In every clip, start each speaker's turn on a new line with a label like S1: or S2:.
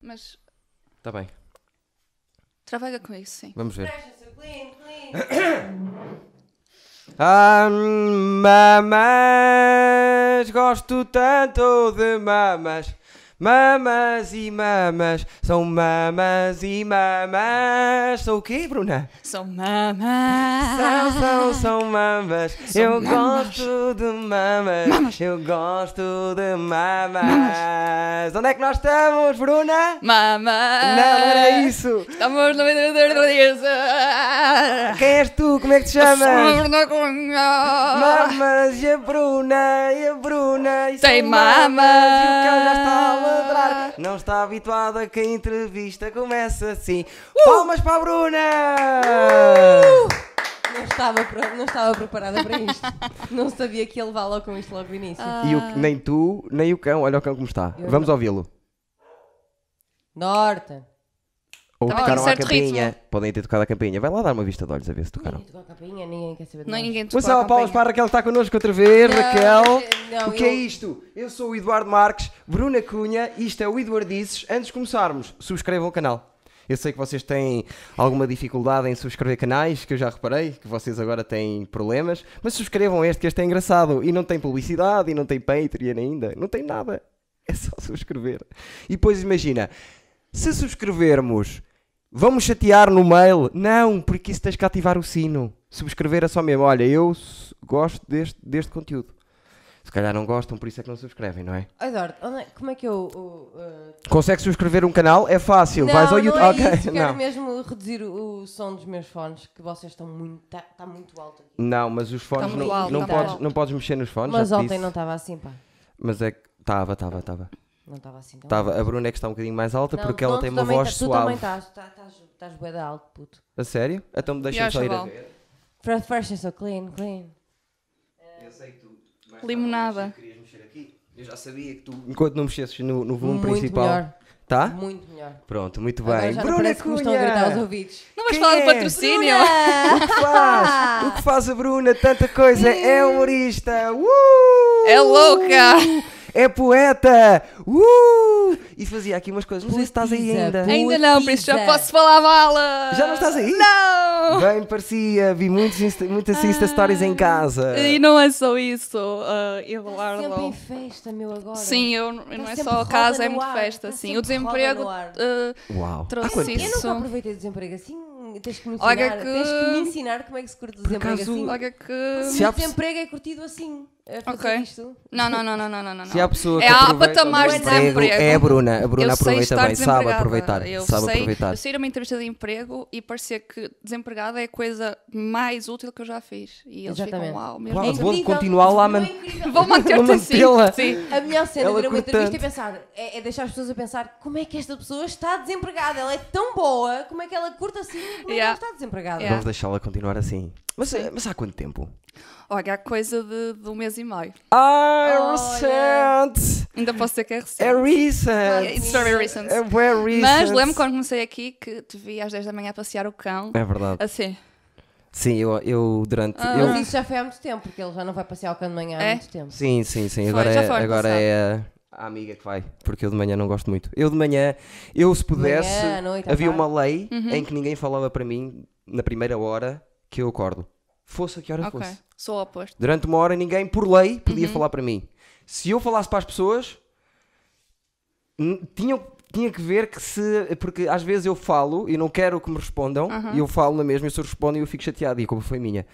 S1: Mas
S2: Está Tá bem.
S1: trabalha com isso, sim.
S2: Vamos ver.
S3: Clean, clean.
S2: Ah, mamas, gosto tanto de mamas. Mamas e mamas, são mamas e mamas. São o quê, Bruna?
S1: São mamãe.
S2: São, são, são mamas. Eu
S1: mamas.
S2: gosto de mamas. Eu gosto de mamas. Onde é que nós estamos, Bruna?
S1: Mamãe.
S2: Não, não era isso.
S1: Estamos no vendedor do dia.
S2: Quem és tu? Como é que te chamas?
S1: Sobre na cunha.
S2: Mamas e a Bruna, e a Bruna, e
S1: Ah. Tem
S2: são mamas, E o cão já está a
S1: mamas.
S2: ladrar. Não está habituado a que a entrevista comece assim. Palmas para a Bruna!
S3: Não estava, pro- não estava preparada para isto. Não sabia que ia levar logo com isto logo no início.
S2: E o- nem tu, nem o cão, olha o cão como está. Vamos ouvi-lo.
S3: Norte.
S2: Ou
S1: Também
S2: tocaram
S1: tem
S2: à
S1: certo
S2: campainha. Podem ter tocado à campainha. Vai lá dar uma vista de olhos a ver se tocaram.
S3: Ninguém tocou a capinha, ninguém quer saber de
S1: Não é
S3: nós.
S1: ninguém te
S2: Mas só palmas para a Raquel que está connosco outra vez.
S3: Não,
S2: Raquel,
S3: não,
S2: o que é
S3: eu-
S2: isto? Eu sou o Eduardo Marques, Bruna Cunha, isto é o Eduardices. Antes de começarmos, subscrevam o canal. Eu sei que vocês têm alguma dificuldade em subscrever canais, que eu já reparei, que vocês agora têm problemas, mas subscrevam este, que este é engraçado. E não tem publicidade, e não tem Patreon ainda, não tem nada. É só subscrever. E depois imagina, se subscrevermos, vamos chatear no mail? Não, porque isso tens que ativar o sino. Subscrever é só mesmo. Olha, eu s- gosto deste, deste conteúdo. Se calhar não gostam, por isso é que não subscrevem, não é?
S3: Oh, Eduardo, onde é- como é que eu. o- uh,
S2: Consegue subscrever um canal? É fácil.
S3: Não,
S2: Vais ao
S3: não
S2: YouTube.
S3: é
S2: Ok,
S3: isso. Eu Quero
S2: não.
S3: mesmo reduzir o, o som dos meus fones, que vocês estão muito. Está tá muito alto aqui.
S2: Não, mas os fones
S1: Tá
S2: não,
S1: muito alto,
S2: não,
S1: tá
S2: podes,
S1: alto.
S2: não podes mexer nos fones.
S3: Mas
S2: já te
S3: ontem
S2: disse.
S3: não estava assim, pá.
S2: Mas é que. Estava, estava, estava.
S3: Não estava assim tão
S2: Tava. A Bruna é que está um bocadinho mais alta
S3: Não,
S2: porque ela
S3: não,
S2: tem
S3: tu
S2: uma
S3: também
S2: voz
S3: tá-
S2: suave.
S3: Tu também estás. Estás bué de alto, puto.
S2: A sério? Então me
S1: E
S2: deixa
S1: ao
S2: só ir a
S1: chaval?
S2: ver.
S3: Fresh, fresh and so clean, clean.
S1: Limonada.
S2: Eu já sabia que tu. Enquanto não mexesses no, no volume
S3: Muito
S2: principal.
S3: melhor.
S2: Tá?
S3: Muito melhor.
S2: Pronto, muito
S3: Agora
S2: bem.
S3: já não
S2: Bruna
S3: parece que me estão a gritar aos
S2: Cunha!
S3: ouvidos.
S1: Não vais
S2: Quem
S1: falar
S2: é?
S1: do patrocínio?
S2: O que faz? O que faz a Bruna? Tanta coisa. É humorista. Uh!
S1: É louca!
S2: É poeta. Uh! E fazia aqui umas coisas. Não sei se estás aí
S3: Poetisa,
S2: ainda.
S3: poeta.
S1: Ainda não, por isso já
S3: Pizza.
S1: posso falar mala!
S2: Já não estás aí?
S1: Não! Ah.
S2: Bem parecia. Vi muitos insta- muitas Insta Stories em casa.
S1: E não é só isso, uh,
S3: Tá Sempre em
S1: Eduardo.
S3: festa, meu, agora. Tá
S1: Sim, eu, eu não é
S3: sempre
S1: só a
S3: roda
S1: casa, é
S3: no
S1: muito
S3: ar,
S1: festa,
S3: está
S1: sim. O
S3: sempre roda
S1: desemprego
S3: no ar.
S1: uh,
S2: Uau. Há
S1: trouxe
S2: quanto
S3: Eu
S2: tempo?
S1: isso.
S3: nunca aproveitei desemprego assim. Tens que me ensinar.
S1: Olha que-
S3: Tens que me ensinar como é que se curte o desemprego
S2: acaso-
S3: assim.
S1: Olha que.
S2: Se há pessoa-
S3: O desemprego é curtido assim. A fazer
S1: Ok.
S3: isto.
S1: Não, não, não, não, não, não. não.
S2: Se há pessoa que
S1: é há
S2: aproveita
S1: patamares
S2: o
S1: de
S2: desemprego,
S1: desemprego.
S2: É a Bruna, a Bruna
S1: eu sei
S2: aproveita
S1: estar
S2: bem, sabe
S1: desempregada.
S2: aproveitar,
S1: Eu
S2: sabe
S1: sei,
S2: aproveitar.
S1: Eu saí de uma entrevista de emprego e parecia que desempregada é a coisa mais útil que eu já fiz. E eles
S3: Exatamente.
S1: ficam uau mesmo.
S2: Claro,
S3: É
S2: vou
S3: incrível,
S2: continuar lá,
S3: não é
S2: man-
S3: incrível?
S1: Vou
S2: Vou
S1: manter-te assim.
S2: mantê-la.
S1: Sim.
S3: A melhor cena
S2: Ela
S3: de uma
S2: curtante.
S3: entrevista é pensar, é, é deixar as pessoas a pensar como é que esta pessoa está desempregada, ela é tão boa, como é que ela curta assim e como é que
S1: Yeah.
S3: ela está desempregada.
S1: Yeah.
S2: Vamos deixá-la continuar assim. Mas, mas há quanto tempo?
S1: Olha, há coisa de, de um mês e meio.
S2: Ah, é
S3: Olha.
S2: recente!
S1: Ainda posso dizer que é
S2: É
S1: recente.
S2: recent!
S1: Ah, It's very recent.
S2: É very recent!
S1: Mas lembro quando comecei aqui que te vi às 10 da manhã passear o cão.
S2: É verdade.
S1: Assim.
S2: Sim, eu, eu durante.
S1: Ah,
S3: Mas
S2: Eu,
S3: isso já foi há muito tempo, porque ele já não vai passear o cano de manhã há
S1: É?
S3: muito tempo.
S2: sim, sim, sim.
S1: Foi,
S2: Agora,
S1: já
S2: é,
S1: foi ano
S2: agora
S1: passado.
S2: é a amiga que vai. Porque eu de manhã não gosto muito. Eu de manhã, eu se pudesse.
S3: Manhã, à noite, à
S2: havia
S3: tarde.
S2: uma lei
S1: Uhum.
S2: em que ninguém falava para mim na primeira hora que eu acordo. Fosse a que hora
S1: Ok.
S2: fosse.
S1: Sou o oposto.
S2: Durante uma hora ninguém, por lei, podia
S1: Uhum.
S2: falar para mim. Se eu falasse para as pessoas, n- tinham, tinha que ver que se. Porque às vezes eu falo e não quero que me respondam, e eu falo na mesma, e se eu respondem eu fico chateado, e a culpa foi minha.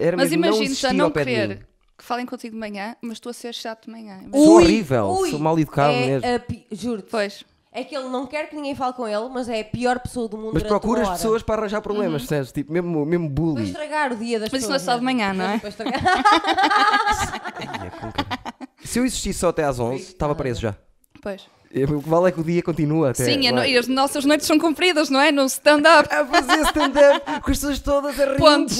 S2: Era
S1: Mas
S2: mesmo não
S1: imagina-te
S2: existir
S1: a não
S2: ao pé de mim.
S1: querer que falem contigo de manhã, mas tu a ser chato de manhã.
S2: Ui. Sou horrível, sou mal educado
S3: é
S2: mesmo.
S3: a pi- Juro-te.
S1: Pois.
S3: É que ele não quer que ninguém fale com ele, mas é a pior pessoa do mundo
S2: Mas
S3: durante
S2: procuras
S3: uma hora.
S2: pessoas para arranjar problemas,
S1: Uhum.
S2: percebes? Tipo, mesmo, mesmo
S3: Para
S2: bullying.
S3: estragar o dia das
S1: Mas isso não é
S3: pessoas.
S1: só de manhã, não é?
S3: Para estragar.
S2: Ai, é com caralho. Se eu existisse só até às 11, estava preso já.
S1: Pois.
S2: Eu- O que vale é que o dia continua até.
S1: Sim, a no-
S2: vai.
S1: e as nossas noites são compridas, não é? No stand-up.
S2: a fazer stand-up com as pessoas todas a rir.
S1: Pontos.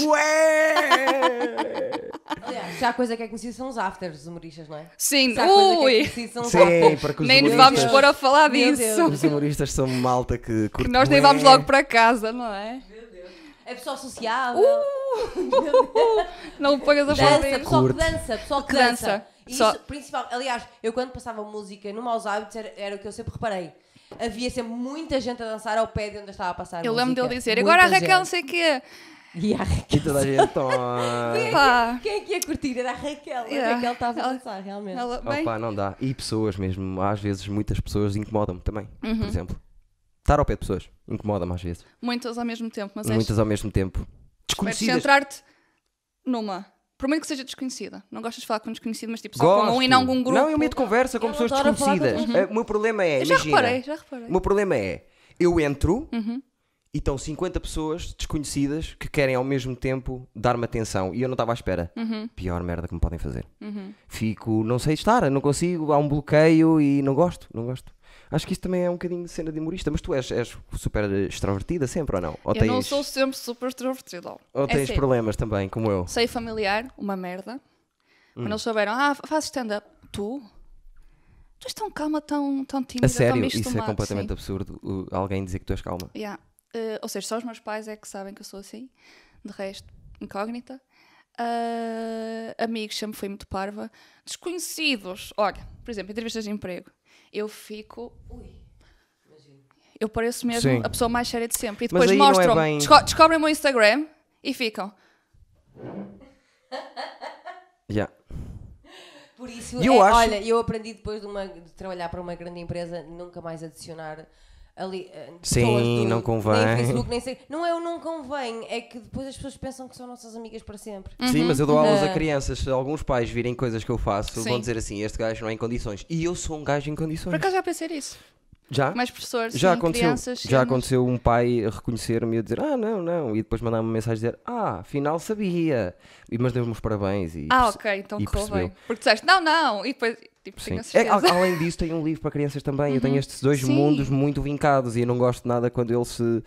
S3: Aliás, já a coisa que é conhecida são os afters dos humoristas, não é?
S1: Sim,
S3: Se há coisa que é
S1: ui!
S3: conhecida são os
S2: Sim,
S3: afters.
S2: porque os
S1: Nem nos
S2: humoristas,
S1: vamos pôr a falar
S3: Meu
S1: disso.
S3: Deus.
S2: os humoristas são malta que curte
S1: Que nós nem
S2: bué.
S1: vamos logo para casa, não é?
S3: É pessoal sociável.
S1: Não pagas a
S3: Dança,
S1: falar
S3: pessoal que
S2: Curto.
S3: dança, pessoal que
S1: Que
S3: dança.
S1: dança.
S3: E Isso,
S1: Só-
S3: principal, aliás, eu quando passava música no Maus Hábitos era, era o que eu sempre reparei. havia sempre muita gente a dançar ao pé de onde eu estava a passar.
S1: Eu lembro dele dizer,
S3: Muita
S1: agora a Raquel não
S3: gente.
S1: sei o quê.
S3: E
S2: E
S3: a Raquel.
S2: toda a gente. "Ai".
S1: Pá.
S3: Quem é que ia curtir? Era a Raquel.
S1: Yeah.
S3: A Raquel estava a
S1: É. Ela-
S3: dançar, realmente.
S1: Ela, tá bem,
S2: Opa, não dá. E pessoas mesmo. Às vezes muitas pessoas incomodam-me também.
S1: Uhum.
S2: Por exemplo, estar ao pé de pessoas incomoda-me às vezes.
S1: muitas ao mesmo tempo, mas
S2: Muitas ao mesmo tempo.
S1: és
S2: Desconhecidas.
S1: centrar-te numa. Por meio que seja desconhecida. Não gostas de falar com desconhecido, mas tipo só
S2: Gosto.
S1: com um e não com um grupo.
S2: Não, eu meto conversa com
S3: Eu
S2: pessoas
S3: adoro falar com
S2: desconhecidas. Eh, O meu problema é.
S1: Uhum. Eu já
S2: imagina,
S1: reparei, já reparei.
S2: O meu problema é. Eu entro
S1: Uhum.
S2: e estão 50 pessoas desconhecidas que querem ao mesmo tempo dar-me atenção e eu não estava à espera.
S1: Uhum.
S2: Pior merda que me podem fazer. Fico, não sei estar, não consigo, há um bloqueio e não gosto, não gosto. Acho que isso também é um bocadinho de cena de humorista, mas tu és, és super extrovertida sempre ou não? Ou
S1: eu
S2: tens,
S1: não sou sempre super extrovertida.
S2: ou
S1: É
S2: tens
S1: sério.
S2: problemas também, como eu?
S1: Sei familiar, uma merda.
S2: Hum.
S1: Quando eles souberam, ah, fazes stand-up. Tu? Tu és tão calma, tão, tão tímida,
S2: A
S1: tão
S2: sério,
S1: bicho
S2: isso é
S1: tomado,
S2: completamente
S1: sim.
S2: absurdo. o- alguém dizer que tu és calma.
S1: Yeah. Eh, ou seja, só os meus pais é que sabem que eu sou assim. De resto, incógnita. Ah, amigos, sempre fui muito parva. Desconhecidos. Olha, por exemplo, entrevistas de emprego. Eu fico. Eu pareço mesmo
S2: Sim.
S1: a pessoa mais séria de sempre. E depois
S2: Mas aí não é
S1: mostram.
S2: bem-
S1: desco- descobrem o meu Instagram e ficam.
S2: Yeah.
S3: Por isso,
S2: E eu
S3: é-
S2: acho-
S3: olha, eu aprendi depois de, uma- de trabalhar para uma grande empresa nunca mais adicionar ali. eh,
S2: Sim,
S3: pessoas do-
S2: não convém.
S3: Nem Facebook, nem sei. Não é o não convém, é que depois as pessoas pensam que são nossas amigas para sempre.
S2: Sim, mas eu dou aulas a
S3: Ah.
S2: crianças. Se alguns pais virem coisas que eu faço, vão
S1: Uhum. Sim.
S2: dizer assim: este gajo não é em condições. E eu sou um gajo em
S1: Por
S2: condições.
S1: acaso já pensei nisso.
S2: Já?
S1: Mais professores,
S2: já
S1: sim,
S2: aconteceu,
S1: crianças.
S2: já
S1: cenas.
S2: aconteceu um pai reconhecer-me e eu dizer ah não, não, e depois mandar me uma mensagem dizer ah, afinal sabia, e, mas deu-me os parabéns e
S1: Ah,
S2: perce-
S1: ok, então
S2: e
S1: correu
S2: percebeu.
S1: bem. Porque disseste, não, não. E depois, tipo,
S2: Sim.
S1: tenho a
S2: É,
S1: certeza. Uhum.
S2: a- além disso, tem um livro para crianças também. Eu tenho estes dois
S1: Sim.
S2: mundos muito vincados e eu não gosto nada quando eles se.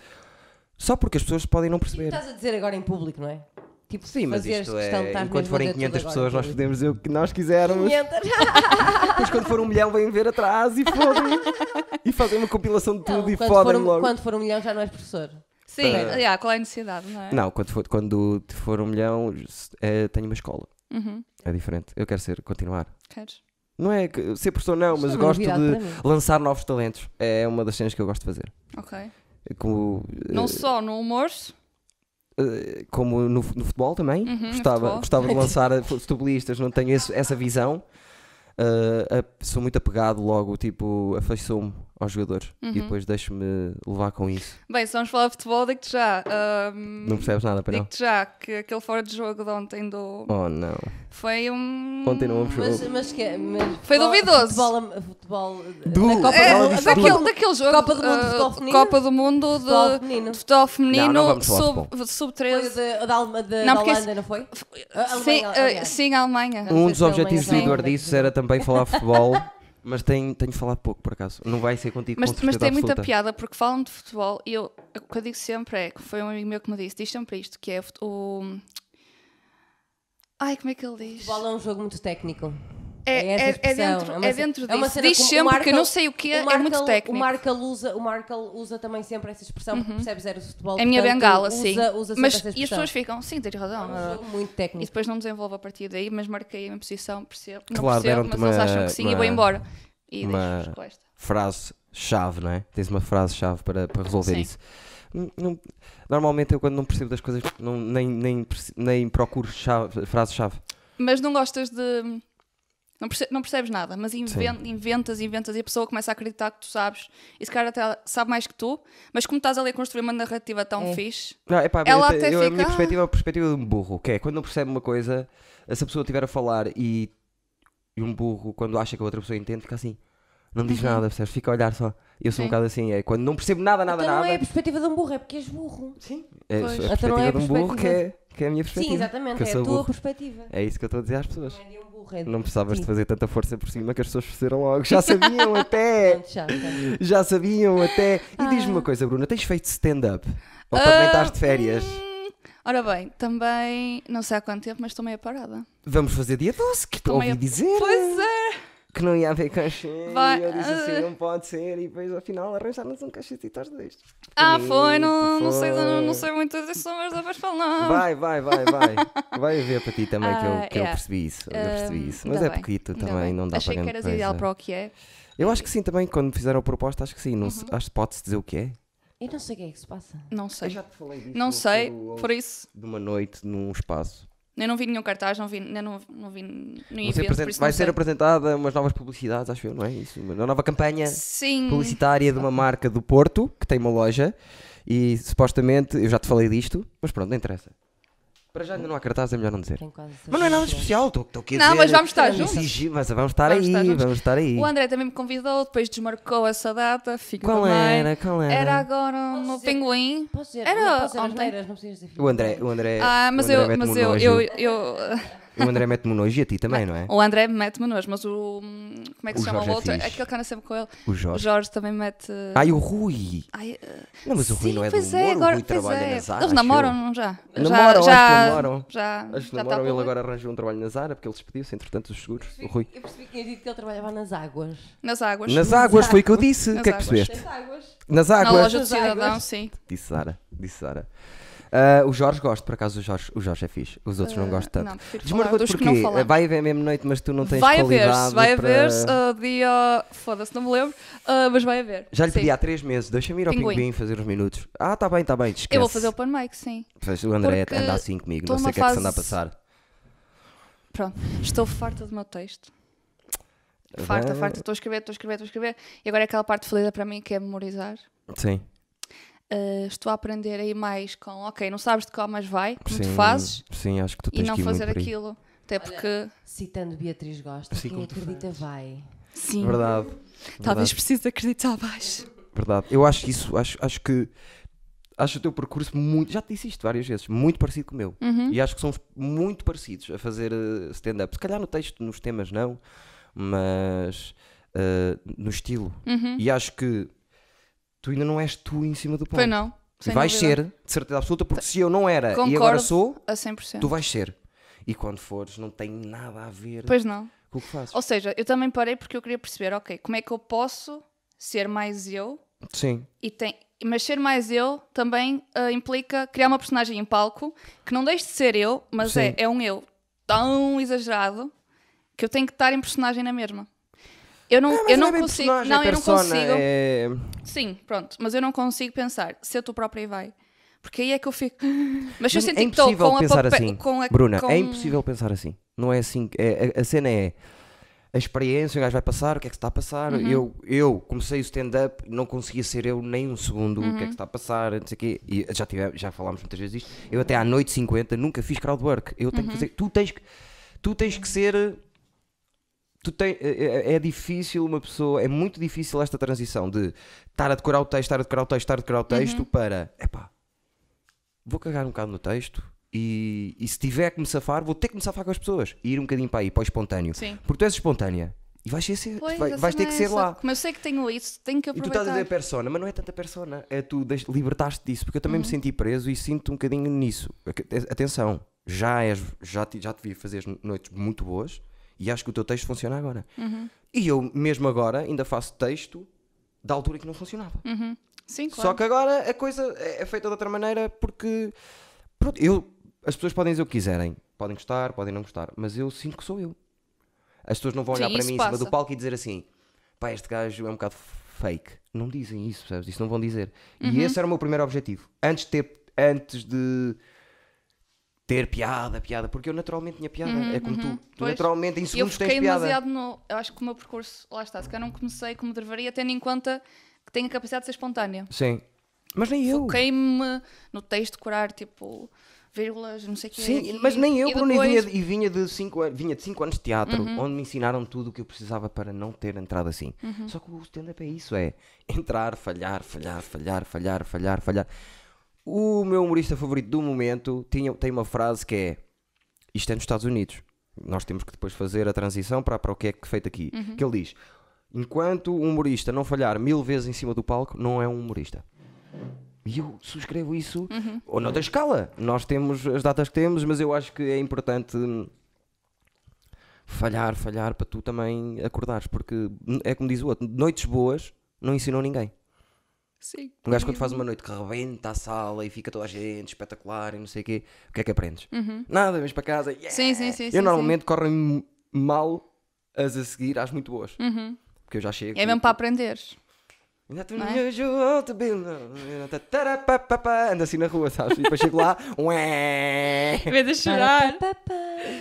S2: Só porque as pessoas podem não
S3: Tipo,
S2: perceber.
S3: estás a dizer agora em público, não é? Tipo,
S2: Sim, mas
S3: fazeres
S2: isto
S3: questão de
S2: é.
S3: estar
S2: Enquanto
S3: mesmo a
S2: forem
S3: dizer tudo
S2: 500
S3: agora em
S2: pessoas, nós
S3: público.
S2: podemos dizer o que nós
S1: é
S2: quisermos.
S3: 500.
S2: Depois, quando for um milhão, vêm ver atrás e fodem. e fazem uma compilação de tudo
S3: Não,
S2: e
S3: quando, for
S2: fodem
S3: um,
S2: logo.
S3: quando for um milhão já não és professor.
S1: Sim,
S2: Para-
S1: yeah, qual é a necessidade, não é?
S2: Não, quando for, quando for um milhão, se- eh, tenho uma escola.
S1: Uhum.
S2: É diferente. Eu quero ser, continuar.
S1: Queres?
S2: Não é que- ser professor, não,
S3: Isto
S2: mas
S3: é uma
S2: gosto
S3: novidade
S2: de
S3: para mim.
S2: lançar novos talentos. É uma das cenas que eu gosto de fazer.
S1: Ok.
S2: Como, eh,
S1: Não só no humor,
S2: eh, como no, fu- no futebol também.
S1: Uhum, no
S2: gostava,
S1: futebol.
S2: gostava de lançar a- futebolistas, não tenho esse- essa visão. Eh, a- sou muito apegado logo, tipo, afeiçoo-me aos jogadores e depois deixo-me levar com isso.
S1: Bem, se vamos falar de futebol, digo-te já. ahm,
S2: Não percebes nada para não?
S1: digo-te já que aquele fora de jogo de ontem do.
S2: Oh não.
S1: Foi um.
S2: Ontem não houve jogo.
S3: Hum, Mas, uh, mas que- é- mas
S1: Foi
S3: futebol-
S1: duvidoso.
S3: Futebol, eh, futebol
S2: Du-
S3: da Copa
S1: É,
S2: Ela
S3: do
S2: disse
S1: daquele,
S2: tudo.
S1: daquele jogo.
S3: Copa do Mundo de
S1: ah,
S3: futebol feminino?
S1: Copa do Mundo de
S3: Futebol feminino.
S1: de futebol feminino,
S2: Não, não vamos falar de
S1: sub, sub
S3: Foi
S1: 13.
S3: de- da, Alma- da-
S1: Não,
S3: da
S1: porque
S3: Holanda,
S1: esse-
S3: não foi?
S1: Sim,
S3: é, Alemanha,
S1: ah,
S3: Alemanha.
S1: sim, a Alemanha.
S3: Não.
S2: Um
S3: sei
S2: dos
S3: se ele é assim.
S2: objetivos do
S3: lembra.
S2: Eduardo Disses era também falar futebol, mas tenho, tenho falado pouco por acaso. Não vai ser contigo
S1: Mas,
S2: com
S1: mas
S2: certeza
S1: tem muita
S2: absoluta.
S1: piada porque falam de futebol e eu, o que eu digo sempre é que foi um amigo meu que me disse: diz sempre isto, que é o. fut- o- Ai, como é que ele diz?
S3: Futebol é um jogo muito técnico.
S1: É,
S3: essa
S1: é- é
S3: expressão,
S1: dentro,
S3: uma
S1: é
S3: ce-
S1: dentro disso.
S3: uma cena
S1: Diz
S3: que o- o
S1: sempre que
S3: Markel-
S1: não sei o que é,
S3: o Markel-
S1: é muito técnico.
S3: O Markel, usa, o Markel usa também sempre essa expressão, porque percebes era o futebol.
S1: é a minha
S3: portanto,
S1: bengala,
S3: usa,
S1: sim.
S3: Usa sempre
S1: mas
S3: essa
S1: e as
S3: expressão.
S1: pessoas ficam, sim, tens razão.
S3: É um jogo muito
S1: e
S3: técnico.
S1: depois não desenvolvo a partir daí, mas marquei a minha posição, percebo. Não
S2: Claro,
S1: percebo,
S2: deram-te
S1: mas eles
S2: uma-
S1: acham que sim e
S2: uma-
S1: vou embora. E
S2: uma-
S1: deixo-vos com esta.
S2: Frase-chave, não é? Tens uma frase-chave para, para resolver
S1: Sim.
S2: isso. N- não- normalmente eu quando não percebo das coisas não- nem, nem, perce- nem procuro chave- frase-chave.
S1: Mas não gostas de. Não, perce- não percebes nada, mas inven- inventas, inventas e a pessoa começa a acreditar que tu sabes. E se calhar até sabe mais que tu, mas como estás ali a construir uma narrativa tão
S3: É.
S1: fixe,
S2: Não, epá, eu
S1: Ela
S2: te-
S1: até
S2: eu- A
S1: fica,
S2: minha
S1: "Ah."
S2: perspectiva é a perspectiva de um burro, que é quando não percebe uma coisa, se a pessoa estiver a falar e, e um burro, quando acha que a outra pessoa entende, fica assim. Não diz
S3: Uhum.
S2: nada, percebes? Fica a olhar só. Eu sou um
S1: Sim.
S2: bocado assim, é quando não percebo nada, nada,
S3: então não
S2: nada.
S3: é a perspectiva de um burro, é porque és burro.
S2: Sim, é a
S1: Pois.
S2: perspectiva
S3: Então não é a
S2: de um burro que é,
S3: perspectiva.
S2: que é a minha perspectiva.
S3: Sim, exatamente,
S2: que eu
S3: é a
S2: sou
S3: tua
S2: burro.
S3: perspectiva.
S2: É isso que eu estou a dizer às pessoas.
S3: Não é de um burro, é de
S2: Não precisavas de
S3: ti.
S2: fazer tanta força por cima que as pessoas perceberam logo. Já sabiam até!
S3: Pronto, já, pronto.
S2: Já sabiam até! E diz-me
S3: Ah.
S2: uma coisa, Bruna, tens feito stand-up? Ou também estás de férias?
S1: ah,
S3: hum.
S1: hum, Ora bem, também não sei há quanto tempo, mas estou meio parada.
S2: Vamos fazer dia 12, que te
S1: Também
S2: ouvi
S1: é-
S2: dizer
S1: Pois é!
S2: que não ia haver cachê.
S1: Vai-
S2: E eu disse assim,
S1: Ah.
S2: não pode ser. E depois, afinal, arranjaram-nos um cachetito aos dois.
S1: Ah,
S2: Pequenito,
S1: foi, não, não, sei, não, não
S2: foi.
S1: sei muito disso, mas depois falar.
S2: Vai, vai, vai, vai. Vai haver para ti também que, eu,
S1: Ah,
S2: que eu
S1: yeah.
S2: percebi isso. eu percebi
S1: Hum,
S2: isso. Mas
S1: ainda
S2: é
S1: bem,
S2: pequito
S1: ainda
S2: também,
S1: bem.
S2: não dá
S1: Achei
S2: para
S1: que
S2: grande
S1: eras ideal
S2: coisa.
S1: para o que é.
S2: Eu acho que sim também, quando fizeram a proposta, acho que sim. Não se-
S1: Uhum.
S2: Acho que pode-se dizer o que é.
S3: Eu não sei o que é que se passa.
S1: Não sei.
S2: te falei disso.
S1: Não sei, por isso.
S2: De uma noite, num espaço.
S1: Eu não vi nenhum cartaz, não vi, eu não, não vi nenhum
S2: Vão ser
S1: evento, por
S2: apresen-
S1: isso
S2: vai
S1: não
S2: ser
S1: sei.
S2: apresentada umas novas publicidades, acho eu, não é? Isso, uma nova campanha
S1: Sim.
S2: publicitária de uma marca do Porto, que tem uma loja. E supostamente, eu já te falei disto, mas pronto, não interessa. Para já ainda não há cartaz, é melhor não dizer.
S3: Tenho quase certeza.
S2: Mas não é nada especial, estou estou aqui a
S1: Não,
S2: dizer-
S1: mas vamos estar
S2: Exigi-
S1: juntos.
S2: Mas vamos estar
S1: Vamos
S2: aí,
S1: estar juntos.
S2: vamos estar aí.
S1: O André também me convidou, depois desmarcou essa data, fico
S2: Qual
S1: também.
S2: era? Qual era?
S1: Era agora
S3: Posso
S1: no
S3: dizer-
S1: Pinguim.
S3: Posso dizer,
S1: Era
S3: não, posso dizer
S1: ontem.
S3: asneiras, não precisas dizer
S2: O André, o André.
S1: Ah, mas
S2: É, o André
S1: eu, mas
S2: mete-me um
S1: eu, eu,
S2: nojo.
S1: eu-
S2: O André mete-me um nojo e a ti também, não é?
S1: O André mete-me um nojo, mas o. Como é que
S2: O
S1: se chama
S2: Jorge
S1: o
S2: é
S1: outro?
S2: fixe.
S1: Aquele que anda sempre com ele.
S2: O
S1: O
S2: Jorge.
S1: Oh, Jorge também mete.
S2: Ai, o Rui.
S1: Ai, eh,
S2: Não, mas o Rui
S1: sim,
S2: não é do
S1: pois
S2: humor, o Rui
S1: pois
S2: trabalha
S1: é.
S2: na Zara.
S1: Eles
S2: acho
S1: namoram,
S2: eu.
S1: não já?
S2: Namoram, acho que
S1: já,
S2: namoram.
S1: Já,
S2: Acho que
S1: já tá
S2: namoram, ele
S1: com-
S2: agora arranjou um trabalho na Zara, porque ele despediu-se, entretanto, dos seguros. O Rui.
S3: Eu percebi que tinha dito que ele trabalhava nas águas.
S1: Nas águas.
S2: Nas águas, foi o que eu disse.
S1: Nas
S2: O que é que
S1: águas.
S2: percebeste?
S3: águas?
S2: Nas
S1: Na
S2: águas.
S1: loja do
S3: Nas
S1: cidadão,
S3: águas.
S1: sim.
S2: Disse Sara, disse Sara. Ah, o Jorge gosto, por acaso o Jorge, o Jorge é fixe. Os outros não
S1: Ah,
S2: gosto tanto.
S1: não, prefiro falar
S2: Desmarcou-te
S1: dos que não
S2: porquê?
S1: falamos.
S2: Vai haver mesmo noite, mas tu não tens
S1: Vai haver,
S2: qualidade
S1: vai
S2: para-
S1: haver uh, dia. Foda-se, não me lembro, uh, mas vai haver.
S2: Já lhe
S1: Sim.
S2: pedi há três meses, deixa-me ir ao
S1: Pinguim.
S2: pinguim fazer uns minutos. Ah, tá bem, tá bem, esquece.
S1: Eu vou fazer o open mic, sim.
S2: Pois, O André
S1: porque
S2: anda assim comigo,
S1: estou
S2: não sei
S1: numa
S2: o que é que se anda a
S1: fase-
S2: passar.
S1: Pronto, estou farta do meu texto. Farta,
S2: Vai-
S1: farta, estou a escrever, estou a escrever, estou a escrever. E agora é aquela parte fodida para mim que é memorizar.
S2: Sim.
S1: Uh, estou a aprender aí mais com, ok, não sabes de qual, mas vai, como
S2: sim,
S1: tu fazes,
S2: Sim, acho que tu
S1: e
S2: tens
S1: não
S2: que ir muito
S1: fazer
S2: por aí.
S1: aquilo. Até porque,
S3: Citando Beatriz Gosta,
S2: Sim,
S3: quem
S2: como tu
S3: acredita vai.
S1: sim,
S2: Verdade.
S1: talvez
S2: verdade.
S1: precise de acreditar mais.
S2: Verdade. Eu acho isso, acho, acho que acho o teu percurso muito, já te disse isto várias vezes, muito parecido com o meu.
S1: Uhum.
S2: E acho que somos muito parecidos a fazer eh, stand-up. Se calhar no texto, nos temas não, mas eh, no estilo.
S1: Uhum.
S2: E acho que tu ainda não és tu em cima do palco.
S1: Pois não,
S2: E
S1: sem
S2: vais
S1: dúvida.
S2: ser, de certeza absoluta, porque se eu não era e
S1: Concordo.
S2: agora
S1: É.
S2: sou,
S1: A 100%.
S2: tu vais ser. E quando fores, não tem nada a ver
S1: Pois não.
S2: com o que fazes.
S1: Ou seja, eu também parei porque eu queria perceber, ok, como é que eu posso ser mais eu
S2: Sim.
S1: e tem, mas ser mais eu também ah, implica criar uma personagem em palco que não deixe de ser eu, mas
S2: Sim.
S1: é, é um eu tão exagerado que eu tenho que estar em personagem na mesma. Eu
S2: Ah,
S1: não, eu não consigo, não, eu não consigo.
S2: É...
S1: Sim, pronto, mas eu não consigo pensar ser tu própria e vai. Porque aí é que eu fico. Mas se eu
S2: Mas
S1: senti
S2: é
S1: que estou
S2: impossível
S1: com a
S2: pensar
S1: pape-
S2: assim.
S1: com a-
S2: Bruna,
S1: com-
S2: é impossível pensar assim. Não é assim. que- é- a, a cena é a experiência, o gajo vai passar, o que é que se está a passar.
S1: Uhum.
S2: Eu, eu comecei o stand-up, não conseguia ser eu nem um segundo,
S1: Uhum.
S2: o que é que se está a passar, não sei o quê. E já, tive, já falámos muitas vezes disto. Eu até à noite 50 nunca fiz crowd work. Eu
S1: Uhum.
S2: tenho que fazer. Tu tens, que- tu tens que ser. Tu tem, é, é- é difícil uma pessoa, é muito difícil esta transição de estar a decorar o texto, estar a decorar o texto, estar a decorar o
S1: Uhum.
S2: texto para epá, vou cagar um bocado no texto e, e se tiver que me safar, vou ter que me safar com as pessoas e ir um bocadinho para aí, para o espontâneo.
S1: Sim.
S2: Porque tu és espontânea e vais, ser,
S1: Pois,
S2: vai-
S1: a
S2: vais ter
S1: cena
S2: que
S1: é
S2: ser
S1: essa.
S2: lá.
S1: Como eu sei que tenho isso, tenho que
S2: E tu estás a
S1: aproveitar.
S2: dizer persona, mas não é tanta persona, é tu deix- libertaste disso, porque eu também
S1: Uhum.
S2: me senti preso e sinto um bocadinho nisso. Ac- te- Atenção, já, és, já, te, já te vi fazer noites muito boas e acho que o teu texto funciona agora.
S1: Uhum.
S2: E eu mesmo agora ainda faço texto da altura que não funcionava.
S1: Sim, claro.
S2: Só que agora a coisa é é feita de outra maneira porque pronto, eu, as pessoas podem dizer o que quiserem, podem gostar, podem não gostar, mas eu sinto que sou eu. As pessoas não vão
S1: Sim,
S2: olhar para
S1: isso
S2: mim em
S1: passa.
S2: cima do palco e dizer assim: pá, este gajo é um bocado fake. Não dizem isso, percebes? Isso não vão dizer.
S1: Uhum.
S2: E esse era o meu primeiro objetivo. Antes de ter, antes de ter piada, piada, porque eu naturalmente tinha piada. é como tu, tu
S1: Uhum, Pois.
S2: naturalmente em
S1: E eu
S2: segundos tens
S1: fiquei
S2: piada.
S1: demasiado no. Eu acho que o meu percurso, lá está, se calhar não comecei como deveria, tendo em conta que tenho a capacidade de ser espontânea.
S2: Sim. Mas nem eu.
S1: Foquei-me no texto, curar, tipo, vírgulas, não sei o que.
S2: Sim, mas nem eu,
S1: e
S2: Bruno, e
S1: depois- Uhum.
S2: vinha, de- e vinha de 5 anos, vinha de cinco anos de teatro, onde me ensinaram tudo o que eu precisava para não ter entrado assim.
S1: Uhum.
S2: Só que o stand-up é isso, é entrar, falhar, falhar, falhar, falhar, falhar, falhar. O meu humorista favorito do momento tinha, tem uma frase que é isto é nos Estados Unidos. Nós temos que depois fazer a transição para, para o que é que feito aqui.
S1: Uhum.
S2: Que ele diz: enquanto um humorista não falhar mil vezes em cima do palco, não é um humorista. E eu subscrevo isso,
S1: Uhum.
S2: ou noutra escala. Nós temos as datas que temos, mas eu acho que é importante hum, falhar, falhar para tu também acordares, porque hum, é como diz o outro: noites boas não ensinou ninguém.
S1: Sim.
S2: Um gajo quando faz uma noite que rebenta a sala e fica toda a gente espetacular e não sei o quê, o que é que aprendes? Nada, vens para casa. yeah!
S1: Uhum. Sim, sim, sim,
S2: Eu
S1: sim,
S2: normalmente correm mal as a seguir às muito boas. Porque eu já chego.
S1: É mesmo para aprender.
S2: Ainda tu
S1: não é?
S2: me ajudou, te bendo. Ainda tarapapapá. Ando assim na rua, sabes? E depois chego lá. ué.
S1: Em vez de chorar,
S3: Pá, pá, pá.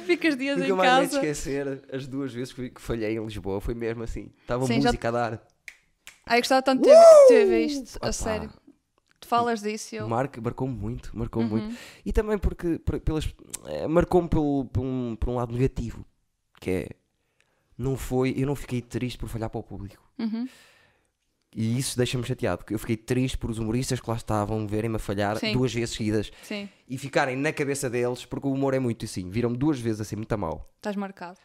S1: ficas dias
S2: Nunca
S1: em
S2: mais me hei de
S1: casa.
S2: esquecer as duas vezes que que falhei em Lisboa. Foi mesmo assim. Estava
S1: Sim, já-
S2: música a dar.
S1: Ai, eu gostava tanto de ter, ter visto,
S2: Opa.
S1: a sério. Tu falas disso e eu. Uhum.
S2: O Marco marcou-me muito, marcou-me muito. E também porque por- pelas, eh, marcou-me pelo- por um, por um lado negativo, que é não foi, eu não fiquei triste por falhar para o público.
S1: Uhum.
S2: E isso deixa-me chateado, porque eu fiquei triste por os humoristas que lá estavam verem-me a falhar
S1: Sim.
S2: duas vezes seguidas
S1: Sim,
S2: e ficarem na cabeça deles, porque o humor é muito assim. Viram-me duas vezes assim, muito a mal.
S1: estás marcado.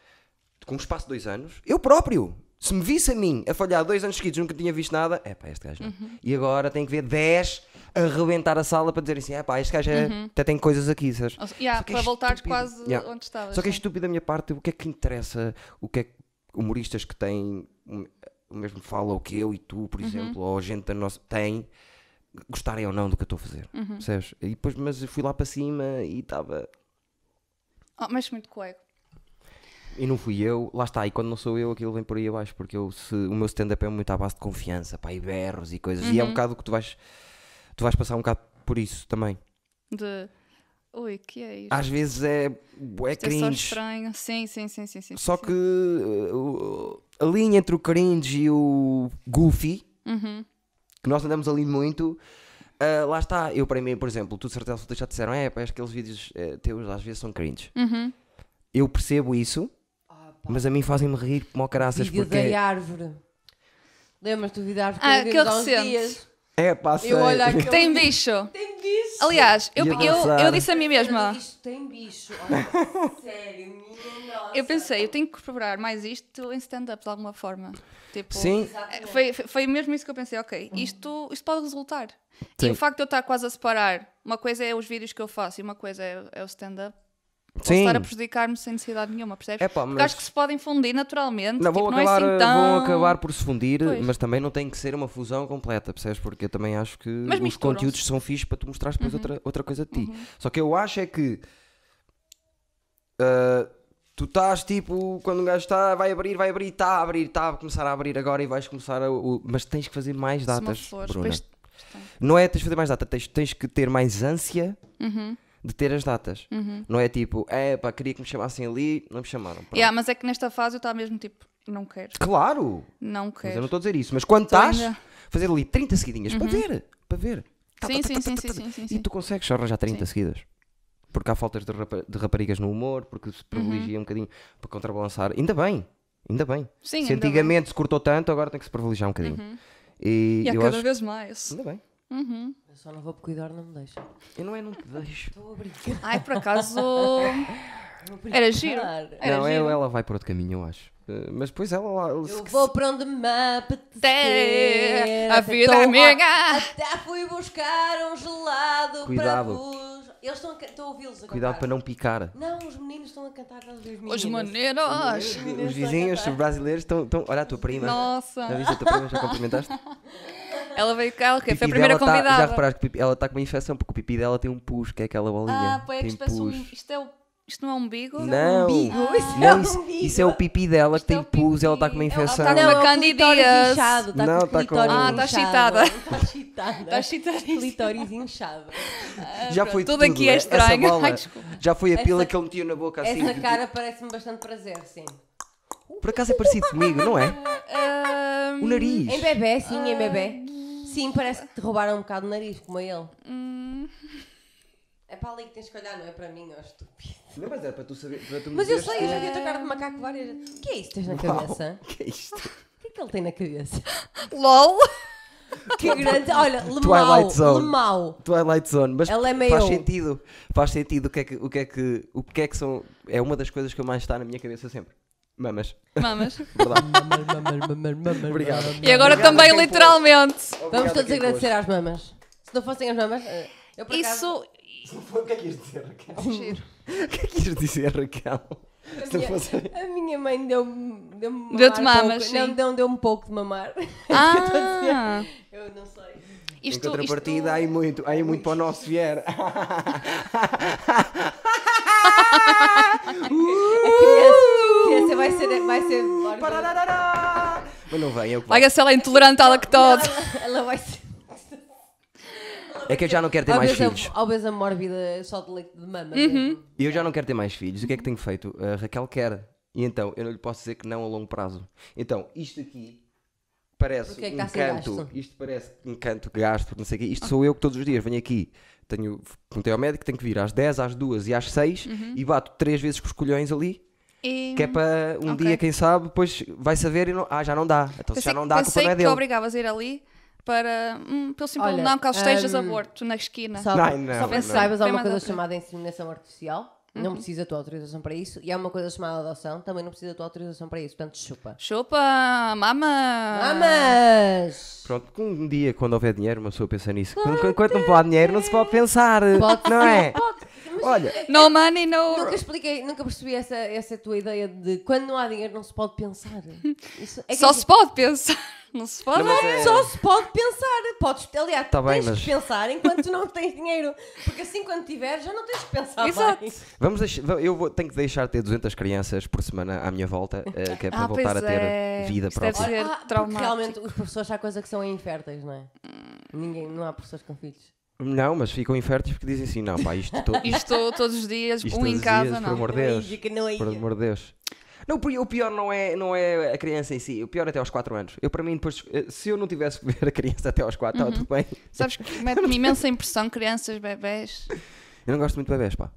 S2: Com um espaço de dois anos, eu próprio, se me visse a mim a falhar dois anos seguidos, nunca tinha visto nada, é pá, este gajo não. E agora tem que ver 10 a rebentar a sala para dizerem assim: é pá, este gajo é- até tem coisas aqui, sabes?
S1: Ou se- yeah,
S2: Só que é
S1: para voltares
S2: estúpido.
S1: quase
S2: Yeah.
S1: onde estavas.
S2: Só que é
S1: Oh, sim.
S2: estúpido da minha parte, o que é que interessa, o que é que humoristas que têm o- o mesmo fala o que eu e tu, por exemplo, ou gente da nossa tem, gostarem ou não do que eu estou a fazer, percebes? E depois, mas eu fui lá para cima e estava.
S1: Oh, mas muito coego.
S2: E não fui eu, lá está, e quando não sou eu, aquilo vem por aí abaixo, porque eu, se, o meu stand-up é muito à base de confiança, pá, e berros e coisas, e é um
S1: Uhum.
S2: bocado que tu vais, tu vais passar um bocado por isso também.
S1: De. Ui, que é isto?
S2: Às vezes é, é
S1: Isto é só
S2: cringe,
S1: estranho. Sim, sim, sim, sim. sim
S2: Só
S1: sim.
S2: que uh, o- a linha entre o cringe e o goofy,
S1: Uhum.
S2: que nós andamos ali muito, uh, lá está. Eu, para mim, por exemplo, tu de certeza absoluta já te disseram: é, parece que aqueles vídeos eh, teus às vezes são cringe.
S1: Uhum.
S2: Eu percebo isso,
S3: Ah, pá.
S2: mas a mim fazem-me rir como ao caraças,
S3: Vídeo
S2: porque.
S3: da árvore. Lembras-te do vídeo da árvore?
S1: Ah,
S3: eu vi
S1: aquele
S3: há uns
S1: recente.
S3: dias?
S2: É, passa.
S3: Eu olho aquele...
S1: Tem bicho.
S3: Tem bicho.
S1: Aliás, eu,
S2: E
S1: eu,
S2: avançar.
S1: eu disse a mim mesma.
S3: Isto tem bicho. Oh, sério, minha nossa.
S1: Eu pensei, eu tenho que preparar mais isto em stand-up de alguma forma. Tipo,
S2: Sim, Uhum.
S1: é, Foi, foi- foi mesmo isso que eu pensei, ok, isto, isto pode resultar. E
S2: Sim.
S1: o facto de eu estar quase a separar, uma coisa é os vídeos que eu faço e uma coisa é, é o stand-up, posso
S2: sim.
S1: estar a prejudicar-me sem necessidade nenhuma, percebes?
S2: É pá,
S1: Porque
S2: mas-
S1: acho que se podem fundir naturalmente.
S2: Não,
S1: tipo,
S2: vão,
S1: não
S2: acabar,
S1: é assim
S2: uh,
S1: tão...
S2: vão acabar por se fundir,
S1: Pois.
S2: mas também não tem que ser uma fusão completa, percebes? Porque eu também acho que os
S1: misturam-se. Uhum.
S2: conteúdos são fixos para tu mostrares depois outra, outra coisa de ti. Só que eu acho é que uh, tu estás tipo, quando um gajo está, vai abrir, vai abrir, está a abrir, está a começar a abrir agora e vais começar a. o- mas tens que fazer mais
S1: se uma
S2: datas.
S1: flor,
S2: Bruna.
S1: depois-
S2: Não é tens que fazer mais data, tens, tens que ter mais ânsia
S1: Uhum.
S2: de ter as datas. Não é tipo, é pá, queria que me chamassem ali, não me chamaram. Pronto.
S1: Yeah, mas é que nesta fase eu estava mesmo tipo, não quero,
S2: Claro!
S1: não
S2: Mas eu não
S1: quero.
S2: estou a dizer isso. Mas quando
S1: Tô
S2: estás,
S1: Então ainda-
S2: fazer ali 30 seguidinhas para ver, para ver. Tá,
S1: Sim,
S2: tá,
S1: sim,
S2: tá,
S1: sim,
S2: tá, tá,
S1: sim,
S2: tá.
S1: sim, sim,
S2: E
S1: sim.
S2: tu consegues arranjar 30 seguidas. Porque há faltas de, rapa- de raparigas no humor, porque
S1: Uhum.
S2: se privilegia um bocadinho para contrabalançar. Ainda bem, ainda bem.
S1: Sim,
S2: se
S1: ainda bem. Uhum.
S2: antigamente se cortou tanto, agora tem que se privilegiar um bocadinho. E,
S1: E há
S2: eu
S1: cada
S2: acho.
S1: vez mais.
S2: Ainda bem.
S3: Eu só não vou porque o Eduardo não me deixa.
S2: Eu não é, não te deixo.
S3: Estou a brincar.
S1: Ai, por acaso.
S3: Vou
S1: Era giro.
S3: brincar.
S1: Era
S2: não, eu,
S1: giro.
S2: ela vai por outro caminho, eu acho. Eh, Mas depois ela. lá-
S3: Eu vou para onde me
S1: Até
S3: apetecer.
S1: a vida
S3: Estou-
S1: é minha.
S3: Até fui buscar um gelado
S2: Cuidado.
S3: para vos. Eles estão a, can- estou a ouvi-los a
S2: Cuidado para
S3: cantar.
S2: não picar.
S3: Não, os meninos estão a cantar aquelas duas meninas.
S1: Os maneiros.
S3: meninos
S2: Eh, Os
S3: estão a
S2: vizinhos
S3: cantar.
S2: brasileiros estão. estão- Olha a tua prima. Já
S1: Nossa.
S2: viste a tua prima? Já cumprimentaste?
S1: Ela veio cá, ok,
S2: pipi
S1: foi a primeira
S2: dela tá- já
S1: convidada.
S2: reparaste que o pipi- ela está com uma infecção porque o pipi dela tem um pus, que é aquela bolinha.
S1: ah, pô, é que
S2: tem
S1: isto parece um.
S2: pus.
S1: Isto, é o, isto não é um umbigo?
S2: Não,
S3: umbigo, isso
S2: não,
S3: é um
S2: isso,
S3: umbigo.
S2: isso é o pipi dela que
S1: Isto é
S2: tem
S1: o
S2: pus,
S1: pipi.
S2: ela está com uma
S1: Ela tá
S2: infecção.
S1: com
S3: Não,
S1: uma
S3: é o
S1: candidíase.
S3: clitóris inchado. Tá
S2: Não,
S3: com
S2: tá com-
S3: o clitóris
S2: Ah,
S1: tá
S3: inchado.
S1: excitada. Tá
S3: Está
S2: É.
S3: excitada.
S1: Está excitadíssima.
S3: Clitóris inchado.
S2: Tá já foi
S1: tudo
S2: tudo
S1: aqui é
S2: essa
S1: estranho.
S2: bola,
S1: Ai, desculpa.
S2: já foi a
S3: Essa-
S2: pila que ele metia na boca assim.
S3: Essa cara parece-me bastante prazer, sim.
S2: Por acaso é parecido comigo, não é?
S1: Ah,
S2: O nariz.
S3: Em bebê, sim, em bebê. Sim, parece que te roubaram um bocado o nariz, como a ele.
S1: Hum.
S3: É para ali que tens que olhar, não é para mim, ó estúpido.
S2: Não, mas era para tu saber. Para tu me
S3: Mas eu
S2: dizeres
S3: sei, eu já vi a tua cara de macaco várias O que é isso que tens na
S2: é- Uau,
S3: cabeça?
S2: que é isto?
S3: O que é que ele tem na cabeça?
S1: LOL.
S3: Que grande. Olha, lemau,
S2: Twilight Zone.
S3: lemau.
S2: Twilight Zone, mas
S3: Ela é meio-
S2: faz sentido. Faz sentido o que é que, o que é que, o que é que são, é uma das coisas que eu mais está na minha cabeça sempre. Mamas.
S1: Mamas.
S2: Verdade. Obrigado.
S3: Obrigado.
S1: E agora
S2: Obrigado,
S1: também,
S2: quem foi.
S1: literalmente.
S2: Obrigado
S3: Vamos
S2: a
S3: todos
S2: quem pôs.
S3: agradecer às mamas. Se não fossem as mamas, eh, eu por acaso-
S1: Isso.
S2: O que é que ias dizer, Raquel?
S1: Giro.
S2: O que é que ias dizer, Raquel? Se não fosse.
S3: A minha mãe deu-me deu
S1: Deu-te mamas, sim.
S3: Não, não deu-me pouco de mamar.
S1: Ah,
S3: Eu não sei.
S2: Em
S1: isto,
S2: contrapartida, há
S1: isto...
S2: aí muito, há aí muito para o nosso
S3: É
S2: vier. Uh!
S3: A criança, a criança vai ser. Vai ser
S2: Parararará! Mas não vem, é o que vale.
S1: Olha se ela é intolerante à lactose.
S3: Ela, ela vai ser.
S2: É que eu já não quero ter mais
S3: Obesa-
S2: filhos.
S3: Obesa mórbida só de leite de
S1: Uhum.
S3: mama. mesmo.
S2: E eu já não quero ter mais filhos. O que é que tenho feito? A Raquel quer. E então, eu não lhe posso dizer que não a longo prazo. Então, isto aqui parece
S3: Porque é que
S2: um
S3: está sem
S2: canto.
S3: gasto?
S2: Isto parece um canto, gasto, não sei o quê. Isto sou eu que todos os dias venho aqui. Tenho, perguntei ao médico, tenho que vir às 10, às 2 e às 6 e bato três vezes com os colhões ali.
S1: E...
S2: Que é para um
S1: ok.
S2: dia, quem sabe, depois vai saber e não. Ah, já não dá. Então se já não dá, a culpa
S1: pensei
S2: não é
S1: que
S2: dele.
S1: obrigavas a ir ali para. Hum, pelo simples
S3: Olha,
S1: não, caso estejas
S3: hum,
S1: aborto na esquina.
S3: Só,
S2: Não, não,
S3: só para que
S2: não.
S3: saibas, há
S1: Tem
S3: uma
S1: mais outra?
S3: coisa
S1: Uhum.
S3: chamada inseminação artificial. Não precisa a tua autorização para isso. E há uma coisa chamada adoção. Também não precisa a tua autorização para isso. Portanto, chupa.
S1: Chupa, mama.
S3: Ah, mas...
S2: Pronto, que um dia, quando houver dinheiro, uma pessoa pensa nisso. Quando- Enquanto não há dinheiro, não se pode pensar. não é? Olha,
S1: No money, no.
S3: Nunca expliquei, nunca percebi essa, essa tua ideia de quando não há dinheiro não se pode pensar. Isso- é que
S1: Só
S3: é-
S1: se pode pensar. Não se pode.
S2: Não, mas é-
S3: Só se pode pensar. Podes, aliás,
S2: Tá bem,
S3: tens
S2: mas-
S3: que pensar enquanto não tens dinheiro. Porque assim, quando tiver, já não tens que pensar
S1: Exato.
S3: mais.
S2: Vamos deixar, va- eu vou- tenho que deixar de ter 200 crianças por semana à minha volta, eh, que é para
S1: Ah,
S2: voltar a
S1: pois
S2: ter
S1: é.
S2: vida
S1: Isso deve
S2: própria.
S1: ser
S3: ah, porque
S1: traumático.
S3: realmente os professores há coisa que são inférteis, não é? Ninguém, não há professores com filhos.
S2: Não, mas ficam inférteis porque dizem assim: não, pá, isto, to, isto,
S1: Isto todos os dias,
S2: isto
S1: um em
S2: todos os
S1: casa,
S2: dias, por
S1: não.
S2: amor de
S3: Não é
S2: Deus.
S3: isso, que não é
S2: Por
S3: isso.
S2: amor de Deus. Não, por- o pior não é, não é a criança em si, o pior é até aos 4 anos. Eu, para mim, depois, eh, se eu não tivesse que ver a criança até aos 4,
S1: Uhum.
S2: tudo bem.
S1: Sabes que mete-me imensa impressão, crianças, bebés.
S2: Eu não gosto muito de bebés, pá.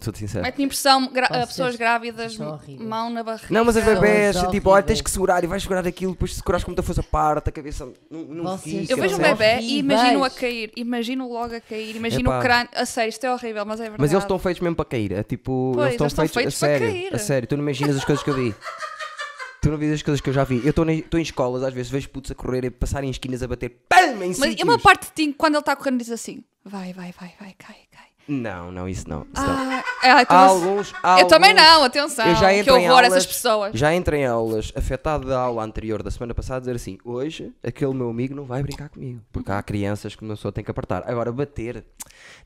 S2: Sou-te sincero.
S1: Mete-me impressão, gra- eh,
S3: Vocês
S1: pessoas grávidas,
S3: são horríveis.
S1: mão na barriga.
S2: Não, mas as bebés,
S3: São
S2: tipo, olha,
S3: horríveis.
S2: tens que segurar e vais segurar aquilo, depois se segurares com muita força, parte, a cabeça não, não
S3: Vocês
S2: fica,
S1: Eu vejo um
S2: percebes?
S1: bebê e
S3: horríveis.
S1: imagino a cair, imagino logo a cair, imagino
S2: Epá.
S1: o crânio. A sério, isto é horrível, mas é verdade.
S2: Mas eles estão feitos mesmo para cair. É tipo,
S1: Pois,
S2: eles estão
S1: eles estão
S2: feitos,
S1: feitos
S2: a
S1: para
S2: sério.
S1: cair.
S2: A sério, tu não imaginas as coisas que eu vi. Tu não vês as coisas que eu já vi. Eu estou em estou em escolas, às vezes vejo putos a correr e passarem em esquinas a bater PAM em
S1: Mas
S2: sítios.
S1: é uma parte de ti, quando ele está correndo, diz assim: vai, vai, vai, vai, cai, cai.
S2: Não, não, isso não. Isso não.
S1: Ah, é, ai, tu-
S2: Há alguns, há
S1: eu também
S2: alguns-
S1: não, atenção.
S2: Eu já
S1: que
S2: entro em
S1: horror
S2: aulas,
S1: essas pessoas.
S2: Já entrei em aulas, afetado da aula anterior da semana passada, dizer assim: hoje aquele meu amigo não vai brincar comigo, porque há crianças que uma pessoa tem que apartar. Agora, bater,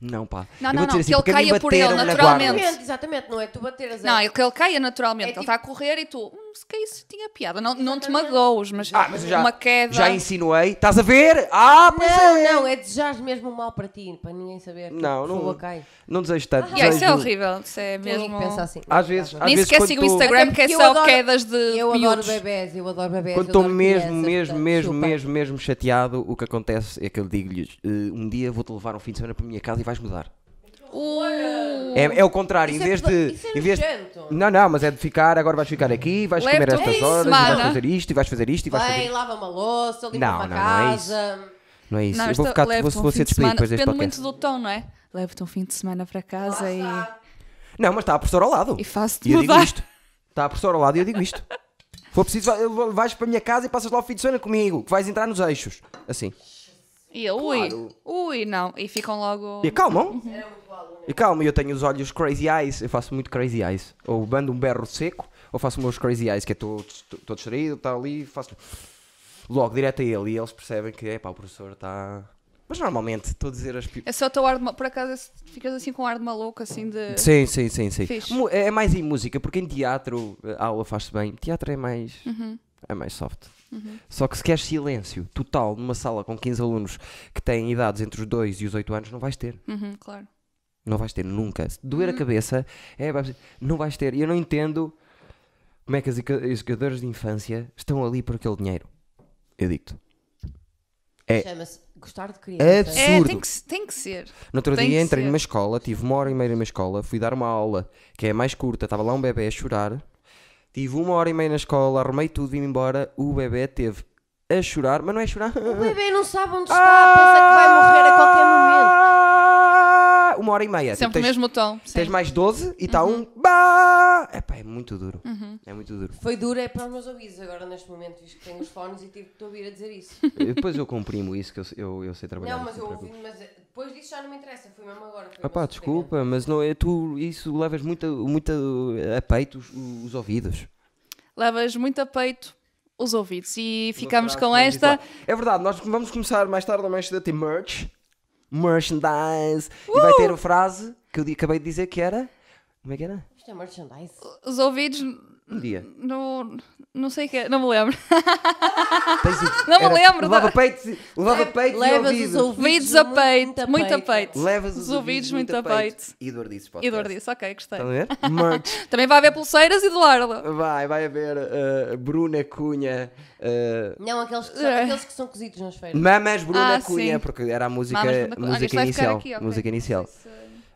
S2: não, pá.
S1: Não,
S2: Eu
S1: não,
S2: vou dizer
S1: não,
S2: assim,
S1: que ele
S2: porque a mim
S1: caia por
S2: bateram
S1: ele,
S2: na guarda.
S1: naturalmente.
S3: Exatamente, exatamente, não é? Tu bateres
S1: Não,
S3: é...
S1: é que ele caia naturalmente.
S3: É
S1: ele está a correr e tu, hum, se caísse tinha piada. Não, não te magoas, mas,
S2: Ah, mas eu já,
S1: uma queda.
S2: já insinuei. Estás a ver? Ah, pois é.
S3: Não, não, é desejares mesmo mal para ti, para ninguém saber. Tipo,
S2: Não, não.
S3: por favor, cai.
S2: Não desejo tanto.
S1: Yeah, isso é
S2: desejo-
S1: horrível. Isso é
S3: Ninguém
S1: mesmo.
S3: pensa assim.
S2: Às vezes, às
S1: Nem
S2: vezes
S1: sequer
S2: quando
S1: sigo o
S2: tô-
S1: Instagram, que é
S3: Até
S1: só
S3: porque eu
S1: quedas de
S3: Eu adoro
S1: miúdos.
S3: bebés, eu adoro bebés.
S2: Quando
S3: eu
S2: estou
S3: adoro
S2: mesmo,
S3: crianças,
S1: tá?
S2: mesmo,
S3: portanto,
S2: mesmo,
S3: chupa.
S2: mesmo, mesmo chateado, o que acontece é que eu digo-lhes: "Eh, um dia vou-te levar um fim de semana para a minha casa e vais mudar.
S1: Uh,
S2: É, é o contrário,
S3: Isso
S2: em
S3: é
S2: vez
S3: peda-
S2: de.
S3: isso é
S2: em vez de-
S3: nojento.
S2: Não, não, mas é de ficar, agora vais ficar aqui, vais
S1: Leva-te
S2: comer
S1: um
S2: estas
S1: fim de
S2: horas, e vais
S1: semana.
S2: fazer isto, e vais fazer isto, e vais fazer
S3: Vem,
S2: isto.
S3: lava uma louça, limpa
S2: Não,
S3: uma
S2: não, não é isso.
S3: casa.
S2: Não é isso.
S1: não,
S2: eu vou
S1: isto
S2: ficar, vou,
S1: leva-te
S2: vou
S1: um fim
S2: ser
S1: de semana.
S2: despedido depois deste
S1: Depende
S2: podcast.
S1: muito do tom, não é? Levo-te um fim de semana para casa e,
S3: Lá
S2: Não, mas está a professora ao lado.
S1: e faço-te
S2: E eu digo
S1: mudar.
S2: isto. Está a professora ao lado e eu digo isto. Se for preciso, vai- eu- vais para a minha casa e passas lá o fim de semana comigo, que vais entrar nos eixos. Assim.
S1: E eu, ui,
S2: Claro.
S1: ui, não. E ficam logo.
S2: E acalmam. E calma, eu tenho os olhos crazy eyes, eu faço muito crazy eyes. Ou bando um berro seco, ou faço meus crazy eyes, que é todo todo distraído, está ali, faço logo direto a ele e eles percebem que é pá, o professor está. Mas normalmente estou a dizer as pi...
S1: É só o teu ar de. ma- Por acaso esse- ficas assim com um ar de maluco, assim de.
S2: Sim, sim, sim, sim.
S1: Fixe.
S2: Mu- É mais em música, porque em teatro eh, a aula faz-se bem. Teatro é mais. É mais soft. Só que se queres silêncio total numa sala com 15 alunos que têm idades entre os 2 e os 8 anos, não vais ter.
S1: Uhum, claro.
S2: Não vais ter nunca. Se doer a cabeça, é, vai- não vais ter. E eu não entendo como é que as educa- educadoras de infância estão ali por aquele dinheiro. Eu digo-te. É.
S3: Chama-se gostar de crianças.
S2: Abs-
S1: É,
S2: Absurdo.
S1: tem que, se- tem que ser.
S2: No outro
S1: Tem
S2: dia
S1: que
S2: entrei
S1: ser.
S2: numa escola, tive uma hora e meia numa escola, fui dar uma aula que é mais curta, estava lá um bebê a chorar. Tive uma hora e meia na escola, arrumei tudo, vim embora. O bebê teve a chorar, mas não é chorar.
S3: O bebê não sabe onde está, pensa que vai morrer a qualquer momento.
S2: momento. Uma hora e meia.
S1: Sempre
S2: Tipo,
S1: o
S2: tens-
S1: mesmo tom. sim.
S3: assim.
S2: Tens mais 12 e está
S3: Uhum.
S2: um. Bah! Epá, é muito duro. É muito duro.
S3: Foi duro é para os meus ouvidos agora neste momento, visto que tenho os fones e tive que te ouvir a dizer isso.
S2: Eu- Depois eu comprimo isso que eu, eu, eu sei trabalhar.
S3: não, mas
S2: isso,
S3: eu
S2: não te
S3: ouvi,
S2: preocupes.
S3: mas depois disso já não me interessa, foi mesmo agora. foi
S2: Ah pá,
S3: uma surpresa.
S2: desculpa, mas não, é tu isso levas muito, a- muito a- a peito os, os ouvidos.
S1: Levas muito a peito os ouvidos. E
S2: Uma
S1: ficamos
S2: frase
S1: com
S2: que não
S1: esta.
S2: existe lá. É verdade, nós vamos começar mais tarde ou mais cedo a ter merch. Merchandise. E vai
S1: Uh!
S2: ter a frase que eu di- acabei de dizer que era. Como é que era?
S3: Isto é merchandise.
S1: Os ouvidos
S2: Um dia.
S1: No, não sei o que, é. não me lembro.
S2: Tens o-
S1: Não me lembro da-
S2: Levava peito, e- levava peito e
S3: Levas os
S2: ouvido.
S3: ouvidos.
S1: Ouvidos a peito, muito a peito.
S2: Levas os
S1: Os ouvidos muito a peito.
S2: E Eduardices
S1: E
S2: podcast.
S1: dor disso, ok, gostei.
S2: Estão a ver? Merch.
S1: Também vai haver pulseiras e Eduardo.
S2: Vai, vai haver eh, Bruna Cunha. eh,
S3: Não, aqueles que,
S1: É.
S3: são, aqueles que são cozidos nas feiras.
S2: Mamas Bruna
S1: Ah,
S2: Cunha,
S1: sim.
S2: porque era a música,
S1: Mamas Bruna Cunha. Olha,
S2: música
S1: isto vai ficar
S2: inicial.
S1: aqui, ok.
S2: Música inicial.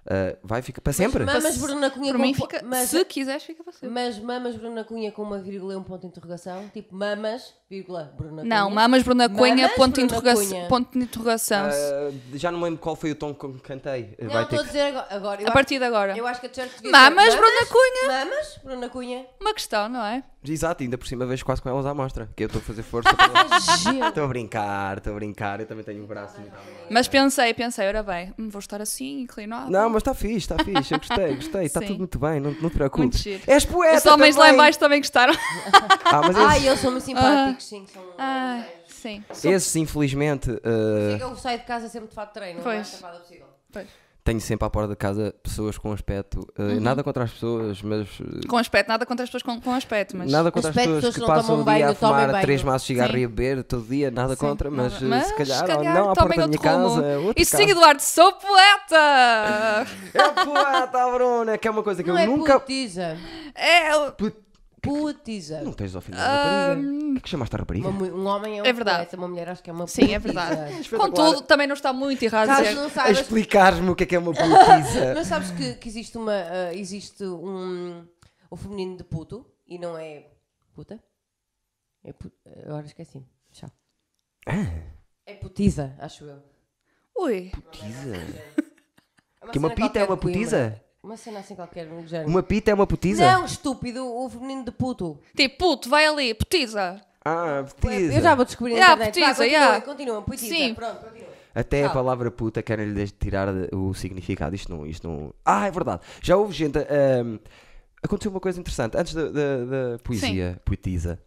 S2: Eh, vai ficar para sempre?
S3: Mamas Bruna Cunha
S1: Por
S3: com
S1: mim
S3: po-
S1: fica.
S3: mas, é-
S1: Se quiseres, fica para sempre.
S3: mas mamas Bruna Cunha com uma vírgula e um ponto de interrogação. Tipo mamas, vírgula, Bruna Cunha.
S1: Não, mamas Bruna Cunha,
S3: Mamas
S1: ponto, de
S3: é Bruna
S1: interroga-
S3: Cunha.
S1: ponto de interrogação.
S2: Eh, já não me lembro qual foi o tom que cantei. Eh,
S3: Não,
S2: vai
S3: estou
S2: ter
S3: a dizer agora. agora eu
S1: a
S3: acho-
S1: partir de agora.
S3: Eu acho que a t-shirt devia
S1: Mamas,
S3: ser
S1: Bruna Cunha.
S3: Mamas, Bruna Cunha.
S1: Uma questão, não é?
S2: que- Exato, ainda por cima vejo quase com elas à mostra. Que eu estou a fazer força. para- Estou a brincar, estou a brincar. Eu também tenho um braço muito à mostra.
S1: Mas pensei, pensei, ora bem, hum, vou estar assim, inclinado.
S2: Não, mas está fixe, está fixe. Eu gostei, gostei. Está
S1: Sim.
S2: tudo muito bem, não, não te
S1: Muito
S2: preocupes.
S1: giro.
S2: És poeta
S1: Os homens lá tá-
S2: também.
S1: em baixo também gostaram.
S2: Ah, mas esses,
S3: Ai, eles são muito simpáticos,
S1: Ah.
S3: sim. São...
S1: Ai, sim.
S2: esses, infelizmente, eh,
S3: Eu saio de casa sempre de fato de treino, não é mais
S1: Pois.
S3: chapada possível.
S1: Pois.
S2: tenho sempre à porta de casa pessoas com aspecto. eh,
S1: Uhum.
S2: Nada contra as pessoas, mas. eh,
S1: Com aspecto, nada contra as pessoas com, com aspecto, mas.
S2: Nada contra as
S3: Aspecto,
S2: pessoas que
S3: não tomam
S2: passam o
S3: banho,
S2: dia a
S3: tomem
S2: fumar
S3: banho.
S2: três maços de cigarro
S1: Sim.
S2: e a beber todo dia, nada
S1: Sim,
S2: contra, mas,
S1: nada-
S2: eh,
S1: mas
S2: se calhar, ou
S1: calhar
S2: não à porta
S1: tomem
S2: da minha
S1: outro
S2: casa.
S1: rumo.
S2: é outro
S1: E sim,
S2: caso.
S1: Eduardo, sou poeta!
S2: É poeta, Bruna, que é uma coisa que
S3: Não
S2: eu
S3: é
S2: nunca.
S3: putiza.
S1: é,
S3: Putiza.
S2: Não tens ofendido a rapariga. O que é que chamaste a rapariga?
S3: Uma mu- um homem é um
S1: É verdade.
S3: poeta, uma mulher acho que é uma
S1: sim, é
S3: putiza.
S1: verdade.
S2: Espetacular.
S1: Contudo, também não está muito errado
S3: Caso
S1: dizer.
S3: não
S2: A
S3: saibas,
S2: explicar-me o que é que é uma poetisa.
S3: mas sabes que, que existe uma, ah, existe um, o feminino de puto e não é puta? É pu- agora esqueci-me. Tchau.
S2: Ah.
S3: É putiza, acho eu. É
S1: Ui,
S2: que uma
S3: cena
S2: pita é uma
S3: qualquer de Coimbra.
S2: poetisa?
S3: Uma cena assim qualquer, no género.
S2: Uma pita é uma poetisa?
S3: Não, estúpido, o feminino de puto.
S1: tipo, puto, vai ali, petiza.
S2: Ah, poetisa.
S3: Eu já vou descobrir na
S1: Yeah,
S3: internet.
S1: putiza,
S3: continua,
S1: yeah.
S3: continua, putiza.
S1: Sim.
S3: Pronto, continua.
S2: Até a palavra puta querem-lhe des- tirar de- o significado. Isto não, isto não. Ah, é verdade. Já houve gente. ahm, Aconteceu uma coisa interessante. Antes da, da- da poesia, poetisa,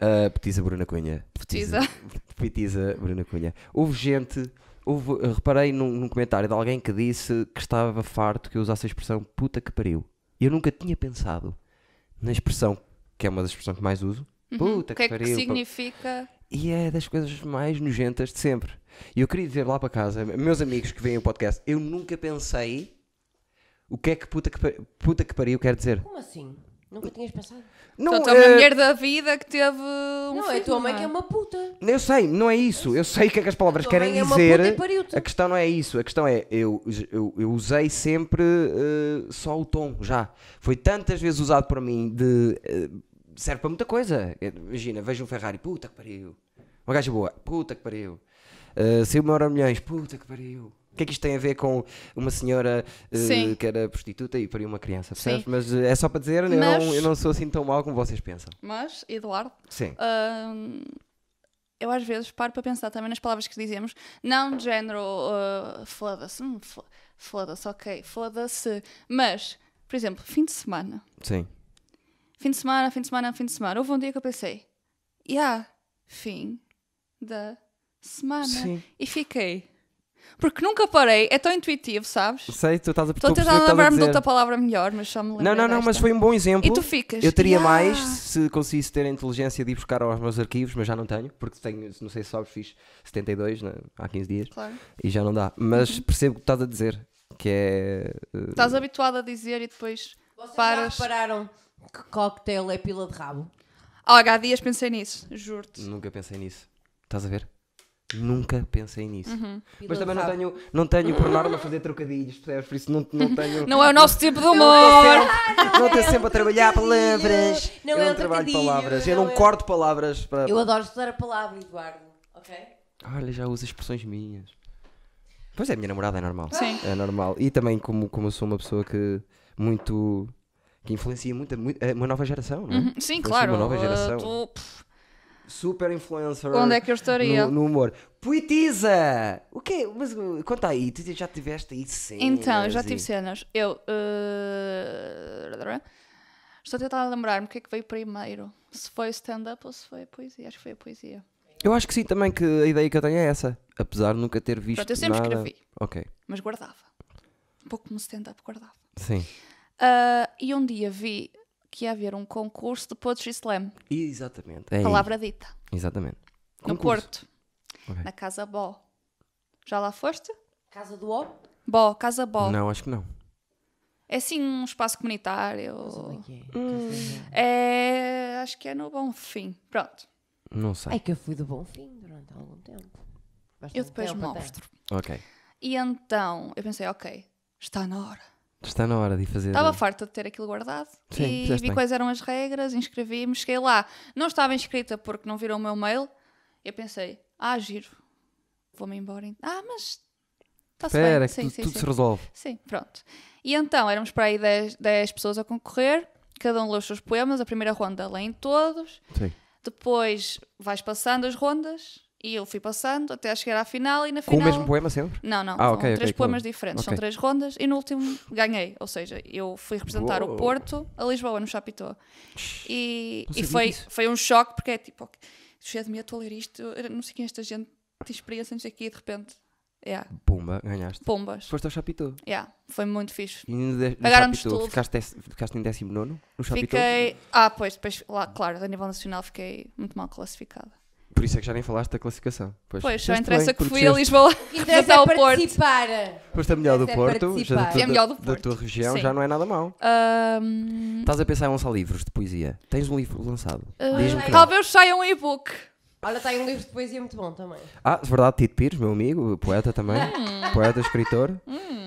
S2: ah, poetisa Bruna Cunha.
S1: Poetisa.
S2: Poetisa Bruna Cunha. Houve gente. Houve, eu reparei num, num comentário de alguém que disse que estava farto que eu usasse a expressão puta que pariu. Eu nunca tinha pensado na expressão, que é uma das expressões que mais uso. Puta
S1: O que é que
S2: pariu. pa-
S1: significa?
S2: e é das coisas mais nojentas de sempre. E eu queria dizer lá para casa, meus amigos que veem o podcast, eu nunca pensei o que é que puta que, pa- puta que pariu quer dizer.
S3: Como assim? Nunca tinhas pensado?
S2: Não,
S1: Portanto, é
S2: eh,
S1: uma mulher da vida que teve um
S3: não,
S1: filho,
S3: é a tua mãe
S1: não
S3: que é uma puta.
S2: Eu sei, não é isso. Eu sei o que é que as palavras
S3: Tua
S2: querem
S3: mãe é uma
S2: dizer.
S3: puta e pariu-te.
S2: a questão não é isso. A questão é, eu, eu, eu usei sempre eh, só o tom, já. Foi tantas vezes usado por mim de. eh, serve para muita coisa. Imagina, vejo um Ferrari, puta que pariu. Uma gaja boa, puta que pariu. Uh, saiu uma hora milhões, puta que pariu. O que é que isto tem a ver com uma senhora eh,
S1: Sim.
S2: que era prostituta e pariu uma criança, percebes?
S1: Sim.
S2: Mas eh, é só para dizer, eu, não,
S1: Mas-
S2: eu não sou assim tão mau como vocês pensam.
S1: Mas, Eduardo,
S2: Sim.
S1: hum, eu às vezes paro para pensar também nas palavras que dizemos, não de género uh, foda-se, hum, fo- foda-se, ok, foda-se, mas, por exemplo, fim de semana,
S2: Sim.
S1: fim de semana, fim de semana, fim de semana, houve um dia que eu pensei, yeah, fim da semana,
S2: Sim.
S1: e fiquei, porque nunca parei, é tão intuitivo, sabes?
S2: Sei, tu estás a
S1: Estou a
S2: tu percebes o que
S1: tentar
S2: estás a
S1: lembrar-me de
S2: dizer.
S1: outra palavra melhor, mas só me lembro
S2: Não, não, não, mas foi um bom exemplo.
S1: E tu ficas,
S2: Eu teria
S1: "Ya."
S2: mais se conseguisse ter a inteligência de ir buscar aos meus arquivos, mas já não tenho, porque tenho, não sei se sabes, fiz 72 né, há 15 dias
S1: Claro.
S2: e já não dá.
S3: Uhum.
S2: Mas percebo o que estás a dizer, que é. eh,
S1: Estás habituado a dizer e depois
S3: Vocês
S1: paras.
S3: já repararam que cocktail é pila de rabo?
S1: Olha, há dias pensei nisso, juro-te.
S2: Nunca pensei nisso. Estás a ver? Nunca pensei nisso.
S3: Pila
S2: Mas
S3: de
S2: também não
S3: rabo.
S2: tenho, não tenho por norma fazer trocadilhos, percebes? Por isso não, não tenho.
S1: Não é o nosso tipo de humor!
S2: Não tenho sempre a trabalhar
S3: é um trocadilho.
S2: palavras.
S3: Não
S2: eu
S3: um é
S2: não
S3: um
S2: trabalho
S3: trocadilho,
S2: palavras. Eu
S3: não
S2: não
S3: é-
S2: corto palavras para.
S3: Eu adoro estudar a palavra, Eduardo. Ok?
S2: Olha, Ah, já usa expressões minhas. Pois é, minha namorada é normal.
S1: Sim.
S2: É normal. E também, como, como eu sou uma pessoa que muito. que influencia muito, a- muito- a uma nova geração, não é?
S1: Uhum. Sim,
S2: Influencia
S1: claro.
S2: Uma nova
S1: uh,
S2: geração.
S1: tu- pff,
S2: Super influencer.
S1: onde é que eu estaria?
S2: No, no humor. Poetisa! O quê? Mas uh, conta aí, tu já tiveste aí sim.
S1: Então, eu já tive cenas. Eu. uh, Estou a tentar lembrar-me o que é que veio primeiro. Se foi stand-up ou se foi a poesia. Acho que foi a poesia.
S2: Eu acho que sim também que a ideia que eu tenho é essa. Apesar de nunca ter visto.
S1: Pronto, eu sempre
S2: nada...
S1: escrevi,
S2: Ok.
S1: mas guardava. Um pouco como stand-up, guardava.
S2: Sim.
S1: Ah, e um dia vi que ia haver um concurso de Poetry Slam.
S2: Exatamente. É aí.
S1: Palavra dita.
S2: Exatamente.
S1: No
S2: Concurso.
S1: Porto.
S2: Ok.
S1: Na Casa Bó. Já lá foste?
S3: Casa do O?
S1: Bó, Casa Bó.
S2: Não, acho que não.
S1: É assim um espaço comunitário.
S3: Mas
S2: Oh.
S3: onde é que é? Casa do O.
S1: É. Acho que é no Bom Fim. Pronto.
S2: Não sei.
S3: É que eu fui do Bom Fim durante algum tempo. Bastante
S1: Eu depois
S3: tempo até.
S1: mostro.
S2: Ok.
S1: E então eu pensei, ok, está na hora.
S2: Está na hora de fazer.
S1: Estava farta de ter aquilo guardado
S2: Uhum. Sim,
S1: e
S2: fizeste
S1: vi
S2: bem.
S1: quais eram as regras, inscrevi-me, cheguei lá. Não estava inscrita porque não viram o meu mail. Eu pensei, ah, giro, vou-me embora. então. Ah, mas está-se
S2: Espera,
S1: bem.
S2: que tu- tudo se resolve.
S1: Sim, pronto. E então éramos para aí 10, 10 pessoas a concorrer, cada um lê os seus poemas, a primeira ronda lê em todos,
S2: Sim.
S1: depois vais passando as rondas e eu fui passando até chegar à final e na
S2: Com
S1: final.
S2: o mesmo poema sempre?
S1: Não, não,
S2: Ah,
S1: são
S2: ok, ok,
S1: três poemas
S2: claro.
S1: diferentes, são
S2: Ok.
S1: três rondas e no último ganhei, ou seja, eu fui representar
S2: Uou.
S1: o Porto a Lisboa no Chapitó. E,
S2: Não
S1: e
S2: sabia
S1: foi,
S2: disso.
S1: foi um choque porque é tipo, ok, cheio de mim, eu estou a ler isto, eu não sei quem é esta gente, tem experiência, não sei aqui, de repente, yeah,
S2: Pumba, ganhaste.
S1: pombas,
S2: Foste ao Chapitou.
S1: yeah, foi muito fixe.
S2: E no, de- no
S1: Pagaram-nos
S2: Chapitou,
S1: tudo.
S2: Ficaste, dec- ficaste em 19 no Chapitou.
S1: Fiquei. Ah, pois, depois, lá, claro, a nível nacional fiquei muito mal classificada.
S2: Por isso é que já nem falaste da classificação. Pois,
S1: Pois, só
S2: fizeste
S1: interessa que
S2: bem, porque
S1: fui a
S2: fizeste-
S1: Lisboa
S3: O que interessa
S1: representar
S3: é
S1: o Porto.
S3: participar.
S2: Foste a melhor do
S3: Interessa é
S2: Porto, já da
S3: participar.
S2: tua,
S1: É a melhor do
S2: da
S1: Porto.
S2: tua região,
S1: Sim.
S2: já não é nada mau.
S1: Ahm,
S2: Estás a pensar em lançar livros de poesia? Tens um livro lançado?
S1: ah,
S2: Diz-me que não.
S1: talvez saia um e-book.
S3: Olha, tem um livro de poesia muito bom também.
S2: Ah, de verdade, Tito Pires, meu amigo, poeta também,
S1: Hum.
S2: poeta, escritor,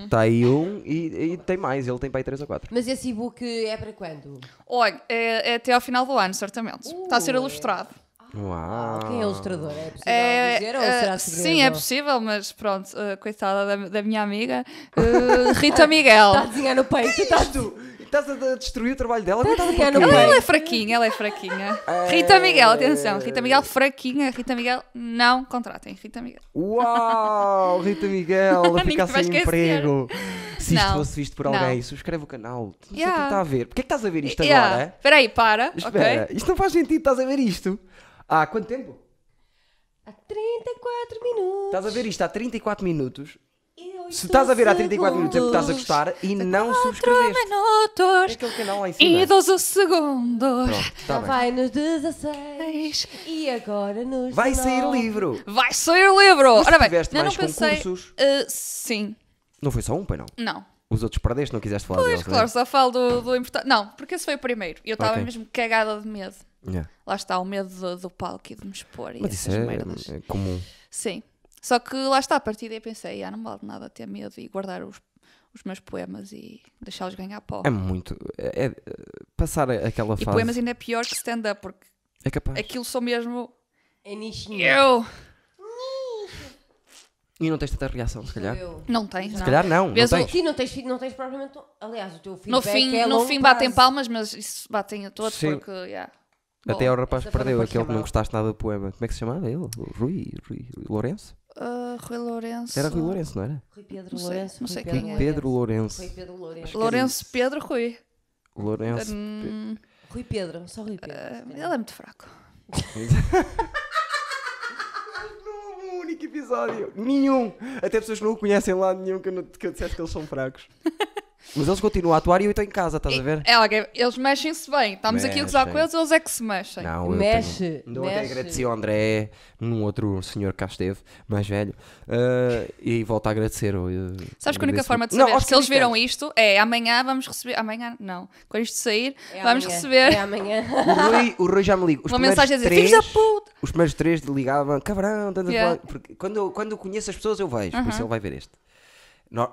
S2: está aí um e, e tem mais, ele tem para aí 3 ou 4.
S3: Mas esse e-book é para quando?
S1: Olha, é, é até ao final do ano, certamente.
S3: Uh,
S1: Está a ser
S3: é.
S1: ilustrado. Ah,
S2: Uau!
S3: Quem é o ilustrador? É possível
S1: É,
S3: dizer ou
S1: ah,
S3: será segredo?
S1: sim, é possível, mas pronto, ah, coitada da, da minha amiga ah, Rita Miguel.
S3: Está Tá a desenhar no peito. Está
S2: Tu estás a destruir o trabalho dela?
S3: a
S2: coitada,
S3: desenhar no
S2: porquê?
S1: Ela
S3: peito.
S1: é fraquinha, ela é fraquinha. Rita Miguel, atenção, Rita Miguel fraquinha, Rita Miguel, não contratem, Rita Miguel.
S2: Uau, Rita Miguel, a
S1: Ninguém
S2: ficar
S1: vai
S2: sem
S1: esquecer.
S2: emprego. Se isto
S1: Não,
S2: fosse visto por
S1: não.
S2: alguém, subscreve o canal. Não sei o que
S1: Yeah.
S2: está a ver. Porquê é que estás a ver isto
S1: Eh, Yeah.
S2: agora?
S1: Espera aí, para.
S2: Espera,
S1: ok?
S2: isto não faz sentido, estás a ver isto. Há quanto tempo?
S3: Há 34 minutos.
S2: Estás a ver isto há 34 minutos.
S3: e oito
S2: Se estás a ver há 34 minutos é porque estás a gostar
S3: segundos.
S2: e não subscreveste.
S1: 4
S2: É
S1: minutos
S2: aquele canal lá em
S1: e
S2: cima.
S1: 12 segundos.
S2: Pronto,
S3: Já
S2: está bem.
S3: vai nos 16 e agora nos
S2: Vai sair
S3: 19.
S2: livro.
S1: Vai sair livro! Ora bem,
S2: tiveste
S1: eu não
S2: mais
S1: pensei.
S2: concursos?
S1: Ah, sim,
S2: Não foi só um, pai, não.
S1: não.
S2: Os outros perdeste, não quiseste falar
S1: Pois,
S2: deles. né?
S1: claro, só falo do, do importante. Não, porque esse foi o primeiro. E eu estava
S2: Ok.
S1: mesmo cagada de medo.
S2: Né? Yeah.
S1: Lá está, o medo do, do palco e de me expor e
S2: Mas isso
S1: essas merdas.
S2: é, é comum.
S1: Sim. Só que lá está, a partir daí pensei, ah, não vale nada ter medo e guardar os, os meus poemas e deixá-los ganhar pó.
S2: É muito. É, é- passar a- aquela
S1: e
S2: fase.
S1: poemas ainda é pior que stand-up, porque
S2: É capaz.
S1: aquilo sou mesmo
S3: É nichinho.
S1: eu.
S2: E não tens tanta reação, se
S3: Sou
S2: calhar.
S3: eu.
S1: Não tens,
S2: Se
S1: não.
S2: calhar não, não
S1: Vês o-
S2: tens.
S3: Sim, não tens, fi- não tens propriamente. um, Aliás, o teu filho
S1: No fim,
S3: é a
S1: no
S3: longo
S1: fim batem
S3: prazo.
S1: palmas, mas isso batem a todos
S2: Sim.
S1: porque, yeah.
S2: Até
S1: Boa.
S2: ao rapaz
S3: Essa
S2: que
S3: foi
S2: perdeu,
S3: uma parte
S2: aquele que não
S3: chamada.
S2: gostaste nada do poema. Como é que se chamava ele? Rui, Rui, Rui Lourenço?
S1: Ah, Rui Lourenço.
S2: Era Rui Lourenço, não era?
S3: Rui Pedro
S1: Não sei-
S3: Lourenço.
S1: não
S3: Rui
S1: sei
S2: Rui
S1: quem é.
S2: Pedro Lourenço.
S3: Rui Pedro Lourenço.
S1: Lourenço Pedro Rui.
S2: Lourenço.
S1: Hum,
S3: Rui Pedro, só Rui Pedro.
S1: ah, ele é muito fraco.
S2: Não houve um único episódio. Nenhum. Até pessoas que não o conhecem lá nenhum que eu, não, que eu dissesse que eles são fracos. Mas eles continuam a atuar e eu estou em casa, estás a ver?
S1: É, alguém- eles mexem-se bem. Estamos aqui a gozar com
S2: Mexem.
S1: eles, eles é que se mexem.
S2: Não, eu
S3: Mexe,
S2: Tenho... Dou até
S3: mexe.
S2: agradecer ao André, num outro senhor que cá esteve, mais velho, eh, e volto a agradecer. Eu,
S1: Sabes que a única
S2: agradeço
S1: forma de
S2: muito.
S1: saber
S2: aos
S1: se eles viram
S2: cristãos.
S1: isto é amanhã vamos receber. Amanhã, não. Quando isto sair,
S3: É
S1: vamos
S3: amanhã,
S1: receber
S3: É amanhã.
S2: O Rui, o Rui já me liga. Os
S1: uma
S2: primeiros
S1: mensagem a dizer:
S2: três,
S1: Filhos da puta!
S2: Os primeiros três ligavam, cabrão, tanto
S1: Yeah.
S2: porque quando, eu- quando eu conheço as pessoas eu vejo, por isso ele vai ver este. No-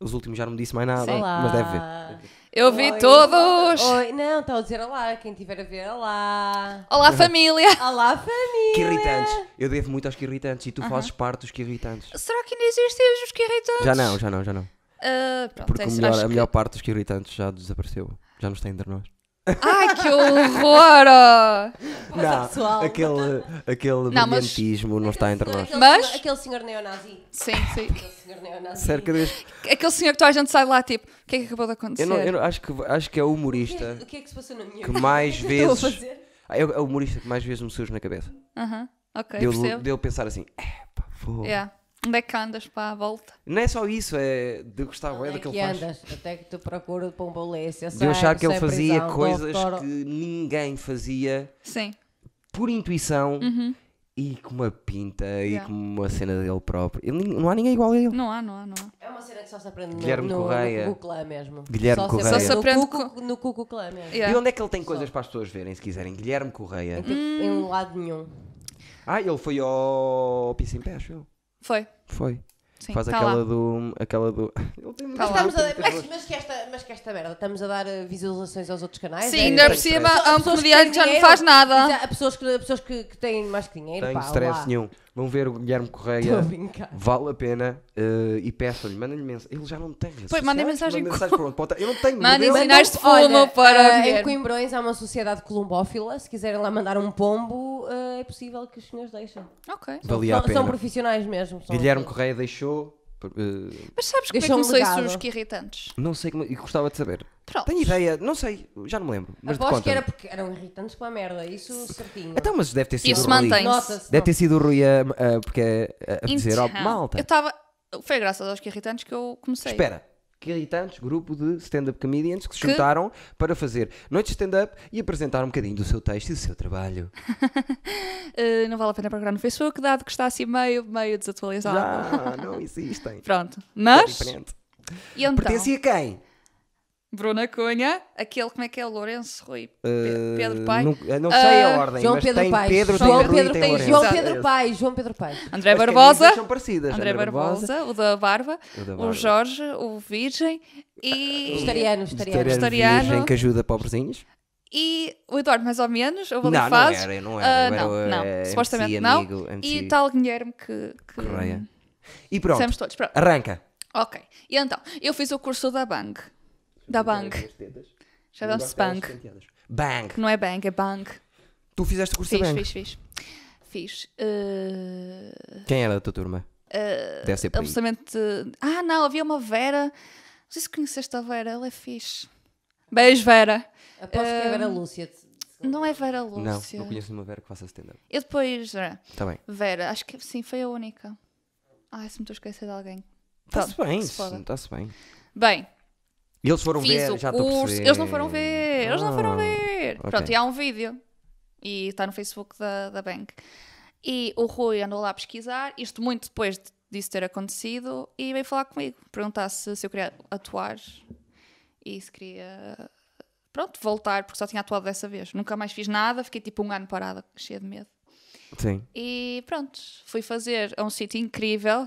S2: Os últimos já não me disse mais nada,
S3: Sim.
S2: mas deve ver.
S1: Eu vi
S3: Oi.
S1: todos!
S3: Oi, não, estão a dizer olá. Quem estiver a ver, olá.
S1: Olá, família!
S3: Olá, família.
S2: Que irritantes. Eu devo muito aos que irritantes e tu fazes parte dos que irritantes.
S1: Será que ainda existem os que irritantes?
S2: Já não, já não, já não.
S1: Ah, pronto,
S2: Porque
S1: é
S2: o
S1: isso,
S2: melhor-
S1: acho
S2: a
S1: que-
S2: melhor parte dos que irritantes já desapareceu. Já não está entre nós.
S1: Ai, que horror!
S3: Não, pessoal.
S2: aquele, aquele
S1: Não, mas-
S2: brilhantismo não está entre nós.
S3: Aquele
S1: Mas-
S3: senhor- Aquele senhor neonazi.
S1: sim, sim.
S3: Aquele senhor neonazi.
S2: Cerca deste.
S1: Aquele senhor que toda a gente sai de lá, tipo, o que é que acabou de acontecer?
S2: Eu, não, eu não- acho, que, acho que é o
S3: O que, é,
S2: humorista
S3: o que é que se passou na minha
S2: que
S3: vida?
S2: mais
S3: O que eu estou a
S2: vezes.
S3: fazer?
S2: É o é o humorista que mais vezes me surge na cabeça.
S1: Aham, ok,
S2: Deu
S1: percebo.
S2: deu pensar assim: é, pá, vou.
S1: Yeah. Onde é que andas, pá, volta?
S2: Não é só isso, é de gostar bué
S3: Onde é
S2: daquele
S3: que
S2: faz.
S3: andas? Até que tu procura de um pombolência.
S2: De eu achar que ele fazia coisas que ninguém fazia
S1: Sim.
S2: por intuição e com uma pinta e
S1: Uhum. Yeah.
S2: com uma cena dele próprio. Ele- não há ninguém igual a ele.
S1: Não há, não há, não há.
S3: É uma cena que só se aprende no,
S2: Guilherme
S3: no,
S2: Correia.
S3: no Cuclã mesmo.
S2: Guilherme
S3: só
S2: Correia.
S3: Se
S1: Só se
S3: aprende
S1: aprende
S3: no Cucu- no Cucu Clã mesmo.
S1: Yeah. Uhum.
S2: E onde é que ele tem coisas para as pessoas verem, se quiserem? Guilherme Correia.
S3: Tipo, Em
S1: Hum.
S3: lado nenhum.
S2: Ah, ele foi ao Piso em Pé, acho eu.
S1: Foi.
S2: Foi.
S1: Sim.
S2: Faz
S1: tá
S2: aquela
S1: lá.
S2: do. Aquela do. Ele tem muita-
S1: Tá lá.
S3: Mas, estamos a,
S2: tem muita
S3: mas,
S2: voz.
S3: mas que esta, mas que esta merda, estamos a dar eh, visualizações aos outros canais.
S1: Sim,
S3: é?
S1: ainda por
S2: Tem
S1: cima
S2: stress.
S1: há um
S3: Pessoas que
S1: comediante que já não
S3: têm dinheiro,
S1: faz nada.
S3: exa- Há pessoas, que, há pessoas que, que têm mais que dinheiro.
S2: Tenho
S3: pá,
S2: stress
S3: lá.
S2: nenhum. Vão ver o Guilherme
S3: Estou a
S2: Correia.
S3: brincar.
S2: Vale a pena eh, e peçam-lhe, mandem-lhe mensagem. Ele já não tem redes
S1: Pois, mandem
S2: sociais,
S1: mensagem
S2: mandem
S1: com-
S2: mensagem para onde? Para o te- Eu não tenho.
S1: Mandem
S2: mas ele-
S1: sinais de fumo
S3: Olha,
S1: para
S3: ah, em
S1: Guilherme.
S3: Coimbrões há uma sociedade columbófila. Se quiserem lá mandar um pombo, ah, é possível que os senhores deixem.
S1: Ok.
S2: Valia a
S3: são, são
S2: pena.
S3: profissionais mesmo. são-
S2: Guilherme Correia deixou. por- eh,
S1: Mas sabes como é que
S3: Deixou um
S1: começou isso
S3: legado.
S1: os que irritantes?
S2: não sei como. E gostava de saber.
S1: Pronto.
S2: Tenho ideia, não sei, já não me lembro. Mas de
S3: Aposto que
S2: conta.
S3: era porque eram irritantes para a merda. Isso certinho.
S2: Então, mas deve ter sido
S1: Isso
S2: o Rui.
S1: mantém.
S3: Nota-se.
S2: Deve
S3: não.
S2: ter sido o Rui a, a- porque a, a dizer, ó,
S1: Então,
S2: malta.
S1: Eu estava. Foi graças aos que irritantes que eu comecei.
S2: Espera. Que irritantes, grupo de stand-up comedians que se
S1: Que-
S2: juntaram para fazer noites de stand-up e apresentar um bocadinho do seu texto e do seu trabalho.
S1: Uh, não vale a pena procurar no Facebook, dado que está assim meio, meio desatualizado.
S2: Já não existem.
S1: Pronto. Tá.
S2: É
S1: Mas.
S2: diferente.
S1: E então?
S2: Pertencia a quem?
S1: Bruna Cunha, aquele como é que é o Lourenço Rui? Pe-
S2: Uh,
S1: Pedro Pai.
S2: Não, eu não sei a
S1: Uh,
S2: ordem,
S3: João
S2: mas
S3: Pedro
S2: tem
S3: Paes.
S2: Pedro,
S3: João
S2: tem Rui,
S3: Pedro
S2: tem
S3: Paes.
S2: Lourenço.
S3: João
S1: Exato.
S3: Pedro Paes. João Pedro Paes.
S1: André
S2: As camisas
S1: Barbosa.
S2: são parecidas.
S1: André Barbosa, o da Barba,
S2: O da
S1: o
S2: Barba.
S1: Jorge, o Virgem e,
S3: Vegetariano,
S2: Vegetariano
S3: vegetariano.
S1: Vegetariano.
S2: virgem que ajuda pobrezinhos.
S1: e o Eduardo, mais ou menos, o
S2: não, não
S1: Balifases.
S2: era, não
S1: Ah,
S2: era. eu
S1: não,
S2: era,
S1: não,
S2: eh,
S1: supostamente
S2: MC,
S1: não.
S2: Amigo, MC
S1: E tal Guilherme que, que
S2: Correia. E pronto,
S1: dissemos todos. Pronto.
S2: arranca.
S1: Ok. E então, eu fiz o curso da Bang. Da Bang. Já damos Bang.
S2: Bang.
S1: Não é Bang, é Bang.
S2: Tu fizeste o curso
S1: Fiz,
S2: da Bang.
S1: fiz, fiz. Fiz. eh,
S2: Quem era da tua turma? Deve ser por aí.
S1: absolutamente. Ah, não, havia uma Vera. Não sei se conheceste a Vera, ela é fixe. Beijo, Vera.
S3: Aposto que era Lúcia.
S1: Não é Vera
S2: Não,
S1: Lúcia.
S2: não conheço nenhuma Vera que faça stand-up.
S1: Eu depois. eh,
S2: Está bem.
S1: Vera, acho que sim, foi a única. Ai, se me estou a esquecer de alguém.
S2: Está-se
S1: Pronto,
S2: bem,
S1: que se foda.
S2: está-se bem.
S1: Bem,
S2: E eles foram
S1: fiz
S2: ver,
S1: o
S2: já estou a
S1: curso.
S2: perceber.
S1: Eles não foram ver, eles não
S2: Ah,
S1: foram ver.
S2: ok.
S1: Pronto, e há um vídeo. E está no Facebook da, da Bank. E o Rui andou lá a pesquisar, isto muito depois de- disso ter acontecido, e veio falar comigo, perguntar se, se eu queria atuar e se queria, pronto, voltar, porque só tinha atuado dessa vez. Nunca mais fiz nada, fiquei tipo um ano parada, cheia de medo.
S2: Sim.
S1: E pronto, fui fazer a um sítio incrível.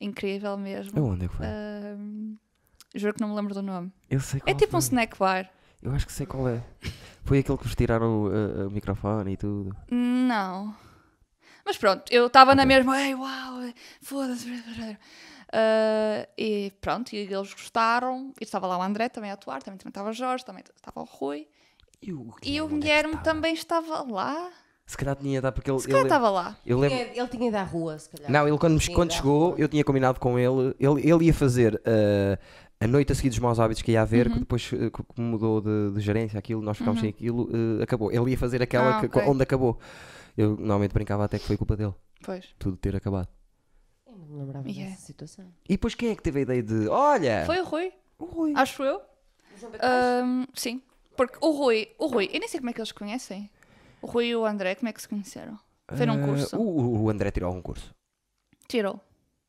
S1: Incrível mesmo.
S2: Aonde é que foi?
S1: Ahm, juro que não me lembro do nome.
S2: eu sei qual
S1: Ah, É tipo um
S2: foi.
S1: snack bar.
S2: Eu acho que sei qual é. Foi aquele que vos tiraram uh, o microfone e tudo.
S1: Não. Mas pronto, eu estava na mesma. Ei, uau, eh, foda-se. blá, blá, blá." Ah, e pronto, e eles gostaram. E estava lá o André também a atuar, também também estava o Jorge, também estava o Rui.
S2: E o
S1: E o
S2: onde é que
S1: Guilherme
S2: estava?
S1: também estava lá.
S2: Se calhar tinha dado porque ele. é-
S1: Se calhar
S2: ele-
S1: estava lá.
S2: eu lembro-
S3: É, Ele tinha ido à rua, se calhar.
S2: Não, ele quando, me-
S3: Tinha
S2: quando
S3: ido à
S2: chegou,
S3: rua.
S2: eu tinha combinado com ele, ele, ele ia fazer eh, a noite a seguir dos maus hábitos que ia haver,
S1: Uhum.
S2: que depois eh, co- como mudou de, de gerência aquilo, nós ficámos sem aquilo, eh, acabou. Ele ia fazer aquela
S1: Ah,
S2: que-
S1: ok.
S2: onde acabou. Eu normalmente brincava até que foi culpa dele,
S1: Pois.
S2: tudo ter acabado.
S3: Eu não me lembrava
S1: Yeah.
S3: dessa situação.
S2: E depois quem é que teve a ideia de, olha,
S1: Foi o Rui,
S2: É. o Rui.
S1: acho eu. Ahm, sim. Porque o Rui, o Rui, eu nem sei como é que eles se conhecem. O Rui e o André, como é que se conheceram? Foi num
S2: Eh,
S1: curso.
S2: o, o André tirou algum curso.
S1: Tirou.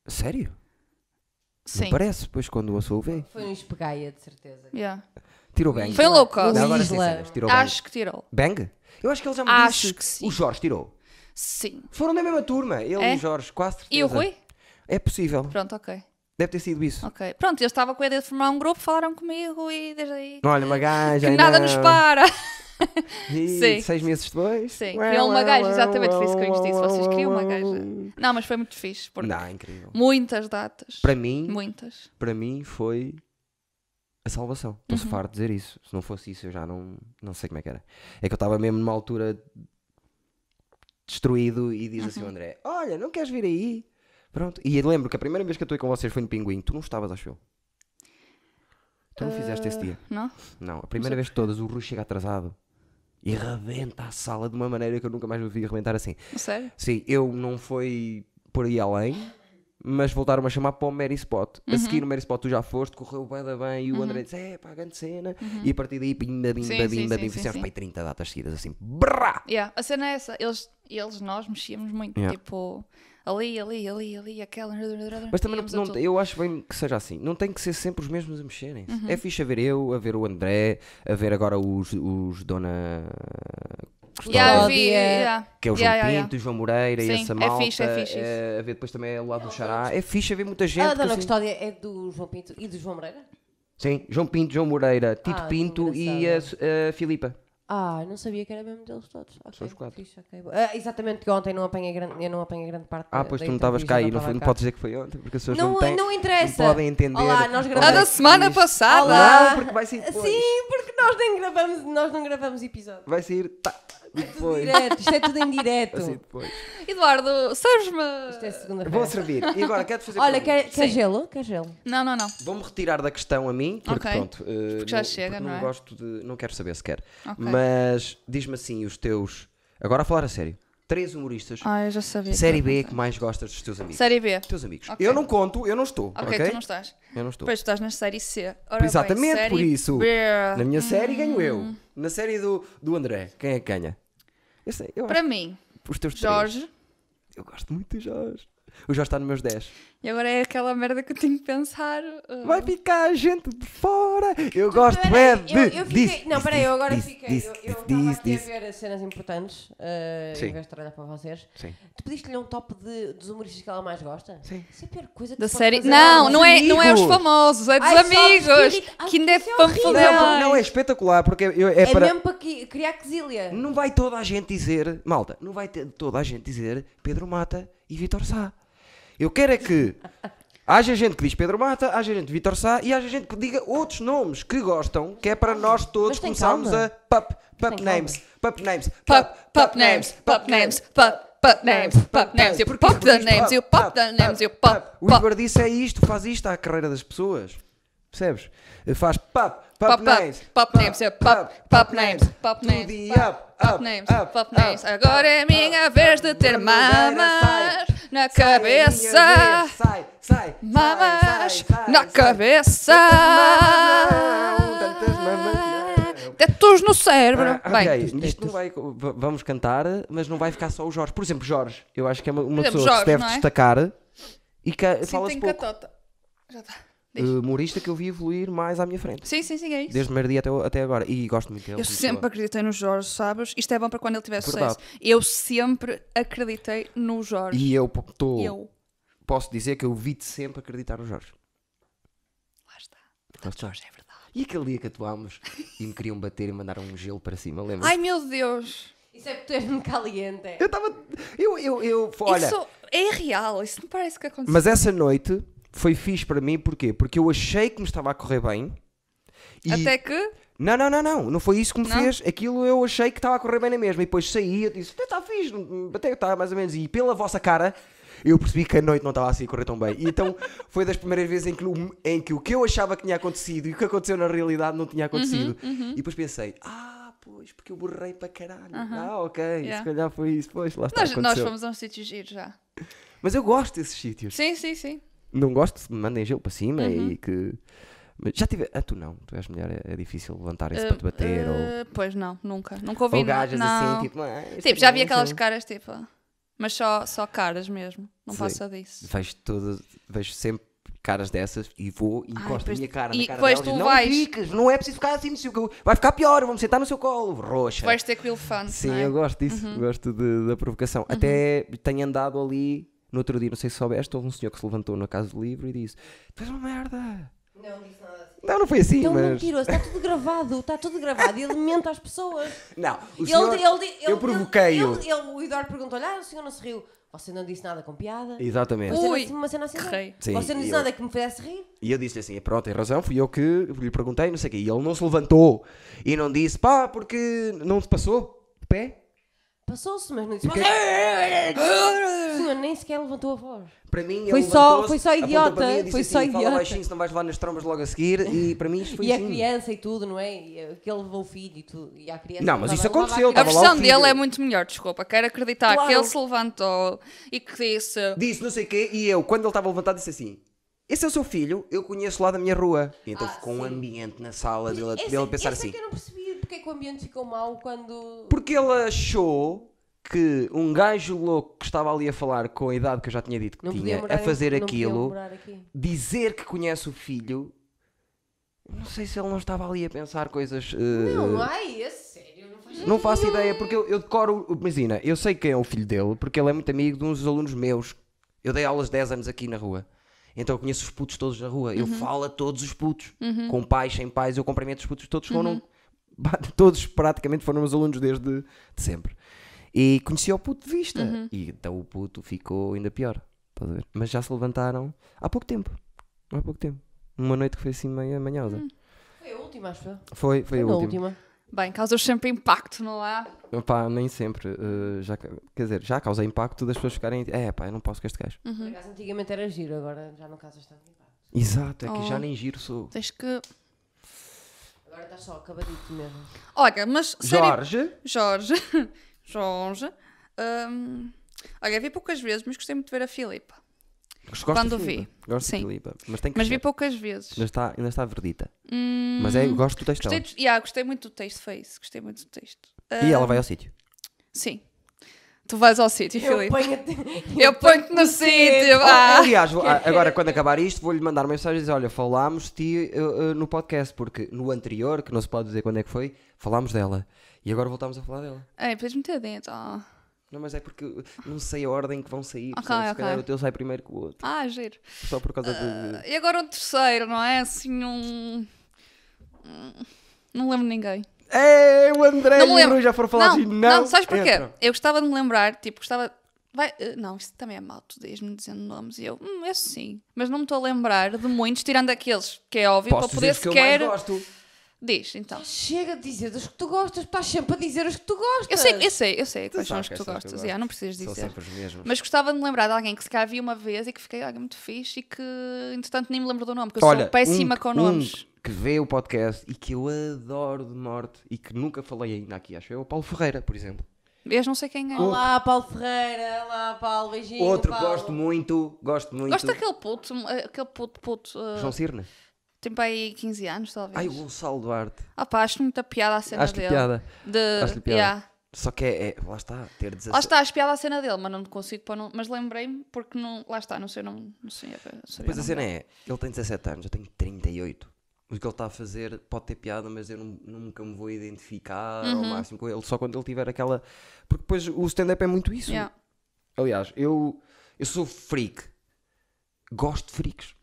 S2: Sério?
S1: Sim.
S2: Não parece, pois quando o sou veio.
S3: Foi um espegaia, de certeza.
S1: Yeah.
S2: Tirou bang.
S1: Foi um low cost.
S2: Não, agora
S3: Isla.
S2: sem cenas, tirou bang.
S1: Acho que tirou.
S2: Bang? Eu acho que ele já me
S1: Acho
S2: disse.
S1: que sim.
S2: O Jorge tirou.
S1: Sim.
S2: Foram da mesma turma, ele
S1: É?
S2: e o Jorge, quase certeza.
S1: E o Rui?
S2: É possível.
S1: Pronto, ok.
S2: Deve ter sido isso.
S1: Ok. Pronto, eu estava com a ideia de formar um grupo, falaram comigo e desde aí.
S2: Olha, uma
S1: que
S2: gaja. ai
S1: nada
S2: não.
S1: nos para!
S2: E
S1: Sim.
S2: Seis meses depois.
S1: Sim, criou uma gaja, exatamente foi isso que eu lhes disse. Vocês criam uma gaja. Não, mas foi muito fixe, porque
S2: Não, é incrível.
S1: muitas datas.
S2: Para mim,
S1: Muitas.
S2: para mim foi a salvação. Estou-se
S1: Uhum.
S2: farto de dizer isso. Se não fosse isso, eu já não, não sei como é que era. É que eu estava mesmo numa altura destruído e diz
S1: Uhum.
S2: assim o André: Olha, não queres vir aí? Pronto. E eu lembro que a primeira vez que eu estou com vocês foi no Pinguim. Tu não estavas, acho eu. Tu não fizeste
S1: Ah.
S2: esse dia.
S1: Não?
S2: Não, a primeira vez de todas o Rui chega atrasado e rebenta a sala de uma maneira que eu nunca mais o vi arrebentar assim.
S1: Sério?
S2: Sim, eu não foi por aí além, mas voltaram-me a chamar para o Mary Spot.
S1: Uhum.
S2: A seguir no Mary Spot tu já foste, correu bem da bem e o André disse, é pá, grande cena. E a partir daí, bimba, bimba,
S1: Uhum. Sim,
S2: bimba,
S1: sim,
S2: bimba,
S1: sim, sim,
S2: fizemos
S1: sim.
S2: pai 30 datas seguidas assim, brá!
S1: Yeah, a cena é essa. Eles, eles nós mexíamos muito.
S2: Yeah.
S1: Tipo, ali, ali, ali, ali, aquela.
S2: Mas também
S1: íamos a
S2: não, não-
S1: tudo.
S2: eu acho bem que seja assim. Não tem que ser sempre os mesmos a mexerem.
S1: Uhum.
S2: É fixe a ver eu, a ver o André, a ver agora os, os Dona Custódia,
S1: Yeah, eu vi,
S3: Custódia,
S1: yeah.
S2: que é o João
S1: Yeah, yeah, yeah.
S2: Pinto, o João Moreira e
S1: Sim,
S2: essa
S1: é
S2: malta.
S1: fixe, é fixe
S2: a ver depois também é o lado do Xará. É fixe a ver muita gente.
S3: A
S2: que
S3: dona
S2: assim-
S3: Custódia é do João Pinto e do João Moreira?
S2: Sim, João Pinto, João Moreira, Tito
S3: Ah,
S2: Pinto e a,
S3: engraçado.
S2: a Filipa.
S3: Ah, não sabia que era mesmo deles todos. Ok,
S2: São os quatro.
S3: fixe, ok. Ah, exatamente, que ontem não apanhei grande, eu não apanhei grande parte
S2: Ah,
S1: Eh,
S3: da-
S2: pois
S3: da
S2: tu não estavas
S3: entrevista,
S2: cá e não, foi-
S3: estava
S2: não
S3: cá.
S2: podes dizer que foi ontem, porque as pessoas não,
S3: Não,
S1: é,
S2: têm,
S3: não interessa.
S2: podem entender.
S3: Olá, nós
S2: como
S1: Ah,
S3: gravamos- Ah,
S2: é
S1: da
S2: que
S1: semana
S2: isto-
S1: passada.
S2: Não, porque vai sair depois.
S3: Sim, porque nós nem gravamos, nós não gravamos episódio.
S2: Vai sair tá, depois.
S3: Direto, isto é tudo em
S2: Vai sair
S3: direto.
S2: depois.
S1: Eduardo, serves-me.
S3: Isto é
S2: Assim. Vou
S3: segunda-feira.
S2: servir. E agora quero fazer.
S3: Olha,
S2: perguntas.
S3: quer, quer
S1: Sim.
S3: gelo? Quer gelo?
S1: Não, não, não.
S2: Vou-me retirar da questão a mim, porque
S1: Ok.
S2: pronto. eh,
S1: Porque já
S2: não,
S1: chega,
S2: porque
S1: não é?
S2: gosto de. Não quero saber sequer.
S1: Ok.
S2: Mas diz-me assim os teus. Agora a falar a sério. Três humoristas.
S1: Ah, eu já sabia. que
S2: série
S1: ia
S2: B que
S1: acontecer.
S2: mais gostas dos teus amigos.
S1: Série B.
S2: Teus amigos.
S1: Ok.
S2: Eu não conto, eu não estou. Ok,
S1: Ok, tu não estás.
S2: Eu não estou.
S1: Pois tu estás na série C. Ora bem,
S2: Exatamente
S1: série
S2: por isso.
S1: B.
S2: Na minha série ganho eu. Na série do, do André, quem é que ganha? Eu sei, eu
S1: Para
S2: acho
S1: mim,
S2: que os teus três.
S1: Jorge.
S2: Eu gosto muito do Jorge. O Jorge está nos meus 10.
S1: E agora é aquela merda que eu tenho que pensar. uh,
S2: Vai ficar gente de fora. Eu gosto é de.
S3: eu, eu fiquei.
S2: disso,
S3: não,
S2: disso,
S3: peraí, eu agora
S2: disso,
S3: fiquei.
S2: disso,
S3: eu eu
S2: disso,
S3: estava
S2: disso,
S3: aqui
S2: disso.
S3: a ver as cenas importantes, eh,
S2: Sim.
S3: em vez de trabalhar para vocês.
S2: Sim.
S3: Tu pediste-lhe um top de, dos humoristas que ela mais gosta?
S2: Sim.
S3: Isso é a pior coisa que
S1: Da
S3: se pode
S1: série.
S3: fazer
S1: Não,
S3: aos
S1: não é, não é os
S2: amigos.
S1: famosos, é dos
S3: Ai, só
S1: amigos.
S3: vestido- Ai,
S1: que ainda é
S3: isso é
S1: para
S3: horrível.
S2: Não,
S1: toda
S2: porque não é espetacular, porque eu- é,
S3: É
S2: para.
S3: mesmo para que- criar quesilha.
S2: Não vai toda a gente dizer, malta, não vai ter toda a gente dizer Pedro Mata e Vitor Sá. Eu quero é que haja gente que diz Pedro Mata, haja gente Vitor Sá e haja gente que diga outros nomes que gostam, que é para nós todos
S3: Mas tem
S2: começarmos
S3: calma.
S2: a pup, pup
S3: Tem calma.
S2: names, pup names,
S1: Pup, pup names, pup names, pup, pup
S2: Né?
S1: names, pup names. You
S2: Porque
S1: pop the
S2: isto-
S1: names, you pop the names, you pop,
S2: O
S1: pop.
S2: Igor disse é isto, faz isto à carreira das pessoas. Percebes? Faz pup, pup
S1: Pop,
S2: names,
S1: pop names, yeah, pop, pop names, pop
S2: tudo
S1: names,
S2: e
S1: pop,
S2: up,
S1: pop
S2: up,
S1: names,
S2: up,
S1: pop
S2: up,
S1: names.
S2: up,
S1: Agora é
S2: up,
S1: minha
S2: up,
S1: vez de
S2: up.
S1: ter
S2: Verdadeira,
S1: mamas
S2: sai,
S1: na
S2: sai, é minha
S1: cabeça.
S2: vez, Sai, sai,
S1: Mamas
S2: sai, sai,
S1: na
S2: sai.
S1: cabeça.
S2: Tantas mamas não, tantas mamas não.
S1: Tetos no cérebro.
S2: Ah,
S1: Bem,
S2: ok, isto não vai. v- Vamos cantar, mas não vai ficar só o Jorge. Por exemplo, Jorge, eu acho que é uma,
S1: Por
S2: uma
S1: exemplo,
S2: pessoa que se
S1: Jorge,
S2: deve
S1: não é?
S2: destacar e que
S1: sim,
S2: fala-se
S1: tem
S2: pouco.
S1: catota. Já está.
S2: Eh, Humorista que eu vi evoluir mais à minha frente.
S1: Sim, sim, sim, é isso.
S2: Desde o primeiro dia até, até agora. E gosto muito dele.
S1: Eu
S2: como
S1: sempre
S2: pessoa.
S1: acreditei no Jorge, sabes? Isto é bom para quando ele tiver
S2: Verdade.
S1: sucesso. Eu sempre acreditei no Jorge.
S2: E eu, po- tô-
S1: Eu.
S2: posso dizer que eu vi-te sempre acreditar no Jorge.
S1: Lá está.
S2: Lá está.
S1: Jorge, é verdade.
S2: E aquele dia que atuámos e me queriam bater e mandaram um gelo para cima, lembra?
S1: Ai meu Deus.
S3: Isso é porque tu és muito caliente.
S2: Eu estava. Eu, eu, eu. Olha.
S1: Isso é real. Isso não parece que aconteceu.
S2: Mas essa noite foi fixe para mim, porquê? Porque eu achei que me estava a correr bem. E...
S1: Até que.
S2: Não, não, não, não. Não foi isso que me
S1: Não?
S2: fez. Aquilo eu achei que estava a correr bem na mesma. E depois saí e disse: está fixe, hum, até está mais ou menos. E pela vossa cara. Eu percebi que a noite não estava assim a correr tão bem. E então foi das primeiras vezes em que, o- em que o que eu achava que tinha acontecido e o que aconteceu na realidade não
S1: Uhum,
S2: tinha acontecido. E depois pensei, ah, pois, porque eu borrei para caralho. Ah, ok, se
S1: Yeah.
S2: calhar foi isso. Pois, lá está,
S1: Nós, nós
S2: aconteceu.
S1: fomos a um sítio giro já.
S2: Mas eu gosto desses sítios
S1: Sim, sim, sim.
S2: não gosto que me mandem gelo para cima
S1: Uhum.
S2: e que. Mas já tive. Ah, tu não, tu és mulher, é, é difícil levantarem-se para te bater ou.
S1: Eh, Pois não, nunca. Nunca ouvi
S2: Ou
S1: nada.
S2: gajas
S1: não.
S2: assim, tipo. "Ah, isto
S1: Tipo,
S2: é
S1: já vi
S2: bom",
S1: aquelas
S2: sabe?
S1: caras tipo. Mas só, só caras mesmo. Não
S2: Sim.
S1: passa disso.
S2: Vejo todas, vejo sempre caras dessas e vou e encosto
S1: pois-
S2: a minha cara na
S1: e
S2: cara
S1: depois
S2: delas e
S1: tu
S2: não
S1: vais-
S2: fiques, não é preciso ficar assim, se eu- vai ficar pior, eu vou-me sentar no seu colo, roxa.
S1: Vais ter com o elefante.
S2: Sim,
S1: não é? Uhum.
S2: eu gosto disso, gosto de- da provocação. Até tenho andado ali, no outro dia, não sei se soubeste, houve um senhor que se levantou na casa do livro e disse: Tu és uma merda.
S3: Não disse nada assim.
S2: Não, não foi assim,
S3: Então
S2: mas.
S3: mentiroso, está tudo gravado, está tudo gravado e alimenta as pessoas.
S2: Não, o
S3: Ele-
S2: senhor,
S3: ele- ele-
S2: eu
S3: ele-
S2: provoquei-o.
S3: ele- ele- O Eduardo perguntou-lhe: ah, o senhor não se riu. Você não disse nada com piada.
S2: Exatamente.
S3: Você não
S1: Ui,
S3: disse uma cena assim,
S1: que
S3: não.
S1: rei.
S2: Sim,
S3: Você não disse
S2: eu-
S3: nada que me fizesse rir.
S2: E eu disse assim, pronto, tem razão, fui eu que lhe perguntei, não sei o quê. E ele não se levantou e não disse, pá, porque não se passou de pé.
S3: Passou-se, mas não disse. O senhor nem sequer levantou a voz.
S2: Para mim,
S3: Foi
S2: ele
S3: só-
S2: levantou-se,
S3: foi só
S2: apontou
S3: idiota,
S2: para mim e disse
S3: foi
S2: assim,
S3: só
S2: Fala
S3: idiota."
S2: baixinho, senão vais levar nas trombas logo a seguir. E para mim isto foi
S3: e a
S2: assim.
S3: criança e tudo, não é? E aquele levou o filho e tudo. E a criança
S2: Não, mas
S3: estava-
S2: isso
S3: levava
S2: aconteceu,
S3: a
S1: A
S2: Estava
S3: criança.
S2: lá o
S1: versão
S2: filho.
S1: dele é muito melhor, desculpa. Quero acreditar
S2: Claro.
S1: que ele se levantou e que disse.
S2: Disse não sei o quê e eu, quando ele estava levantado, disse assim... Esse é o seu filho, eu conheço lá da minha rua. E então
S3: Ah,
S2: ficou um
S3: sim.
S2: ambiente na sala dele,
S3: Esse-
S2: dele a pensar
S3: esse é
S2: assim...
S3: que eu não percebi porque é que o ambiente ficou mau quando.
S2: Porque ele achou que um gajo louco que estava ali a falar com a idade que eu já tinha dito que
S3: não podia
S2: tinha,
S3: morar
S2: a
S3: em-
S2: fazer
S3: não podia
S2: aquilo,
S3: morar aqui.
S2: dizer que conhece o filho, não sei se ele não estava ali a pensar coisas. eh,
S3: Não, ai, é sério, não faz
S2: não faço ideia, porque eu, eu decoro. Imagina, eu sei quem é o filho dele, porque ele é muito amigo de uns dos alunos meus. Eu dei aulas 10 anos aqui na rua. Então eu conheço os putos todos na rua. Eu falo a todos os putos. Com pais, sem pais, eu cumprimento os putos todos. Foram, todos praticamente foram meus alunos desde de sempre. E conheci o puto de vista. E então o puto ficou ainda pior. Estás a ver? Mas já se levantaram há pouco tempo. Há pouco tempo. Uma noite que foi assim meio manhosa.
S3: Foi a última, acho eu.
S2: Foi, foi a
S3: Não, a
S2: última.
S3: última.
S1: Bem, causas sempre impacto, não há?
S2: Pá, nem sempre. eh, já, ca- quer dizer, já causa impacto das pessoas ficarem. É, pá, eu não posso com este gajo.
S1: Uhum.
S3: Por acaso, antigamente era giro, agora já não casas tanto.
S2: Exato, é que
S1: Oh.
S2: já nem giro sou.
S1: Tens que.
S3: Agora estás só acabadito mesmo.
S1: Olha, mas. sério-
S2: Jorge,
S1: Jorge. Jorge. hum, Olha, vi poucas vezes, mas gostei muito de ver a Filipa.
S2: gosto
S1: Quando
S2: de
S1: vi.
S2: Filipa. Gosto de
S1: Sim.
S2: Filipa, mas tem que
S1: Mas vi
S2: crescer.
S1: poucas vezes.
S2: ainda, está, ainda está verdita. Mas é, eu gosto do texto
S1: Gostei,
S2: dela.
S1: de- yeah, gostei muito do texto, foi isso. Gostei muito do texto.
S2: E ela vai ao sítio.
S1: Sim. Tu vais ao sítio,
S3: Eu
S1: Filipe.
S3: ponho-te.
S1: Eu ponho-te no sítio. vá.
S2: Oh, Aliás, vou- a- agora quando acabar isto, vou-lhe mandar uma mensagem e dizer: Olha, falámos de ti eh, eh, no podcast, porque no anterior, que não se pode dizer quando é que foi, falámos dela. E agora voltámos a falar dela.
S1: Ei, podes É, meter dentro. ah.
S2: Não, mas é porque eu não sei a ordem que vão sair.
S1: Ok,
S2: percebes? Se
S1: ok.
S2: calhar o teu sai primeiro que o outro.
S1: Ah, giro.
S2: Só por causa de.
S1: E agora um terceiro, não é? Assim, um. um- Não lembro ninguém.
S2: É, o André
S1: Não me
S2: e o
S1: lembro.
S2: Rui já foram falar
S1: não,
S2: assim.
S1: não, sabes porquê?
S2: entram.
S1: Eu gostava de me lembrar, tipo, gostava. Vai, eh, não, isso também é mal, tu dizes-me dizendo nomes e eu, hum, esse sim. Mas não me estou a lembrar de muitos, tirando aqueles que é óbvio,
S2: Posso
S1: para poder
S2: dizer que eu mais
S1: sequer.
S2: gosto.
S1: Diz, então.
S3: Ah, Chega de dizer dos que tu gostas, estás sempre a dizer os que tu gostas.
S1: Eu sei, eu sei, eu sei quais são
S2: sabes
S1: os que tu
S2: quais são os que eu
S1: gostas,
S2: gosto.
S1: yeah, não precisas
S2: São
S1: dizer.
S2: sempre os mesmos.
S1: Mas gostava de me lembrar de alguém que se cá vi uma vez e que fiquei, olha, muito fixe e que, entretanto, nem me lembro do nome, porque eu
S2: Olha,
S1: sou péssima
S2: um,
S1: com
S2: um
S1: nomes.
S2: que vê o podcast e que eu adoro de morte e que nunca falei ainda aqui, acho eu, é o Paulo Ferreira, por exemplo.
S1: Eu não sei quem é.
S3: Olá, Paulo Ferreira. Olá, Paulo. Beijinho.
S2: Outro
S3: Paulo.
S2: gosto muito, gosto muito.
S1: Gosto daquele puto, eh, aquele puto, puto. eh,
S2: João Cirne.
S1: tem para aí 15 anos, talvez.
S2: Ai, o Gonçalo Duarte.
S1: Ah pá, acho muita piada a cena
S2: Acho-lhe
S1: dele.
S2: piada.
S1: De...
S2: Acho-lhe piada.
S1: Yeah.
S2: Só que é, é- lá está, ter 16.
S1: Lá está, acho piada a cena dele, mas não consigo pôr. no- Mas lembrei-me porque não. Lá está, não sei, não, não sei. não sabia
S2: Depois
S1: o
S2: a
S1: nome
S2: cena
S1: dele.
S2: é, ele tem 17 anos, eu tenho 38. O que ele está a fazer pode ter piada, mas eu nu- nunca me vou identificar ao
S1: Uhum.
S2: máximo com ele, só quando ele tiver aquela. Porque depois o stand-up é muito isso.
S1: Yeah.
S2: Aliás, eu, eu sou freak. Gosto de freaks.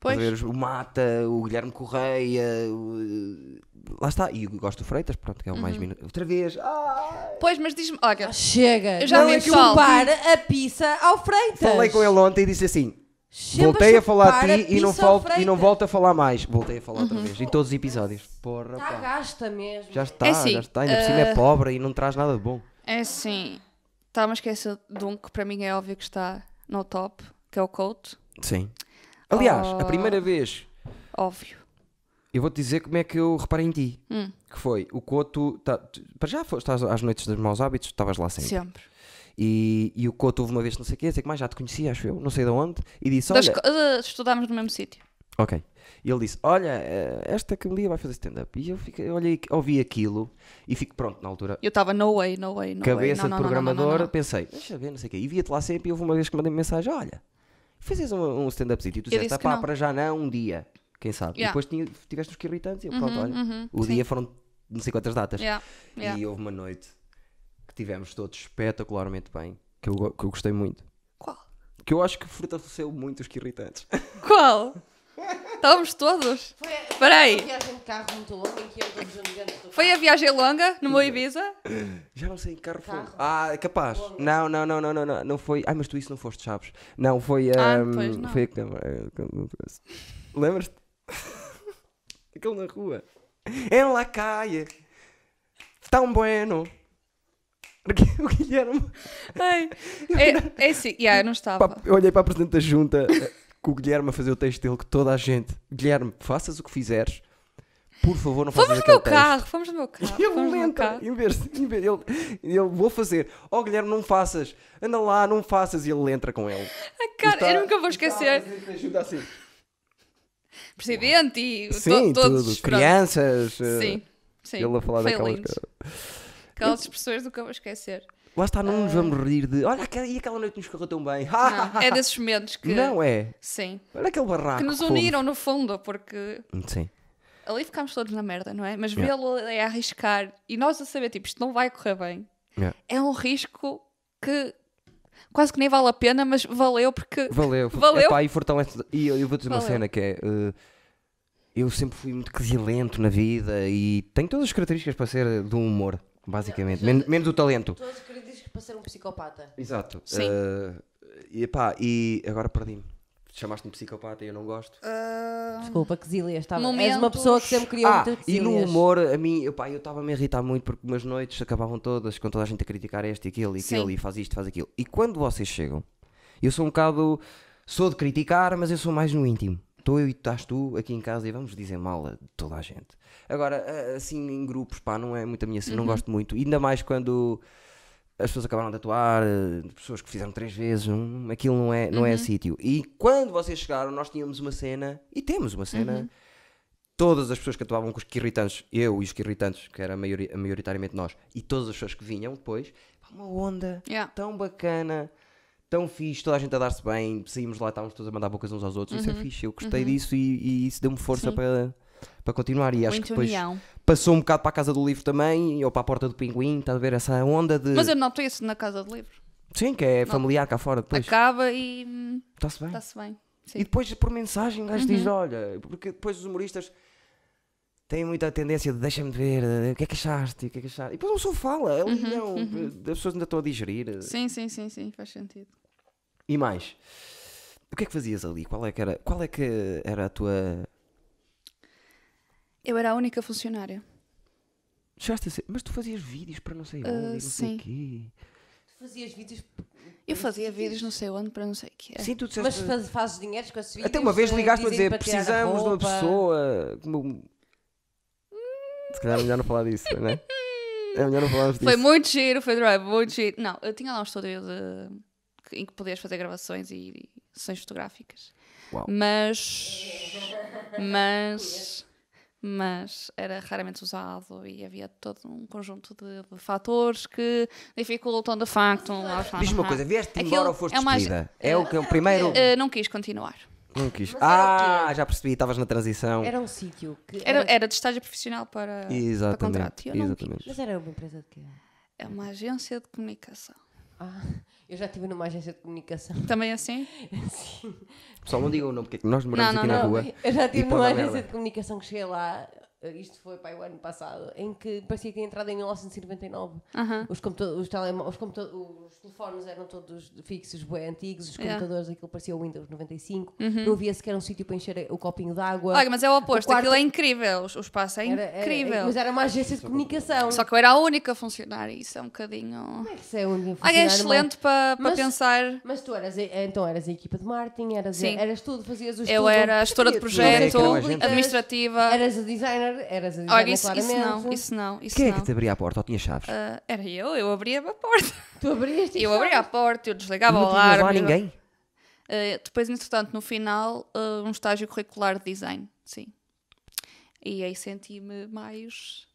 S1: Pois,
S2: Estás a ver? O Mata, o Guilherme Correia. o- eh, Lá está. E eu gosto do Freitas, pronto, que é o mais
S1: Uhum.
S2: minuto. Outra vez. Ah!
S1: pois, mas diz-me. Olha,
S3: Chega.
S1: Eu já
S3: não
S1: vi
S3: é
S1: isso alto.
S3: chupar a pizza ao Freitas.
S2: Falei com ele ontem e disse assim:
S3: Sempre
S2: voltei a falar
S3: chupar
S2: de ti e não,
S3: pizza ao
S2: volto, e não
S3: Freitas.
S2: volto a falar mais. Voltei a falar
S1: Uhum.
S2: outra vez. Em todos os episódios.
S1: Tá
S2: Porra,
S3: Está
S2: pá.
S3: Tá gasta mesmo.
S2: Já está,
S1: É assim,
S2: já está. Ainda por cima é
S1: eh,
S2: pobre e não traz nada de bom.
S1: é assim. Estava a esquecer de um que para mim é óbvio que está no top, que é o Couto.
S2: Sim. Aliás, a
S1: Oh.
S2: primeira vez
S1: Óbvio.
S2: Eu vou-te dizer como é que eu reparei em ti.
S1: Hum.
S2: Que foi, o Coto. Tá, tu- para já foste às, às noites dos maus hábitos, estavas lá sempre.
S1: Sempre.
S2: E, e o Coto houve uma vez, não sei o quê, sei que mais, já te conhecia, acho eu, não sei de onde, e disse:
S1: Das
S2: Então, Olha.
S1: co- eh, estudámos no mesmo sítio.
S2: Ok. E ele disse: Olha, eh, esta comedia vai fazer stand-up. E eu, fiquei, eu olhei, ouvi aquilo e fico pronto na altura.
S1: Eu estava, no way, no way, no way.
S2: cabeça
S1: Não, não,
S2: de
S1: não, não, não,
S2: programador,
S1: não, não.
S2: pensei: Deixa ver, não sei o quê. E via-te lá sempre e houve uma vez que mandei mensagem: Olha, fazes um, um stand-upzinho. E tu
S1: Eu
S2: disseste:
S1: disse
S2: "Ah,
S1: que
S2: pá,
S1: não."
S2: para já não, um dia. Quem sabe? E
S1: Yeah.
S2: depois tinha, tiveste uns irritantes e eu, pronto, olha.
S1: uhum,
S2: o dia foram não sei quantas datas.
S1: Yeah, yeah.
S2: E houve uma noite que tivemos todos espetacularmente bem, que eu, go- que eu gostei muito.
S1: Qual?
S2: Que eu acho que fortaleceu muito os irritantes.
S1: Qual? Estávamos todos.
S3: Foi a
S1: Peraí.
S3: viagem de carro muito longa em que eu todos juntos dentro do
S1: Foi a viagem longa no meu
S2: é.
S1: Ibiza?
S2: Já não sei em que carro,
S3: Carro.
S2: foi. Ah, capaz. Não, não, não, não, não, não, não foi. Ai, mas tu isso não foste, sabes? Não, foi a.
S1: Ah, pois não.
S2: Foi a câmara. Lembras-te? Aquele na É rua. Em la calle. Tão bueno. Tá um Porque o Guilherme.
S1: Ai, é, é assim, yeah, eu não estava.
S2: Pá, eu olhei para a presidente da junta eh, com o Guilherme a fazer o texto dele, que toda a gente. Guilherme, faças o que fizeres, por favor, não faças
S1: Fomos no
S2: aquele
S1: meu
S2: texto.
S1: carro, fomos no meu carro.
S2: E ele
S1: fomos no meu
S2: lenta,
S1: carro.
S2: em vez, em vez ele, ele, vou fazer, oh Guilherme, não faças, anda lá, não faças, e ele entra com ele.
S1: Ah, cara,
S2: Está-
S1: eu nunca vou esquecer.
S2: está a fazer- ajuda assim.
S1: Presidente e to-
S2: Sim,
S1: todos.
S2: tudo,
S1: pronto.
S2: crianças, eh,
S1: Sim, sim.
S2: ele a falar
S1: Foi
S2: daquelas
S1: lindo.
S2: coisas.
S1: Aquelas expressões nunca vou esquecer.
S2: Lá está, não nos vamos rir de, olha, aquela- e aquela noite nos correu tão bem.
S1: Ah. Não, é desses momentos que.
S2: Não Ah, é,
S1: Sim.
S2: olha aquele barraco.
S1: Que nos
S2: fomos.
S1: uniram no fundo, porque
S2: Sim.
S1: ali ficámos todos na merda, não é? Mas
S2: Yeah.
S1: vê-lo a arriscar e nós a saber, tipo, isto não vai correr bem.
S2: Yeah.
S1: É um risco que quase que nem vale a pena, mas valeu porque.
S2: Valeu.
S1: Valeu.
S2: Epá, e fortalece. E eu, eu vou dizer uma
S1: Valeu.
S2: cena que é. eh, eu sempre fui muito quesilento na vida e tenho todas as características para ser do humor, basicamente. Men- menos o talento.
S3: Todos queridos que para ser um psicopata.
S2: Exato.
S1: Sim.
S2: Eh, e epá, e agora perdi-me. Chamaste-me psicopata e eu não gosto.
S1: Ah,
S3: Então, Desculpa, quesília. Estava... És uma
S1: Momentos.
S3: pessoa que sempre queria
S2: Ah,
S3: muito
S2: e no
S3: quesílias.
S2: humor, a mim, epá, eu estava-me a irritar muito porque umas noites acabavam todas com toda a gente a criticar este e aquilo e
S1: Sim.
S2: aquilo e faz isto, faz aquilo. E quando vocês chegam, eu sou um bocado. Sou de criticar, mas eu sou mais no íntimo. Estou eu e estás tu aqui em casa e vamos dizer mal a toda a gente. Agora, a- assim, em grupos, pá, não é muito a minha cena,
S1: Uhum.
S2: não gosto muito. Ainda mais quando as pessoas acabaram de atuar, eh, pessoas que fizeram três vezes, não- aquilo não é, não
S1: Uhum.
S2: é sítio. E quando vocês chegaram, nós tínhamos uma cena, e temos uma cena,
S1: Uhum.
S2: todas as pessoas que atuavam com os irritantes, eu e os irritantes, que era maiori- maioritariamente nós, e todas as pessoas que vinham depois, pá, uma onda
S1: Yeah.
S2: tão bacana, tão fixe, toda a gente a dar-se bem, saímos lá, estávamos todos a mandar bocas uns aos outros,
S1: Uhum.
S2: isso é fixe, eu gostei disso e, e isso deu-me força para, para continuar. E acho
S1: Muita
S2: que depois
S1: união.
S2: passou um bocado para a Casa do Livro também, ou para a Porta do Pinguim, estás a ver essa onda de...
S1: Mas eu noto isso na casa de livros.
S2: Sim, que é familiar cá fora depois.
S1: Acaba e hum,
S2: Está-se bem.
S1: está-se bem.
S2: E
S1: Sim.
S2: depois por mensagem o gajo diz: olha, porque depois os humoristas têm muita tendência de deixa-me ver, eh, o que é que achaste? O que é que achaste? E depois não só fala, ali não, eh, as pessoas ainda estão a digerir. eh.
S1: Sim, sim, sim, sim, faz sentido.
S2: E mais, o que é que fazias ali? Qual é que era, qual é que era a tua.
S1: Eu era a única funcionária.
S2: Chegaste a ser- Mas tu fazias vídeos para não sei onde, não sei
S1: sim.
S2: o quê.
S3: Tu fazias vídeos,
S1: Eu fazia vídeos não sei onde para não sei o que é.
S2: Sim, tu
S3: mas
S2: disseste.
S3: faz- fazes dinheiro com esses vídeos.
S2: até uma vez
S3: eh,
S2: ligaste-me a
S3: dizem
S2: dizer:
S3: para tirar a
S2: precisamos de uma
S3: roupa."
S2: pessoa. Como... um-" Se calhar é melhor não falar disso, não é? É melhor não falarmos disso.
S1: Foi muito giro, foi drive, muito giro. Não, eu tinha lá um estúdio de- que- em que podias fazer gravações e, e sessões fotográficas.
S2: Uau.
S1: Mas. Mas. Mas era raramente usado e havia todo um conjunto de, de fatores que dificultam de facto. um lá está,
S2: Diz-me uma
S1: lá
S2: coisa,
S1: está.
S2: vieste
S1: Aquilo
S2: embora ou foste
S1: é uma-
S2: despedida? É o que é o primeiro.
S1: Eh, não quis continuar.
S2: Não quis.
S3: era
S2: Ah, já percebi, estavas na transição.
S3: Era um sítio que.
S1: Era, era de estágio profissional para, para contrato.
S2: Exatamente.
S1: e Eu não quis.
S2: exatamente.
S3: Mas era uma empresa de quê?
S1: É uma agência de comunicação.
S3: Ah, eu já estive numa agência de comunicação.
S1: Também assim?
S3: Sim.
S2: Pessoal, não digam o nome, porque é que nós demoramos
S1: Não,
S2: aqui
S1: não,
S2: na
S1: não.
S2: rua.
S3: Eu já
S2: E
S3: estive
S2: pode
S3: numa
S2: dar
S3: agência
S2: merda.
S3: de comunicação que cheguei lá, eh, isto foi para o ano passado, em que parecia que tinha entrado em 1999.
S1: Aham.
S3: Os, computa- os, telemo- os, computa- os telefones eram todos fixos, bem antigos, os
S1: Yeah. Uhum.
S3: computadores, aquilo parecia o Windows 95, não havia sequer um sítio para encher o copinho de água.
S1: Olha, mas é o oposto.
S3: O quarto-
S1: Aquilo é incrível. O o espaço é
S3: Era-
S1: incrível.
S3: era- mas era uma agência de comunicação.
S1: Só que eu era a única funcionária, isso é um bocadinho.
S3: Como é que isso é um
S1: Ah, é
S3: funcionário,
S1: excelente para para
S3: Mas-
S1: pensar.
S3: mas- Mas tu eras, a- então eras a equipa de marketing, eras,
S1: Sim.
S3: eras tudo, fazias os
S1: Eu era a gestora de
S2: Não é que
S1: projeto,
S2: não é gente.
S1: administrativa.
S3: Eras a designer, eras a designer
S1: Olha, isso, isso
S3: claramente.
S1: não, isso não, isso
S2: Quem é
S1: não.
S2: que te abria a porta ou tinha chaves?
S1: Ah, era eu, eu abria a porta.
S3: Tu abriste e
S1: Eu
S3: já-
S1: abria a porta, eu desligava o
S2: não tinhas
S1: alarme.
S2: lá ninguém?
S1: Ah, depois, entretanto, no final, ah, um estágio curricular de design, sim. E aí senti-me mais.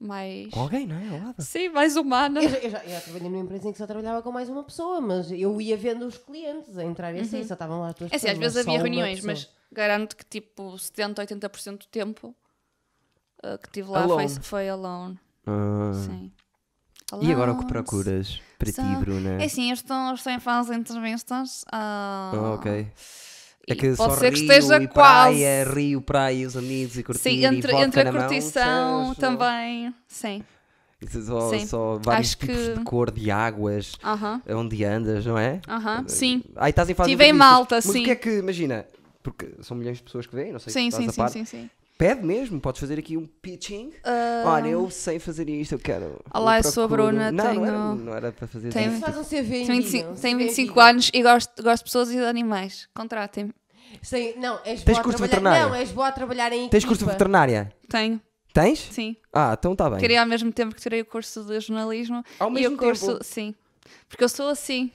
S1: mais.
S2: Com alguém, não é? Ao lado.
S1: Sim, mais humana.
S3: Eu já, eu já- eu já trabalhei numa empresa em que só trabalhava com mais uma pessoa, mas eu ia vendo os clientes a entrar e a sair, só estavam lá as duas
S1: É assim,
S3: pessoas,
S1: às vezes
S3: mas só
S1: havia
S3: uma
S1: reuniões,
S3: pessoa.
S1: mas garanto que tipo 70, 80% do tempo uh, que tive lá foi,
S2: Alone.
S1: foi alone.
S2: Ah.
S1: Sim.
S2: E agora o que
S1: Alone,
S2: procuras para ti,
S1: só-
S2: Bruna?
S1: É assim, eu estou, estou em fase de entrevistas. ah,
S2: Ah, ok.
S1: e
S2: É que
S1: pode
S2: só
S1: ser que
S2: rio
S1: esteja quase.
S2: e praia, rio, praia, os amigos e curtir
S1: Sim,
S2: e
S1: entre,
S2: vodka
S1: entre a
S2: na mão,
S1: curtição
S2: sabes?
S1: também. Sim.
S2: Isso é Só,
S1: Sim.
S2: só vários
S1: Acho
S2: tipos
S1: que-
S2: de cor, de águas,
S1: Aham.
S2: onde andas, não é?
S1: Aham. Ah, Sim.
S2: Aí estás em fase de
S1: Estive em
S2: entrevistas.
S1: Malta,
S2: Mas
S1: sim.
S2: o que é que, imagina, porque são milhões de pessoas que vêm, não sei
S1: Sim,
S2: se estás
S1: sim,
S2: a
S1: sim,
S2: par.
S1: sim, sim.
S2: Pede mesmo, podes fazer aqui um pitching.
S1: Ah.
S2: Olha, eu sei fazer isto, eu quero.
S1: Olá,
S2: eu
S1: eu sou a
S2: procuro-
S1: é Bruna,
S2: Não, não era,
S1: tenho-
S2: não era para fazer
S1: tenho-
S2: isso.
S3: Faz um CV em
S1: Tenho
S3: vinho,
S1: 25, tenho
S3: um CV em
S1: 25
S3: vinho.
S1: anos e gosto, gosto de pessoas e de animais. Contratem-me.
S3: Sei- não, és
S2: Tens
S3: boa
S2: curso
S3: a
S2: de
S3: trabalhar.
S2: veterinária?
S3: Não, és boa a trabalhar em
S2: Tens curso de
S3: equipa.
S2: veterinária?
S1: Tenho,
S2: Tens?
S1: sim.
S2: Ah, então está bem.
S1: Tirei ao mesmo tempo que tirei o curso de jornalismo
S2: Ao
S1: e
S2: mesmo
S1: o curso.
S2: tempo?
S1: Sim. Porque eu sou assim.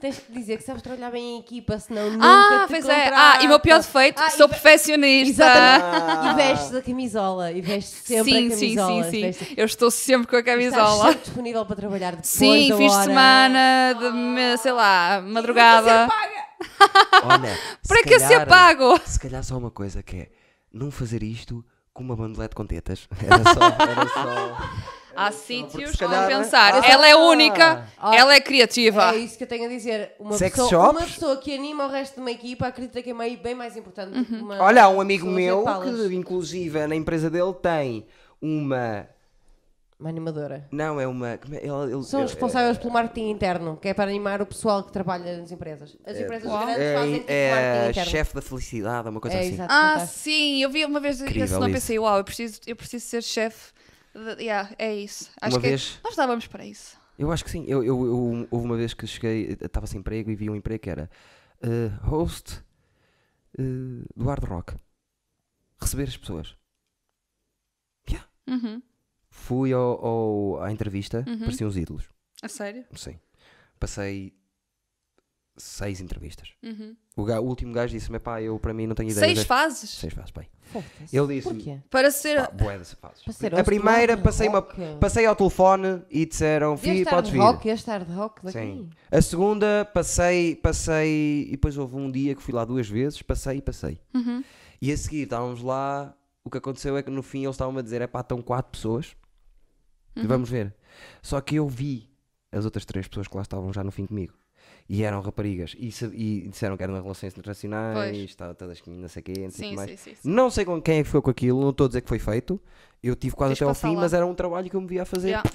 S3: Tens que dizer que sabes trabalhar bem em equipa, senão nunca
S1: ah,
S3: te
S1: pois é.
S3: contratam.
S1: Ah, e o meu pior defeito,
S3: Ah,
S1: sou
S3: e ve-
S1: perfeccionista.
S3: Exatamente.
S2: Ah.
S3: E vestes a camisola. E vestes sempre
S1: sim,
S3: a camisola.
S1: sim, sim,
S3: vestes-
S1: sim. Eu estou sempre com a
S3: Estás
S1: camisola.
S3: sempre disponível para trabalhar depois
S1: Sim,
S3: da
S1: fins de
S3: hora.
S1: semana, de, me- sei lá, madrugada.
S2: Olha, se
S1: Para que se
S2: calhar-
S1: apago?
S2: Se calhar só uma coisa que é não fazer isto com uma bandolete com tetas. Era só. Era só...
S1: Há sítios
S2: se
S1: onde
S2: calhar-
S1: pensar.
S2: Ah.
S1: Ela é única,
S3: Ah.
S1: ela é criativa.
S3: É isso que eu tenho a dizer. Uma,
S2: Sex
S3: pessoa, uma
S2: shops?
S3: pessoa que anima o resto de uma equipa acredita que é meio- bem mais importante. do que Uma
S2: Olha, há um amigo
S3: pessoa a
S2: meu
S3: dizer palas.
S2: que, inclusive, na empresa dele tem uma.
S3: Uma animadora.
S2: Não, é uma. como é- Ele, ele,
S3: São
S2: ele-
S3: responsáveis pelo marketing interno, que é para animar o pessoal que trabalha nas empresas. As empresas grandes fazem tipo
S2: é,
S3: marketing
S2: é
S3: interno.
S2: chefe da felicidade, uma coisa
S3: É,
S2: assim.
S3: exato.
S1: Ah,
S3: fantástico.
S1: sim, eu vi uma vez
S2: Incrível
S1: esse nome e
S2: isso.
S1: pensei, uau, eu preciso, eu preciso ser chefe. de- Yeah, é isso. Acho
S2: Uma
S1: que é-
S2: vez-
S1: nós estávamos para isso.
S2: Eu acho que sim. Eu, eu, eu- houve uma vez que cheguei, eh, estava sem emprego e vi um emprego que era eh, host eh, do hard rock. Receber as pessoas. Yeah.
S1: Uhum.
S2: Fui ao, ao- à entrevista, pareciam os ídolos.
S1: A sério?
S2: Sim. Passei seis entrevistas.
S1: Uhum.
S2: O, ga- o último gajo disse-me, pá, eu para mim não tenho ideia.
S1: Seis
S2: das-
S1: fases?
S2: Seis fazes, pai.
S3: Foda-se.
S2: Ele disse-
S3: Porquê?
S1: Para ser.
S2: Pá, bué de fases.
S3: Para ser
S2: A
S3: host
S2: primeira
S3: do
S2: passei, uma,
S3: rock.
S2: passei ao telefone e disseram,
S3: Ias
S2: Fi,
S3: estar
S2: podes
S3: de
S2: vir.
S3: rock, ias estar de rock daqui.
S2: Sim. A segunda passei, passei e depois houve um dia que fui lá duas vezes, passei e passei.
S1: Uhum.
S2: E a seguir estávamos lá, o que aconteceu é que no fim eles estavam a dizer, é pá, estão quatro pessoas,
S1: Uhum.
S2: e vamos ver. Só que eu vi as outras três pessoas que lá estavam já no fim comigo. E eram raparigas. E, sa- e disseram que eram relações internacionais,
S1: Pois.
S2: tal, todas que não sei quê, não sei o
S1: Sim,
S2: que mais.
S1: sim, sim, sim.
S2: Não sei com quem é que foi com aquilo, não estou a dizer que foi feito. Eu tive quase
S1: Tens que
S2: até ao
S1: passar
S2: fim,
S1: lá.
S2: mas era um trabalho que eu me via a fazer.
S1: Yeah.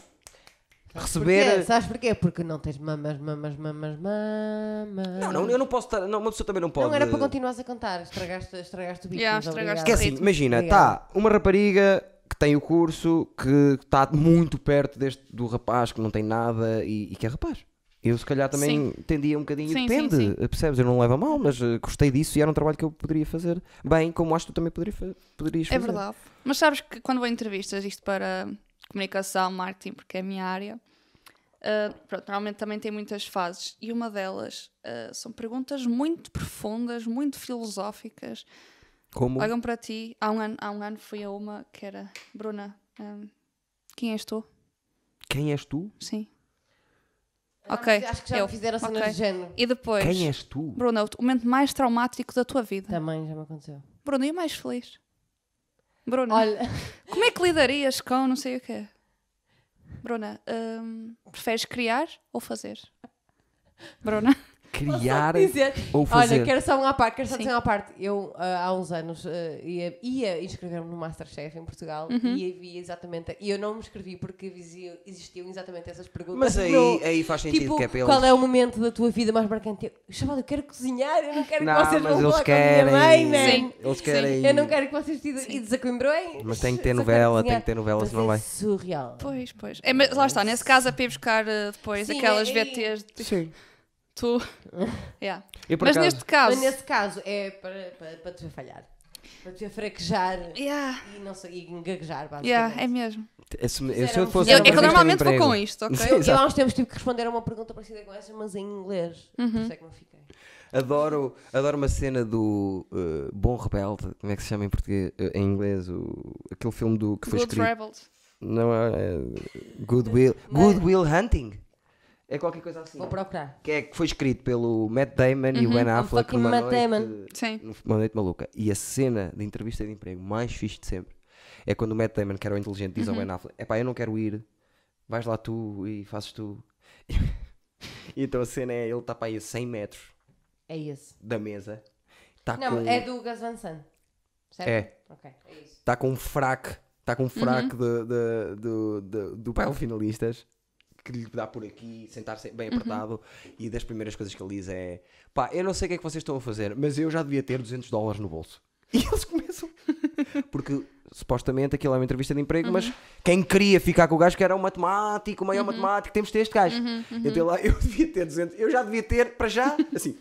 S1: é
S2: Receber.
S3: Porquê? Sabes porquê? Porque não tens mamas, mamas, mamas, mamas.
S2: Não, não, eu não posso estar. Não, uma pessoa também não pode.
S3: Não era para continuares a cantar. Estragaste, estragaste o bico.
S1: Yeah,
S3: mas
S1: estragaste
S2: Que é
S3: obrigada.
S2: assim,
S1: Ritmo.
S2: imagina,
S3: Obrigada.
S2: está uma rapariga que tem o curso, que está muito perto deste do rapaz que não tem nada e, e que é rapaz. Eu se calhar também tendia um bocadinho,
S1: Sim, sim,
S2: depende,
S1: sim.
S2: percebes? Eu não levo a mal, mas eh, gostei disso e era um trabalho que eu poderia fazer bem, como acho que tu também poderia fa- poderias
S1: É
S2: fazer.
S1: verdade. Mas sabes que quando vou a entrevistas, isto para comunicação, marketing, porque é a minha área, ah, pronto, normalmente também tem muitas fases. E uma delas ah, são perguntas muito profundas, muito filosóficas.
S2: Como?
S1: Olham para ti. Há um ano, há um ano fui a uma que era Bruna. ah, quem és tu?
S2: Quem és tu?
S1: Sim. Ok.
S3: Acho que já
S1: eu.
S3: me fizeram cenas
S1: Ok.
S3: de género.
S1: E depois,
S2: Quem é? és tu?
S1: Bruna, o momento mais traumático da tua vida.
S3: Também já me aconteceu.
S1: Bruna, e o mais feliz? Bruna,
S3: Olha,
S1: como é que lidarias com não sei o quê? Bruna, hum, preferes criar ou fazer? Bruna,
S2: Criar
S3: dizer,
S2: ou fazer?
S3: Olha, quero só uma parte, quero só
S1: Sim.
S3: dizer uma parte. Eu, ah, há uns anos, ah, ia, ia inscrever-me no Masterchef em Portugal
S1: Uhum.
S3: e havia exatamente. E eu não me inscrevi porque vizia- existiam exatamente essas perguntas.
S2: Mas aí,
S3: no-
S2: aí faz sentido
S3: Tipo,
S2: que é para eles.
S3: qual é o momento da tua vida mais marcante? Eu, Chaval, eu quero cozinhar, eu não quero
S2: Não,
S3: é que vocês
S2: mas
S3: vão
S2: eles
S3: falar
S2: querem.
S3: com a minha mãe, né?
S1: Sim.
S3: man.
S2: Eles querem.
S3: Eu não quero que vocês te desacoimbroem.
S2: Mas tem que ter
S3: Só quero
S2: novela,
S3: cozinhar.
S2: tem que ter novela,
S3: Mas
S2: senão
S3: é
S2: vai.
S3: surreal.
S1: pois, pois. É, mas lá está, nesse caso é para ir buscar eh, depois
S3: Sim,
S1: aquelas
S3: é-
S1: VTs de
S2: Sim.
S1: tu. Yeah.
S2: Eu, por
S1: Mas
S2: acaso-
S1: neste caso.
S3: Mas nesse caso é para, para, para te ver falhar. Para te ver fraquejar
S1: Yeah,
S3: e, não sei, e engaguejar, basicamente.
S1: yeah, é mesmo.
S2: Se, me-
S3: um
S2: se eu fosse
S1: Eu,
S2: uma
S1: é que eu
S2: entrevista de
S1: normalmente vou
S2: emprego-
S1: com isto, ok?
S2: Sim,
S3: Eu, eu
S2: exato.
S3: há uns tempos tive que responder a uma pergunta parecida com essa, mas em inglês.
S2: Uhum.
S3: Por isso é que não fiquei.
S2: Adoro, adoro uma cena do eh, Bom Rebelde, como é que se chama em português, eh, em inglês, o, aquele filme do que foi
S1: Good
S2: escrito.
S1: Rebels.
S2: Não é, é Good Will, Good Will Hunting. É qualquer coisa assim.
S3: Vou procurar. Uhum, um
S2: Que é que foi escrito pelo Matt Damon e o Ben Affleck
S3: fucking
S2: numa
S3: Matt
S2: noite,
S3: Damon.
S1: Sim.
S2: uma noite maluca. E a cena de entrevista de emprego mais fixe de sempre é quando o Matt Damon, que era o inteligente, diz
S3: Uhum.
S2: ao Ben Affleck: é pá, eu não quero ir, vais lá tu e fazes tu. E então a cena é: ele está para aí a 100 metros
S3: É esse.
S2: da mesa, está
S3: Não,
S2: com,
S3: é do Gus Van Sant. Certo?
S2: Ah, É.
S3: Ok, é isso.
S2: tá com um fraco, está com um
S3: Uhum.
S2: fraco de- de- do, do, do baile finalistas que lhe dá por aqui, sentar-se bem apertado. E das primeiras coisas que ele diz é: pá, eu não sei o que é que vocês estão a fazer, mas eu já devia ter 200 dólares no bolso. E eles começam. Porque supostamente aquilo é uma entrevista de emprego, mas quem queria ficar com o gajo que era o matemático, o maior matemático, temos de ter este gajo. Eu, tenho lá, eu devia ter 200, eu já devia ter, para já, assim.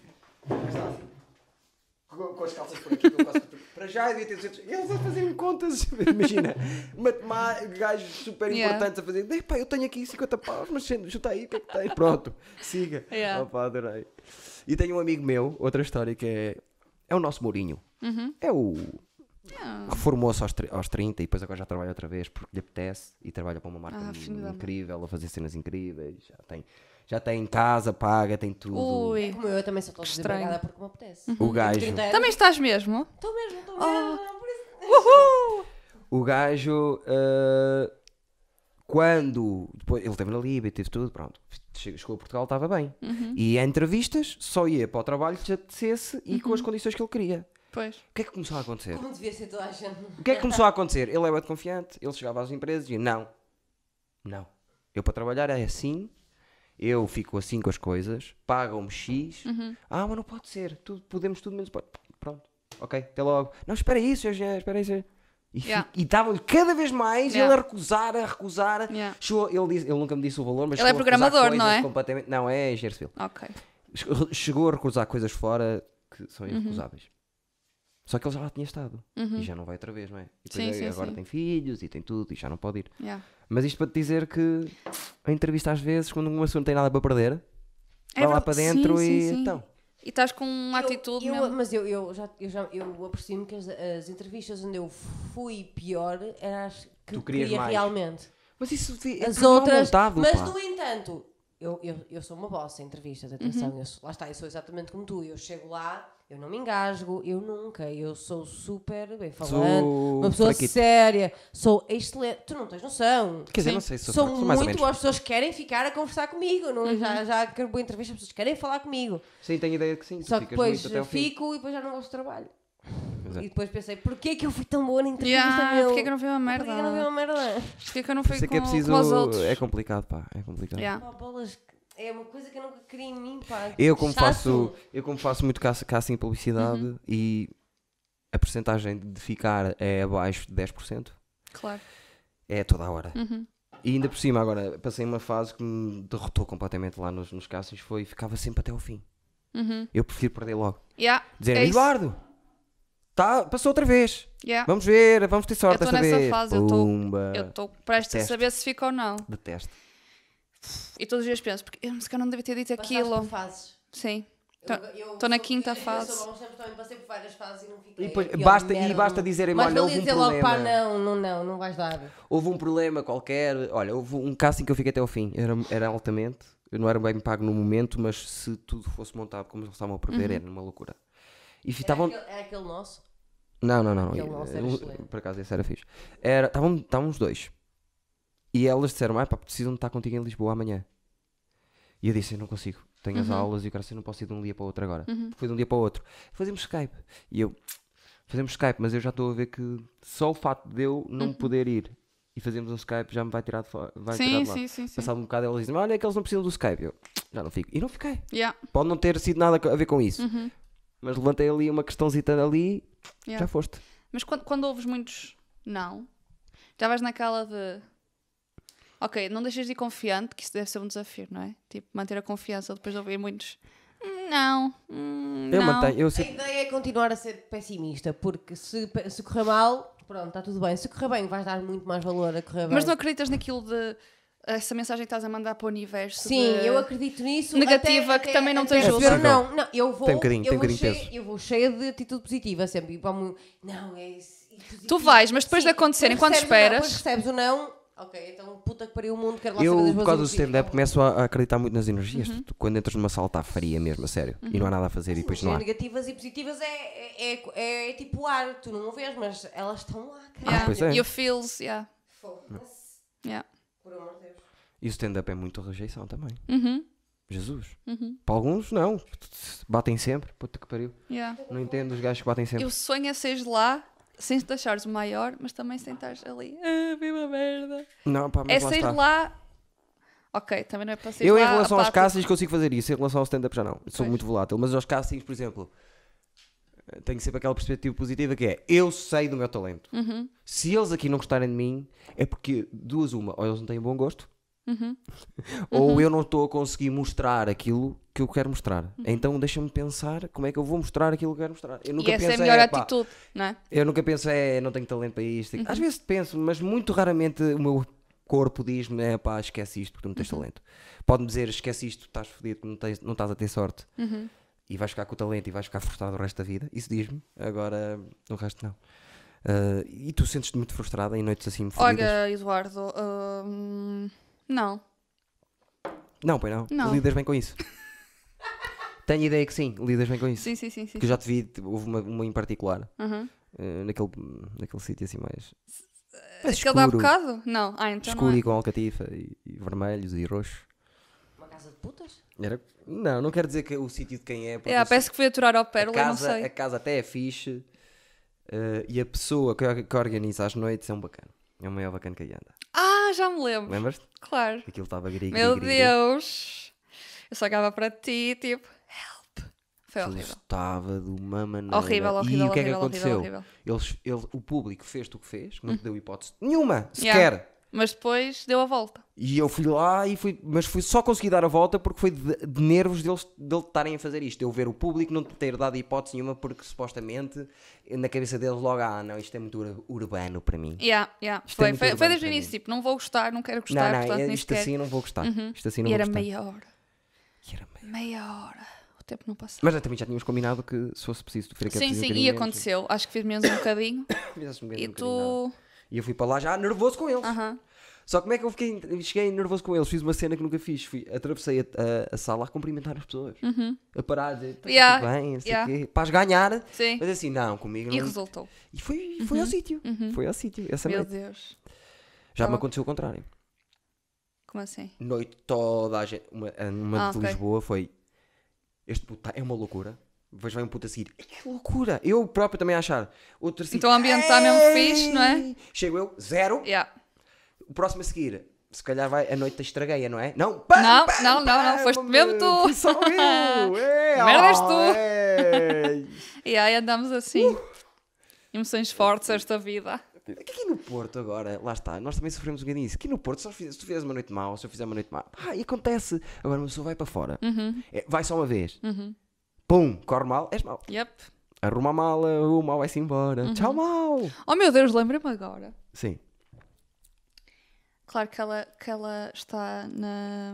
S2: com com as calças por aqui, com o calço por aqui. para já eu devia ter 200. Eles a fazerem contas, imagina, matemá- gajos super
S1: Yeah.
S2: importantes a fazer. Epá, eu tenho aqui 50 paus, mas chuta aí, o que é que tem? Pronto, siga.
S1: Yeah.
S2: Opa, adorei. E tenho um amigo meu, outra história que é. É o nosso Mourinho.
S1: Uhum.
S2: É o.
S1: Ah.
S2: Reformou-se aos, tre- aos 30 e depois agora já trabalha outra vez porque lhe apetece e trabalha para uma marca
S1: Ah, filho da mãe.
S2: incrível, a fazer cenas incríveis. Já tem, já tem casa paga, tem tudo.
S1: Ui.
S3: É Como eu, eu também só estou desempregada porque me apetece.
S2: O Uhum. gajo. Oh.
S3: Estou
S1: Também estás mesmo?
S3: mesmo, estou mesmo. por isso-
S1: Uhul!
S2: O gajo, ah, quando. Depois, ele esteve na Líbia, teve tudo, pronto. Chegou chegou a Portugal, estava bem. E em entrevistas, só ia para o trabalho que lhe apetecesse e com as condições que ele queria.
S1: Pois.
S2: O que é que começou a acontecer?
S3: Como devia ser toda a gente.
S2: O que é que começou a acontecer? Ele é muito confiante, ele chegava às empresas e dizia, não, não, eu para trabalhar é assim, eu fico assim com as coisas, pagam-me X,
S1: Uhum.
S2: ah, mas não pode ser, tudo, podemos tudo menos, pode. pronto, ok, até logo, não, espera aí, senhor engenheiro, espera aí, senhor. E fi-
S1: Yeah.
S2: e davam-lhe cada vez mais, e
S1: Yeah.
S2: ele a recusar, a recusar,
S1: Yeah.
S2: chegou, ele, disse- ele nunca me disse o valor, mas
S1: Ele é
S2: chegou a recusar
S1: programador, não
S2: coisas
S1: é?
S2: Completamente, não, é engenheiro civil.
S1: Ok.
S2: Che- Chegou a recusar coisas fora que são
S1: Uhum.
S2: irrecusáveis. Só que ele já lá tinha estado. E já não vai outra vez, não é? E depois
S1: Sim,
S2: é-
S1: sim,
S2: agora
S1: sim.
S2: tem filhos e tem tudo e já não pode ir.
S1: Yeah.
S2: Mas isto para te dizer que a entrevista às vezes, quando um assunto não tem nada para perder, vai lá
S1: É verdade.
S2: para dentro
S1: Sim,
S2: e
S1: sim, sim.
S2: então.
S1: E estás com uma
S3: Eu-
S1: atitude
S3: eu-
S1: mesmo.
S3: Mas eu, eu, já, eu, já, eu aprecio-me que as, as entrevistas onde eu fui pior eram as que
S2: Tu querias
S3: queria
S2: mais.
S3: realmente.
S2: Mas isso devia- é
S3: As
S2: tudo mal
S3: outras.
S2: montado,
S3: mas,
S2: pá.
S1: é-
S3: no entanto, eu, eu, eu sou uma bossa em entrevistas, atenção.
S1: Uhum.
S3: eu sou- lá está, eu sou exatamente como tu. Eu chego lá, eu não me engasgo, eu nunca. Eu sou super bem falante,
S2: Sou
S3: uma pessoa
S2: fraquito.
S3: séria, sou excelente. Tu não tens noção.
S2: Quer dizer,
S1: Sim.
S2: não sei se sou,
S3: Sou
S2: fraco, sou mais ou
S3: muito
S2: menos.
S3: boas as pessoas que querem ficar a conversar comigo. Não, é?
S1: Uhum.
S3: Já, já acabou a entrevista, as pessoas querem falar comigo.
S2: Sim, tenho ideia que sim. tu
S3: Só que
S2: ficas
S3: depois
S2: muito até ao fim.
S3: fico e depois já não gosto de trabalho.
S2: Pois é.
S3: E depois pensei, porquê que eu fui tão boa na entrevista,
S1: Yeah,
S3: meu?
S1: porquê que eu não vi uma merda?
S3: Porquê que eu não vi uma merda?
S1: Porquê que eu não
S2: Por
S1: fui
S2: isso é
S1: com,
S2: que é preciso.
S1: com os outros?
S2: É complicado, pá. É complicado.
S1: Yeah.
S3: Pá, bolas, é uma coisa que eu nunca queria em mim, pá.
S2: Eu como,
S3: Chato.
S2: faço, eu como faço muito caça- caça em publicidade
S1: Uhum.
S2: e a percentagem de ficar é abaixo de 10%,
S1: Claro.
S2: é toda a hora.
S1: Uhum.
S2: E ainda por cima, agora, passei uma fase que me derrotou completamente lá nos, nos castings, foi ficava sempre até ao fim.
S1: Uhum.
S2: Eu prefiro perder logo.
S1: Yeah.
S2: Dizer,
S1: é isso.
S2: Eduardo, tá, passou outra vez.
S1: Yeah.
S2: Vamos ver, vamos ter sorte
S1: Eu tô
S2: desta
S1: nessa
S2: vez.
S1: fase, eu tô-
S2: Pumba.
S1: Eu estou prestes a
S2: Detesto.
S1: saber se fica ou não.
S2: Detesto.
S1: E todos os dias penso, porque eu, se calhar não devia ter dito
S3: Passaste por
S1: aquilo.
S3: fases.
S1: Sim. Então,
S3: Eu-
S1: Tô-
S3: eu
S1: tô na
S3: sou-
S1: quinta
S3: eu-
S1: fase.
S3: Eu sou bom, sempre também passei por várias fases e não fiquei.
S2: E depois,
S3: pior
S2: basta- e
S3: merda.
S2: basta dizerem-me,
S3: Mas
S2: olha,
S3: valia
S2: houve um
S3: dizer logo, pá,
S2: problema.
S3: não, não, não, não vais dar.
S2: Houve um problema qualquer, olha, houve um casting que eu fiquei até ao fim, era, era altamente, eu não era bem pago no momento, mas se tudo fosse montado como eles estavam a prever, era uma loucura. E estavam.
S3: Aquele- É aquele nosso.
S2: Não, não, não, não.
S1: é um
S3: Aquele nosso era
S2: eu-
S3: excelente.
S2: por acaso esse era fixe. Era- Estavam estavam os dois. E elas disseram, ah, pá, precisam de estar contigo em Lisboa amanhã. E eu disse, eu não consigo, tenho
S1: Uhum.
S2: as aulas e o cara, eu não posso ir de um dia para o outro agora. Foi de um dia para o outro. Fazemos Skype. E eu, fazemos Skype, mas eu já estou a ver que só o fato de eu não poder ir e fazermos um Skype já me vai tirar de fora. Vai
S1: Uhum.
S2: tirar
S1: Sim,
S2: de lado.
S1: sim, sim, sim.
S2: Passado um bocado elas dizem, olha que eles não precisam do Skype. Eu já não fico. E não fiquei.
S1: Yeah.
S2: Pode não ter sido nada a ver com isso. Mas levantei ali uma questãozita ali,
S1: Uhum. Yeah.
S2: já foste.
S1: Mas quando, quando ouves muitos não, já vais naquela de. Ok, não deixas de ir confiante, que isso deve ser um desafio, não é? Tipo, manter a confiança depois de ouvir muitos. "Hum, Não. hum,
S2: Eu
S1: não.
S2: mantenho, eu
S3: A
S2: sempre.
S3: ideia é continuar a ser pessimista, porque se, pe- se correr mal, pronto, está tudo bem. Se correr bem, vais dar muito mais valor a correr bem.
S1: Mas não acreditas naquilo de. Essa mensagem que estás a mandar para o universo.
S3: Sim,
S1: de-
S3: eu acredito nisso.
S1: Negativa, que também não te ajuda.
S3: perceber, Não, não, eu vou.
S2: Tem um bocadinho,
S3: eu
S2: tem um
S3: vou
S2: bocadinho
S3: cheia,
S2: peso.
S3: Eu vou cheia de atitude positiva sempre. E para o não, é isso. é positivo.
S1: Tu vais, mas depois de acontecer,
S3: depois
S1: enquanto
S3: recebes o não,
S1: esperas-
S3: Depois recebes o não, ok, então puta que pariu o mundo,
S1: É,
S3: quero lá saber
S2: Eu,
S3: das
S2: por
S3: boas
S2: causa do
S3: notícias.
S2: stand-up, começo a a acreditar muito nas energias.
S1: Uhum.
S2: Tu- tu- Quando entras numa sala, está fria mesmo, a sério. E não há nada a fazer, e depois não há.
S3: Negativas e positivas é, é, é, é tipo o ar, tu não o vês, mas elas estão lá, cara.
S1: Yeah.
S2: pois é.
S1: Your feels, yeah.
S3: Foda-se,
S1: yeah.
S3: por amor de Deus.
S2: E o stand-up é muito rejeição também.
S1: Uhum,
S2: Jesus. Para alguns, não. Batem sempre. Puta que pariu.
S1: yeah.
S2: Não entendo os gajos que batem sempre.
S1: Eu sonho é seres lá sem te achares o maior, mas também sem estares ali. Ah, viva merda.
S2: Não, pá, mas
S1: é
S2: lá
S1: sair
S2: está.
S1: lá. Ok, também não é para sair
S2: Eu,
S1: lá.
S2: em relação
S1: a
S2: aos
S1: pato.
S2: castings, consigo fazer isso. Em relação ao stand-up, já não. Sou
S1: Pois.
S2: muito volátil. Mas aos castings, por exemplo, tenho sempre aquela perspectiva positiva que é eu sei do meu talento.
S1: Uhum.
S2: Se eles aqui não gostarem de mim, é porque duas uma, ou eles não têm bom gosto,
S1: Uhum.
S2: ou eu não estou a conseguir mostrar aquilo que eu quero mostrar. Então deixa-me pensar como é que eu vou mostrar aquilo que eu quero mostrar. Eu nunca
S1: Uhum. e essa é a
S2: pensei,
S1: melhor
S2: "Epá,
S1: atitude, não é?
S2: eu nunca penso, é, não tenho talento para isto.
S1: Uhum.
S2: Às vezes penso, mas muito raramente o meu corpo diz-me, é pá, esquece isto porque tu não
S1: Uhum.
S2: tens talento. Pode-me dizer, esquece isto, estás fodido, não, tens, não estás a ter sorte.
S1: Uhum.
S2: E vais ficar com o talento e vais ficar frustrado o resto da vida. Isso diz-me, agora o resto não. Ah, e tu sentes-te muito frustrada em noites assim fodidas?
S1: Olha, Eduardo, hum, não.
S2: Não, pois não.
S1: Não.
S2: Lidas bem com isso. Tenho ideia que sim, lidas bem com isso.
S1: Sim, sim, sim, sim.
S2: Que eu já te vi, te- houve uma, uma em particular,
S1: Uhum.
S2: ah, naquele, naquele sítio assim mais
S1: Aquele dá
S2: tá escuro.
S1: bocado? Não. Ah, então
S2: escuro
S1: não é.
S2: e com alcatifa, e, e vermelhos e roxos.
S3: Uma casa de putas?
S2: Era- Não, não quero dizer que é o sítio de quem é, porque
S1: É,
S2: eu sei-
S1: parece que fui aturar ao
S2: a,
S1: Pérola, não
S2: casa, a
S1: sei.
S2: casa até é fixe eh, e a pessoa que, que organiza as noites é um bacana. É o maior bacana que aí anda.
S1: Ah, já me lembro.
S2: Lembras-te?
S1: Claro.
S2: Aquilo estava gris,
S1: Meu Deus. Eu só olhava para ti, tipo, help. Foi
S2: Aquilo
S1: é horrível.
S2: estava de uma maneira.
S1: Horrível, horrível,
S2: E o que é que
S1: horrível,
S2: aconteceu?
S1: horrível, horrível.
S2: Eles, ele- o público fez o que fez, não te deu hipótese nenhuma, sequer.
S1: Yeah. Mas depois deu a volta.
S2: E eu fui lá e fui, mas fui só conseguir dar a volta porque foi de, de nervos deles dele estarem a fazer isto. Eu ver o público não ter dado hipótese nenhuma porque supostamente na cabeça deles logo, ah, não, isto é muito ur- urbano para mim.
S1: Yeah, yeah.
S2: Isto é
S1: Foi,
S2: muito
S1: foi, foi
S2: urbano
S1: desde o
S2: para
S1: início,
S2: mim.
S1: tipo, não vou gostar, não quero gostar,
S2: não, não,
S1: portanto, nem
S2: isto
S1: sequer.
S2: assim não vou gostar. Isto assim não
S1: Uhum. E
S2: vou
S1: era
S2: gostar.
S1: meia hora.
S2: E era meio.
S1: Meia hora. O tempo não passava.
S2: Mas nós também já tínhamos combinado que um se fosse preciso tu ficaria
S1: sim, sim, e aconteceu. Acho que fiz menos um bocadinho.
S2: um
S1: e tu.
S2: E eu fui para lá já nervoso com eles. Só como é que eu fiquei, cheguei nervoso com eles? Fiz uma cena que nunca fiz. Fui, atravessei a, a- a sala a cumprimentar as pessoas. A parar, a dizer, "Tá
S1: Uhum. Yeah,
S2: tudo bem, não sei o
S1: yeah.
S2: quê. Para as ganhar.
S1: Sim.
S2: Mas assim, não, comigo
S1: E
S2: não.
S1: resultou.
S2: E foi, foi ao sítio. Foi ao sítio. Essa
S1: Meu
S2: noite.
S1: Deus.
S2: Já me
S1: Tá.
S2: aconteceu o contrário.
S1: Como assim?
S2: Noite toda a gente. Uma, uma
S1: Ah,
S2: de
S1: ok.
S2: Lisboa foi. Este puto tá- é uma loucura. Depois vai um puto a seguir. "Ei, Que loucura! Eu próprio também a achar. Outro assim,
S1: Então o ambiente tá mesmo
S2: "Ei!"
S1: fixe, não é?
S2: Chego eu, zero.
S1: Yeah.
S2: O próximo a seguir, se calhar vai a noite da estragueia, não é? Não, pá,
S1: Não,
S2: pá,
S1: não, não,
S2: pá,
S1: não, foste
S2: pá,
S1: mesmo tu.
S2: fui Só eu! é,
S1: Merda és tu.
S2: tu!
S1: E aí andámos assim.
S2: Uh.
S1: Emoções fortes esta vida.
S2: Aqui no Porto agora, lá está, nós também sofremos um bocadinho isso. Aqui no Porto, se, nós fiz- se tu fizeres uma noite mal, se eu fizer uma noite mal, pá, e acontece. Agora uma pessoa vai para fora,
S1: Uhum.
S2: É, vai só uma vez, pum, corre mal, és mau.
S1: Yep.
S2: Arruma a mala, o mal vai-se embora,
S1: Uhum.
S2: tchau mal.
S1: Oh meu Deus, lembrei-me agora.
S2: Sim,
S1: Claro que ela, que ela está na,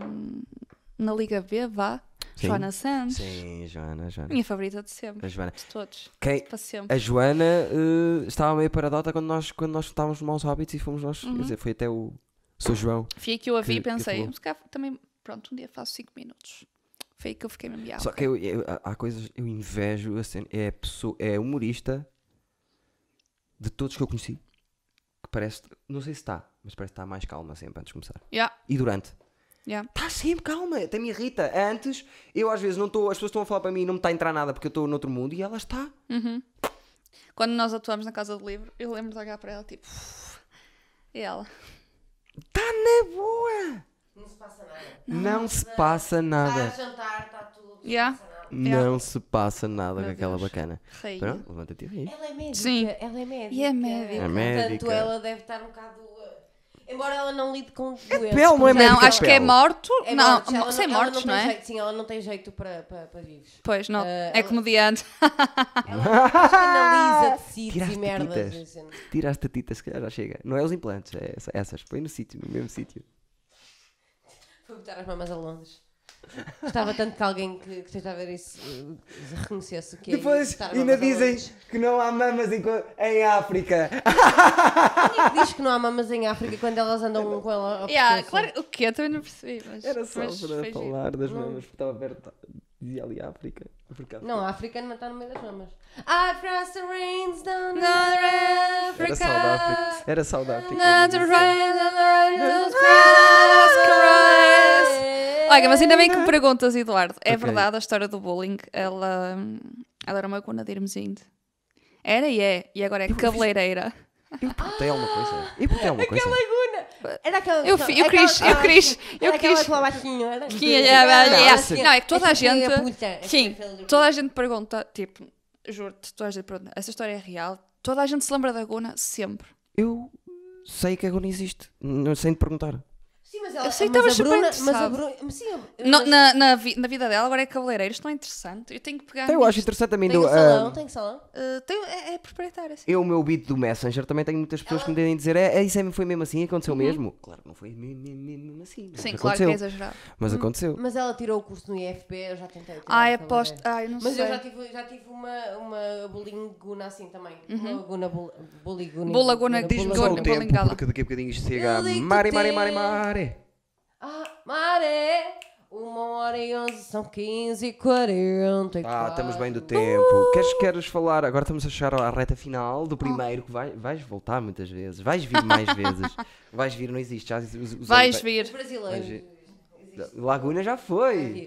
S1: na Liga B, vá.
S2: Sim.
S1: Joana Santos.
S2: sim, Joana, Joana.
S1: Minha favorita de
S2: A
S1: sempre.
S2: Joana.
S1: De todos.
S2: Quem,
S1: Para sempre.
S2: A Joana eh, estava meio paradota quando nós, quando nós estávamos nos Maus Hobbits e fomos nós.
S1: Uhum.
S2: Quer dizer, foi até o Sou João.
S1: Fui aí que eu a vi e
S2: que- que
S1: pensei,
S2: falou.
S1: se calhar também, pronto, um dia faço 5 minutos. Foi aí que eu fiquei mesmo, yeah,
S2: Só que
S1: Ah, ok.
S2: eu, eu- há- há coisas, eu invejo, assim, é, pessoa, é humorista de todos que eu conheci. Que parece, não sei se está, mas parece que está mais calma sempre antes de começar.
S1: Yeah,
S2: E durante.
S1: yeah.
S2: Está sempre calma, até me irrita. Antes, eu às vezes não estou, as pessoas estão a falar para mim e não me está a entrar nada porque eu estou noutro mundo e ela está.
S1: Quando nós atuámos na Casa do Livro, eu lembro de olhar para ela, tipo... "Uf", E ela...
S2: Está na boa!
S3: Não se passa nada.
S2: Não, se passa
S3: Está a
S2: nada.
S3: jantar, está tudo.
S1: Yeah. Yeah.
S2: Não se passa nada
S1: Meu
S2: com aquela
S1: Deus.
S2: bacana.
S1: Rainha.
S2: Pronto, levanta-te e ri.
S3: Ela é médica.
S1: Sim.
S3: Ela é médica.
S1: E é médica.
S2: É médica.
S3: Portanto, ela deve estar um bocado. uh, Embora ela não lide com doenças.
S2: pele, não é
S3: com-
S1: Não,
S2: médica
S1: acho que é
S2: pele.
S1: morto.
S3: É
S1: não,
S3: mortos, ela
S1: sem
S3: ela
S1: mortos, não,
S3: tem
S1: é?
S3: Jeito, sim, ela não tem jeito para, para, para vivos.
S1: Pois, não.
S3: Eh,
S1: é
S3: ela-
S1: comediante.
S3: Analisa tecidos
S2: Tira
S3: e
S2: as
S3: merdas.
S2: tetitas.
S3: assim.
S2: Tira as tatitas, se calhar já chega. Não é os implantes, é essa- essas. Põe no sítio, no mesmo sítio.
S3: Foi botar as mamas a Londres. Gostava tanto que alguém que, que esteja a ver isso eh, reconhecesse o que é isso, botar as mamas a Londres.
S2: que não há mamas em, África.
S3: Quem é que diz que não há mamas em África quando elas andam com ela ao
S1: Yeah,
S3: pescoço?
S1: claro, o que eu também não percebi, mas...
S2: Era só
S1: mas
S2: para
S1: foi giro.
S2: falar das mamas, porque estava perto. Dizia ali África. Porque há-
S3: Não, a África não está no meio das mamas. I press the rains down
S1: Não, não,
S2: Era só da África. Era só da África.
S1: Another rain, another rain, Christ. Olha, mas ainda bem que me perguntas, Eduardo. É
S2: Ah. Ok.
S1: verdade a história do bullying. Ela, ela era uma cona de Irmesinde. Era e é. E agora é cabeleireira.
S2: Eu perguntei alguma coisa. Eu perguntei alguma coisa.
S3: Aquela laguna! Era aquela.
S1: Eu fi- eu
S3: aquela-
S1: quis, eu
S3: aquela-
S1: quis, eu
S3: era aquela
S1: quis.
S3: com a baixinha, era? assim.
S1: Que é- é- é-
S2: Não, assim,
S1: é-
S2: essa-
S1: Não, é que toda a
S3: Essa filha
S1: gente.
S3: da puta, essa
S2: é
S1: Sim,
S3: filha da puta.
S1: toda a gente pergunta, tipo, Juro-te, tu vais dizer, pronto, essa história é real. Toda a gente se lembra da Gona sempre.
S2: Eu sei que a Gona existe, não sei te perguntar.
S3: Sim, mas ela
S1: Eu sei que
S3: mas
S1: estavas
S3: a
S1: super
S3: Bruna, mas a
S1: interessado.
S3: Bruna, mas sim, eu-
S1: No-
S3: mas
S1: na, na, vi- na vida dela, agora é cabeleireiro. Isto não é interessante. Eu tenho que pegar.
S2: Então, eu
S1: nisto.
S2: acho interessante também.
S3: tem
S2: do-
S3: um
S1: é-
S3: salão,
S2: ah,
S3: tem salão.
S1: Eh, tenho- é, é proprietário, assim.
S2: eu, o meu beat do Messenger, também tenho muitas pessoas que me devem dizer: é, é, isso é- foi mesmo assim, aconteceu mesmo. Claro, não foi mesmo, mesmo, mesmo assim. mas
S1: Uhum. Sim, claro que
S2: aconteceu.
S1: é Uhum. exagerado.
S2: Mas aconteceu.
S3: Mas ela tirou o curso no IFP, eu já tentei. tirar,
S1: Ai,
S3: estava a
S1: aposto.
S3: ver.
S1: Ai, eu não
S3: Mas
S1: sei.
S3: eu já tive, já tive uma, uma bulinguna assim também. Uma guna bul- buliguna.
S1: Uhum. Bulaguna diz-
S2: Diz-me
S1: Bola-
S2: só o
S1: bola
S2: tempo,
S1: em gala.
S2: porque daqui a bocadinho isto
S3: Eu
S2: chega.
S3: digo
S2: Mari,
S3: que
S2: Mari,
S3: tem.
S2: Mari, Mari.
S3: Ah, maré! Uma hora e onze, são 15 e 40
S2: Ah, estamos bem do
S1: Uh!
S2: tempo. Queres, queres falar? Agora estamos a chegar à reta final
S1: Oh.
S2: do primeiro, que vai- vais voltar muitas vezes. Vais vir mais vezes. Vais vir, não existe. Já, us- usei-
S1: Vais
S3: Os
S1: vir.
S3: brasileiros.
S2: Laguna já foi.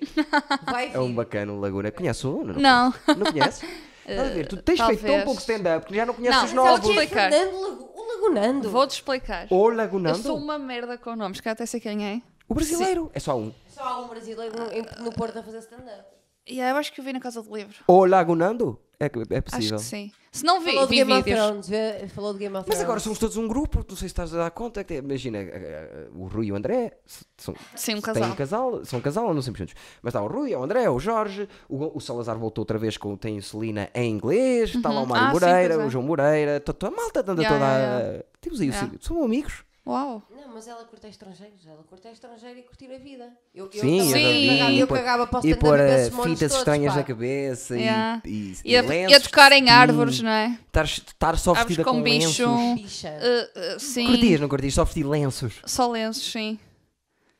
S3: Vai vir.
S2: É um bacana o Laguna. Conhece o Laguna?
S1: Não. Uh,
S2: Não conheces? Estás a ver? Tu tens feito tão
S1: talvez.
S2: pouco stand-up que já não conheces
S1: Não,
S2: os
S1: mas ela
S3: Sabe
S2: novos.
S3: quem é
S1: Explicar.
S3: Fernando Lago- O Lagunando.
S1: Vou-te explicar.
S2: Ou
S1: Eu
S2: Lagunando?
S1: sou uma merda com nomes, que eu até sei quem é.
S2: O brasileiro. É só um.
S3: Só há um brasileiro no, em- no Porto a fazer stand-up.
S1: E yeah, eu acho que eu vi na Casa do Livro.
S2: Ou Lagunando? É, que- é
S1: Acho
S2: possível.
S1: que sim. Se não vi,
S3: Falou de
S1: vi
S3: Game of
S1: vídeos.
S3: Thrones. vê- Falou de Game
S2: Mas
S3: of Thrones.
S2: agora somos todos um grupo, não sei se estás a dar conta. que- Imagina, eh, eh, o Rui e o André s- são,
S1: Sim, um
S2: têm
S1: casal.
S2: um casal, são um casal, andam sempre juntos. Mas está o Rui, é o André, o Jorge, o, o Salazar voltou outra vez com tem o Celina em inglês, está lá o Mário
S1: Ah, sim,
S2: Moreira,
S1: pois é.
S2: o João Moreira, to- to- a malta anda
S1: Ya,
S2: toda.
S1: ya,
S2: a- Temos aí, o
S1: Ya.
S2: Cílio, são amigos.
S1: Uau.
S3: Não, mas ela curta estrangeiros. Ela curta estrangeiro e curtir a vida. Eu, eu
S2: Sim,
S3: também
S2: eu já vi,
S3: cagava- eu
S2: pô-
S3: cagava para o
S2: E
S3: stand-up
S2: pôr eh,
S3: desses monos
S2: fitas
S3: todos,
S2: estranhas
S3: pá.
S2: na cabeça
S1: Ya.
S2: e,
S1: E a, e a
S2: lenços, Hum.
S1: tocar em
S2: e
S1: árvores, não é?
S2: Estar, estar só
S1: Árvores
S2: vestida
S1: com
S2: com,
S1: bicho.
S2: lenços.
S3: Bicha.
S1: Uh, uh, sim.
S2: Curtias, não curtias? Só vestir lenços.
S1: Só lenços, sim.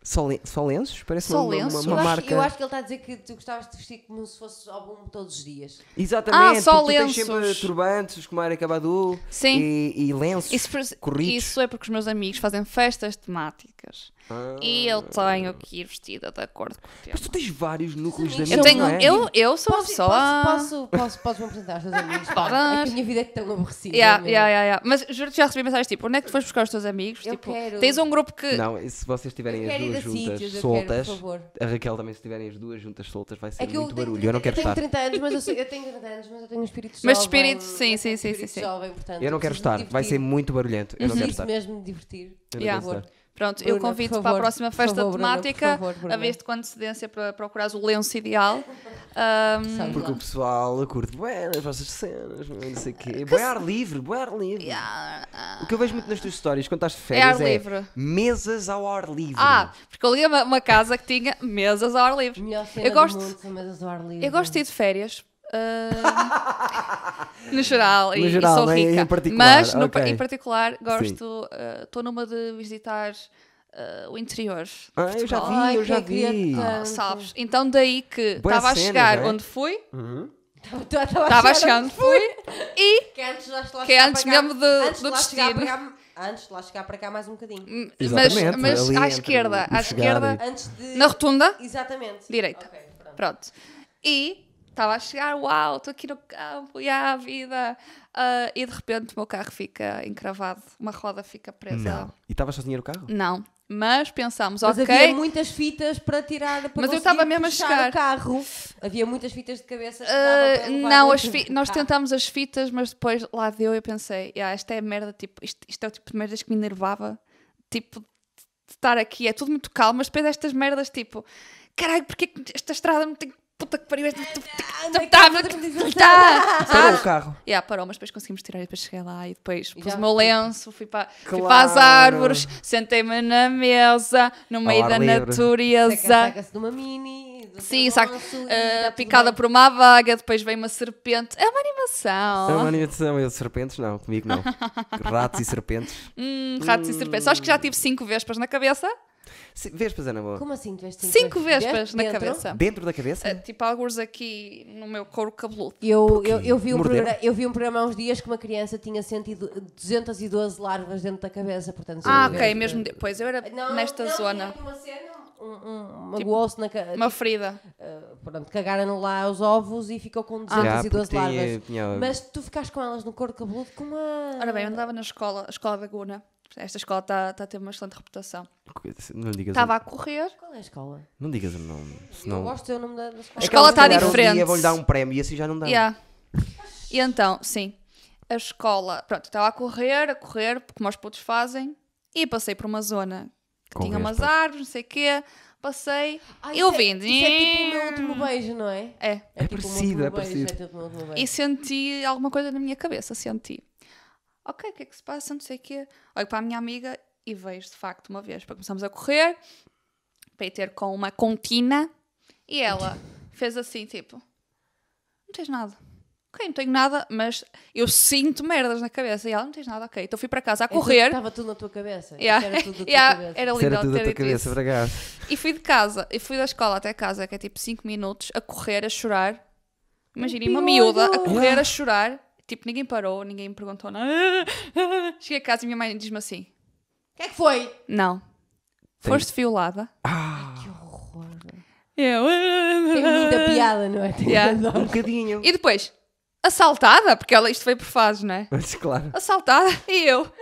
S2: Só, len- só lenços? Parece
S1: Só
S2: uma, uma-
S1: lenços?
S2: uma
S3: eu,
S2: marca.
S3: acho, eu acho que ele está a dizer que tu gostavas de vestir como se fosse álbum todos os dias.
S2: Exatamente,
S1: Ah, só
S2: porque tu tens sempre
S1: lenços.
S2: turbantes, como era Cabadu
S1: Sim.
S2: E, e lenços,
S1: Isso, por-
S2: corridos.
S1: isso é porque os meus amigos fazem festas temáticas.
S2: Ah.
S1: E eu tenho que ir vestida de acordo com o tema.
S2: Mas tu tens vários núcleos da
S3: amigos
S1: Eu
S2: mente,
S1: tenho.
S2: não é?
S1: Eu, eu sou uma
S3: Posso,
S1: pessoa.
S3: posso, posso, posso, posso me apresentar aos teus amigos? pá?
S1: Claro.
S3: É que a minha vida é tão aborrecida.
S1: Yeah,
S3: meu.
S1: yeah, yeah, yeah. Mas juro-te, já recebi mensagens tipo: onde é que tu foste buscar os teus amigos?
S3: Eu
S1: tipo,
S3: quero.
S1: tens um grupo que.
S2: Não, e se vocês tiverem
S3: Eu
S2: as
S3: quero ir
S2: duas
S3: a
S2: juntas
S3: sítios, eu quero, por
S2: soltas,
S3: favor.
S2: a Raquel também, se tiverem as duas juntas soltas, vai ser
S3: É que
S2: muito
S3: eu
S2: barulho.
S3: Tenho,
S2: eu não quero
S3: tenho
S2: estar.
S3: 30 anos, mas eu, sou- eu tenho 30 anos, mas eu tenho um espírito jovem.
S1: Mas espírito, sim,
S3: eu
S1: sim,
S3: tenho um
S1: sim,
S3: espírito
S1: sim, sim.
S3: jovem, portanto,
S2: Eu não quero
S3: preciso me
S2: estar, vai ser
S3: divertir.
S2: muito barulhento. Eu não quero
S3: Preciso
S2: estar.
S3: mesmo me divertir.
S2: Eu não
S1: Yeah.
S2: quero estar.
S1: Pronto, eu
S3: Bruna, por
S1: convido-te para a
S3: favor,
S1: próxima
S3: por
S1: festa
S3: favor, Bruna, por
S1: temática,
S3: favor, Bruna.
S1: a vez-te com antecedência para procurares o lenço ideal. Ahm,
S3: Sabe
S2: Porque
S3: lá.
S2: o pessoal curte bué as vossas cenas, não sei o quê. Bué ar livre, bué ar livre.
S1: yeah, ah.
S2: O que eu vejo muito nas tuas histórias quando estás de
S1: É ar
S2: férias é,
S1: livre.
S2: mesas ao ar livre.
S1: Ah, porque eu li uma, uma casa que tinha mesas ao ar livre.
S3: Melhor cena
S1: Eu gosto,
S3: do mundo, são mesas ao ar livre.
S1: eu gosto de ir de férias. ah, no geral, e,
S2: No
S1: e
S2: geral,
S1: sou
S2: né, em
S1: rica.
S2: particular,
S1: Mas no-
S2: ok.
S1: em particular, gosto. Estou numa de visitar ah, o interior. de
S2: Ah, eu já
S1: Portugal.
S2: vi,
S3: Ai,
S2: eu já
S3: quem queria
S2: vi.
S3: tanto.
S1: Ah, Sabes? Então, daí que
S2: Boas
S1: estava a
S2: cenas,
S1: chegar
S2: não é?
S1: onde fui,
S3: Estava
S1: estava a chegar onde fui e
S3: Que antes de lá chegar
S1: Que é antes
S3: para cá-
S1: mesmo do-
S3: antes de
S1: do
S3: lá chegar para
S1: destino.
S3: cá- Antes de lá chegar para cá mais um bocadinho.
S1: Hum. mas,
S2: Exatamente,
S1: mas
S2: ali
S1: à
S2: entre
S1: esquerda,
S2: o
S1: à
S2: chegar
S1: esquerda,
S3: Antes de...
S1: na rotunda,
S3: Exatamente.
S1: direita.
S3: Ok, pronto.
S1: Pronto. E estava a chegar, uau, estou aqui no campo, e há a vida. Ah, e de repente o meu carro fica encravado, uma roda fica presa.
S2: Não. E estavas sozinha no carro?
S1: Não. Mas pensámos,
S3: Mas
S1: ok,
S3: havia muitas fitas para tirar, para
S1: Mas eu
S3: conseguir
S1: estava mesmo a
S3: puxar
S1: chegar.
S3: o carro. Havia muitas fitas de cabeça. que dava
S1: ah,
S3: para levar Tá.
S1: não, as
S3: dentro
S1: fi-
S3: do
S1: nós
S3: carro.
S1: tentámos as fitas, mas depois lá deu e eu pensei, "Ya, esta é merda, tipo, isto, isto é o tipo de merdas que me enervava, tipo, de estar aqui, é tudo muito calmo, mas depois estas merdas, tipo, caralho, porque é que esta estrada me tem puta que pariu, esta-
S3: anda,
S1: Tá,
S3: que tudo
S1: tá,
S2: Parou o carro.
S1: Yeah, parou, mas depois conseguimos tirar e depois cheguei lá e depois pus
S3: já
S1: o meu
S3: fui.
S1: lenço, fui para, fui
S2: Claro.
S1: para as árvores, sentei-me na mesa, no meio
S2: ar
S1: da
S2: livre.
S1: natureza.
S3: Saca- Saca-se de uma mini. do
S1: Sim,
S3: seu
S1: saco,
S3: bolso e
S1: eh,
S3: tá tudo
S1: picada
S3: bem.
S1: por uma vaga, depois vem uma serpente. É uma
S2: É uma
S1: animação.
S2: animação, eu de serpentes não, comigo não. Ratos e serpentes.
S1: Hum, ratos e serpentes. Acho que já tive cinco vespas na cabeça.
S2: Se- Vespas é na boa.
S3: Como assim tiveste
S1: Cinco vespas
S3: Deste
S1: na
S3: dentro?
S1: cabeça.
S2: Dentro da
S1: Eh,
S2: cabeça?
S1: tipo, alguns aqui no meu couro cabeludo.
S3: Eu, eu, eu, vi um
S2: Morderam?
S3: programa, eu vi um programa há uns dias que uma criança tinha sentido 212 larvas dentro da cabeça, portanto...
S1: Ah,
S3: são
S1: ok,
S3: vespas.
S1: mesmo. de- Pois eu era
S3: Não,
S1: nesta
S3: não, tinha
S1: zona. Tipo,
S3: aqui uma cena, um, um, uma gosto na ca...
S1: Uma ferida.
S3: Uh, pronto, cagaram lá os ovos e ficou com
S2: Ah,
S3: 212
S2: porque tinha-
S3: larvas.
S2: tinha-
S3: Mas tu ficaste com elas no couro cabeludo com uma.
S1: Ora bem, eu andava na escola, a escola da Guna. Esta escola está a ter uma excelente reputação.
S2: Não digas,
S1: Estava a correr.
S3: Qual é a escola?
S2: não digas o nome.
S3: Eu
S2: Senão...
S3: gosto do nome da, da escola. tá é
S1: A escola
S2: se
S1: está
S2: calhar um
S1: diferente.
S2: dia vão-lhe dar um prémio e assim já não dá.
S1: Yeah. E então, sim, a escola, pronto, estava a correr, a correr, como os putos fazem, e passei por uma zona que
S2: Com
S1: tinha umas
S2: vespas.
S1: árvores, não sei o quê, passei,
S3: Ah,
S1: eu
S3: isso
S1: vim.
S3: É, isso é tipo o meu último beijo, não é?
S1: É,
S2: É
S3: tipo o meu
S2: parecido,
S3: último
S2: é
S3: beijo,
S2: parecido.
S3: É tipo o meu último beijo.
S1: e senti alguma coisa na minha cabeça, senti. Ok, o que é que se passa? Não sei o quê. Olho para a minha amiga e vejo de facto uma vez. Para começamos a correr, para ir ter com uma contina e ela fez assim, tipo, não tens nada. Ok, não tenho nada, mas eu sinto merdas na cabeça. E ela, não tens nada, ok. Então fui para casa a
S3: Então,
S1: correr.
S3: Estava tudo na tua cabeça.
S1: Yeah,
S3: Isso Era tudo na tua
S1: yeah,
S3: cabeça.
S1: era
S2: Isso
S1: lindo
S2: era
S1: ela
S2: tudo
S1: ter
S2: a tua
S1: dito isso.
S2: cabeça, para cá.
S1: E fui de casa, e fui da escola até casa, que é tipo 5 minutos, a correr, a chorar. Imaginem uma
S3: piolho!
S1: miúda a correr, a chorar. Tipo, ninguém parou, ninguém me perguntou nada. Cheguei a casa e minha mãe diz-me assim:
S3: O que é que foi?
S1: Não, foste violada.
S2: Ah,
S3: Que horror.
S1: Eu.
S3: Tem muita piada, não é?
S1: Yeah.
S2: Um bocadinho.
S1: E depois, assaltada, porque ela, isto veio por fases, não é?
S2: Mas claro.
S1: Assaltada, e eu.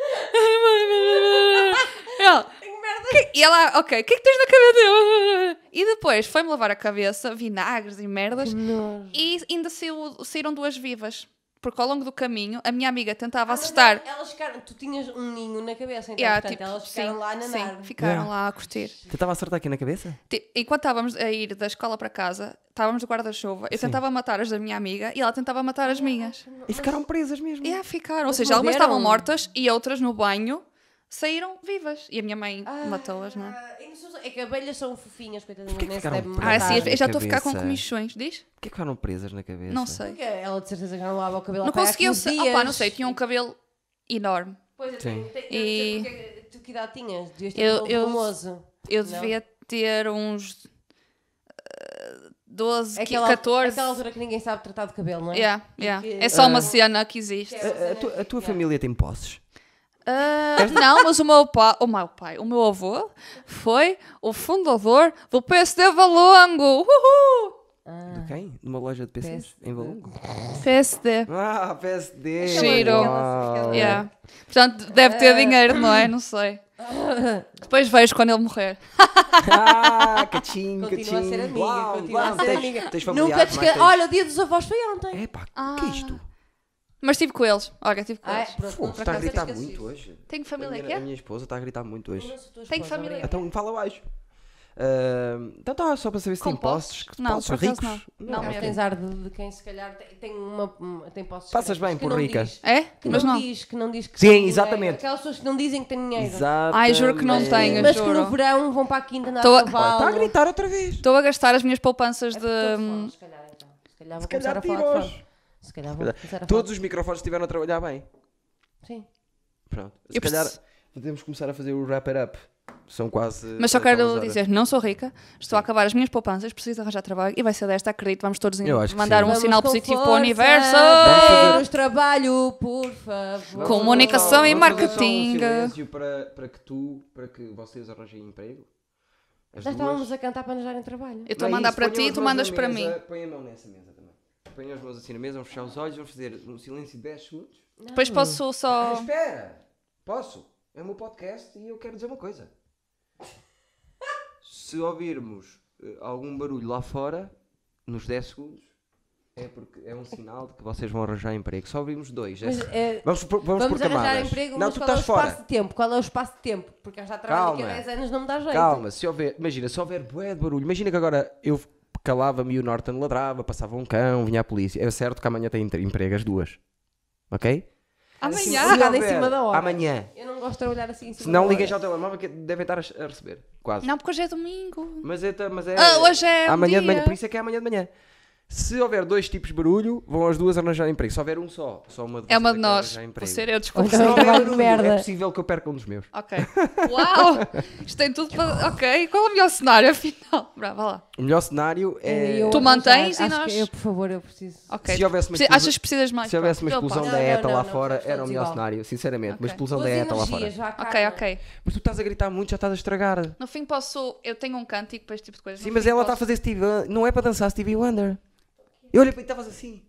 S1: Ela, "Que-" E ela, ok, o que é que tens na cabeça? Eu, E depois foi-me lavar a cabeça, vinagres e merdas.
S3: Nojo.
S1: E ainda saiu- saíram duas vivas. Porque ao longo do caminho, a minha amiga
S3: Ah,
S1: tentava assustar.
S3: Elas ficaram, tu tinhas um ninho na cabeça, então
S1: Yeah,
S3: é portanto,
S1: tipo,
S3: elas ficaram
S1: sim,
S3: lá na
S1: sim,
S3: nave.
S1: ficaram
S2: Yeah.
S1: lá a curtir.
S2: Tentava acertar aqui na cabeça?
S1: Ti- Enquanto estávamos a ir da escola para casa, estávamos no guarda-chuva, eu tentava matar as da minha amiga e ela tentava matar as minhas.
S2: E ficaram presas mesmo.
S1: E yeah, ficaram. Ou
S3: Mas
S1: seja, algumas
S3: morderam?
S1: estavam mortas e outras no banho saíram vivas. E a minha mãe matou-as, não é?
S3: Ah, eu não sei- É que abelhas são fofinhas, coitadinhas,
S2: Porquê que
S3: nem se
S2: ficaram
S3: deve
S2: pretas?
S1: Ah,
S3: matar.
S1: assim, eu já estou a ficar
S2: cabeça.
S1: com comichões. Diz?
S2: Porquê que ficaram presas na cabeça?
S1: Não sei.
S3: Porque Ela de certeza que não lavava o cabelo
S1: Não
S3: há pá,
S1: conseguiu.
S3: 15 dias.
S1: Opa, não sei, tinha um cabelo enorme.
S3: Pois, eu
S2: Sim.
S3: tenho- tenho-
S1: E-
S3: eu não sei porque- Tu que idade tinhas? Devias ter
S1: Eu-
S3: eu,
S1: eu-
S3: eu... famoso.
S1: Eu
S3: Não?
S1: devia ter uns eh, 12, qui-
S3: Aquela,
S1: 14.
S3: Aquela altura que ninguém sabe tratar de cabelo, não é?
S1: Yeah, yeah.
S3: que-
S1: É só uma
S3: Ah.
S1: cena que existe.
S3: Que é-
S2: A, a tu- a tua família tem posses?
S1: Ah, não, mas o meu pai, o meu pai, o meu avô foi o fundador do PSD Valongo. Uhul!
S3: Ah.
S2: De quem? Numa loja de PCs? Em Valongo?
S1: PSD.
S2: Ah, PSD!
S1: Giro.
S2: Uau.
S1: Yeah. Portanto, deve
S3: Ah.
S1: ter dinheiro, não é? Não sei. Depois vejo quando ele morrer.
S2: Ah, cachim,
S3: Continua a ser
S2: cachim.
S3: amiga,
S2: Uau,
S3: continua
S2: uau,
S3: a ser
S2: tens-
S3: amiga.
S2: Tens
S3: Nunca
S2: familiares,
S3: te
S2: mais
S3: esque...
S2: tens-
S3: Olha, Ah, o dia dos avós foi ontem.
S2: Epá, o que é isto?
S1: Mas estive com eles. Olha, estive com
S3: Ah, é?
S1: eles.
S3: Pronto,
S2: Pô,
S3: não, por
S2: está a
S3: acaso
S2: gritar
S3: esqueci.
S2: muito hoje.
S1: Tenho família
S2: a,
S1: aqui?
S2: minha, a
S1: é?
S2: minha esposa está a gritar muito hoje.
S1: Tenho família.
S3: é?
S2: Então fala baixo. Ahm, então estava só para saber se
S1: Com
S2: tem posses. que-
S1: Não,
S2: posses
S1: por acaso
S2: ricos.
S1: não.
S3: Não,
S1: Não,
S3: mas
S1: mesmo.
S3: tens ar É, de, de quem se calhar tem, tem uma. uma- Tem posses
S2: Passas
S3: secretas
S2: bem
S3: que
S2: por
S3: não
S2: rica.
S3: diz.
S1: É?
S3: Que
S1: Mas
S3: não,
S1: não.
S3: diz, que não diz que
S2: Sim,
S3: tem dinheiro.
S2: exatamente.
S3: Aquelas pessoas que não dizem que têm dinheiro.
S2: Exato.
S1: Ai, juro que não tenho.
S3: Mas que no
S1: juro.
S3: verão vão para a quinta andar
S1: Tô-
S3: a cavalo.
S2: Está tá a gritar outra vez.
S1: Estou a gastar as minhas poupanças de. hum,
S3: Estou de fome, se calhar, então. Se calhar vou começar a
S2: calhar
S3: falar de
S2: tiro
S3: fome. Se calhar vou
S1: Tá
S3: começar a falar.
S2: Todos os microfones estiveram a trabalhar bem.
S3: Sim.
S2: Pronto. Se
S1: Eu
S2: calhar
S1: preciso-
S2: podemos começar a fazer o wrap it up. São quase.
S1: Mas só quero
S2: eh, aquelas horas.
S1: dizer, não sou rica, estou a acabar as minhas poupanças, preciso arranjar trabalho e vai ser desta, acredito. Vamos todos
S2: Eu acho que
S1: mandar
S2: sim.
S1: um
S3: Vamos
S1: sinal
S3: com
S1: positivo para o
S3: força,
S1: universo.
S2: fazer-
S3: Vamos trabalho, por favor.
S1: Comunicação
S2: Vamos
S1: e
S2: só- vamos fazer só um
S1: marketing.
S2: silêncio para, para que tu, para que vocês arranjem emprego. As
S3: Já
S2: duas.
S3: estávamos a cantar para nos darem trabalho.
S1: Eu estou a
S2: Não é
S1: mandar
S2: isso,
S1: para ti
S2: ponham
S1: e
S2: as
S1: tu
S2: mãos na
S1: mandas para mim.
S2: mesa, Põe a mão nessa mesa também. Põe as mãos assim na mesa, vamos fechar os olhos, vamos fazer um silêncio de 10 segundos.
S1: Depois posso
S2: Ah,
S1: só.
S2: espera! Posso? É o meu podcast e eu quero dizer uma coisa. Se ouvirmos eh, algum barulho lá fora, nos 10 segundos, é porque é um sinal de que vocês vão arranjar emprego. Só ouvimos dois. é-
S3: Mas, eh,
S2: vamos por, vamos
S3: Vamos,
S2: por
S3: arranjar
S2: camadas.
S3: emprego,
S2: não,
S3: mas
S2: tu
S3: qual é o
S2: estás
S3: espaço
S2: fora.
S3: de tempo? Qual é o espaço de tempo? Porque arranjar trabalho daqui a
S2: Calma.
S3: 10 anos não me dá jeito.
S2: Calma, se houver, imagina, se houver bué de barulho, imagina que agora eu calava-me e o Norton ladrava, passava um cão, vinha a polícia. É certo que amanhã tem entre- emprego as duas. Ok?
S3: Sim,
S1: Amanhã.
S3: mas- Obrigada, em
S2: houver
S3: cima da hora.
S2: Amanhã.
S3: Eu não gosto de trabalhar assim em cima
S2: Se não,
S3: da
S2: liguem
S3: hora.
S2: já ao telemóvel que devem estar a a receber. Quase.
S1: Não, porque hoje é domingo.
S2: Mas é, ta- mas é
S1: Ah, hoje é um
S2: amanhã de manhã,
S1: dia.
S2: por isso é que é amanhã de manhã. Se houver dois tipos de barulho, vão as duas arranjar emprego. Se houver um só, só uma de vocês
S1: É uma
S2: que
S1: de
S2: vai
S1: nós.
S2: arranjar
S1: Vou
S2: emprego.
S1: ser eu, desculpa.
S2: Se não houver
S3: Trabalho de
S2: barulho, é
S3: merda.
S2: possível que eu perca um dos meus.
S1: Ok. Uau! Isto tem tudo para. Ok, qual é o melhor cenário afinal? Brá, vá lá.
S2: O melhor cenário é
S3: Eu
S1: Tu
S3: arranjar-
S1: mantens e
S3: acho que
S1: nós-
S3: Eu, por favor, eu preciso.
S1: Ok.
S2: Se houvesse uma
S1: Preci-
S2: explosão-
S1: Achas que precisas mais?
S2: se houvesse uma
S1: Pronto, eu
S2: explosão
S1: passo.
S2: da
S3: Não,
S2: ETA
S3: não,
S2: lá
S3: não,
S2: fora,
S3: estamos
S2: era o melhor
S3: igual.
S2: cenário, sinceramente. Uma
S1: Ok.
S2: explosão
S3: Boas
S2: da ETA tá lá fora.
S3: energias, vá,
S1: Ok,
S3: calma.
S1: ok.
S2: Mas tu estás a gritar muito, já estás a estragar.
S1: No fim posso. Eu tenho um cântico para este tipo de coisas.
S2: Sim,
S1: No
S2: mas
S1: fim
S2: ela está a
S1: posso-
S2: fazer Steve. Não é para dançar Stevie Wonder. Eu olhei para ti e estavas assim.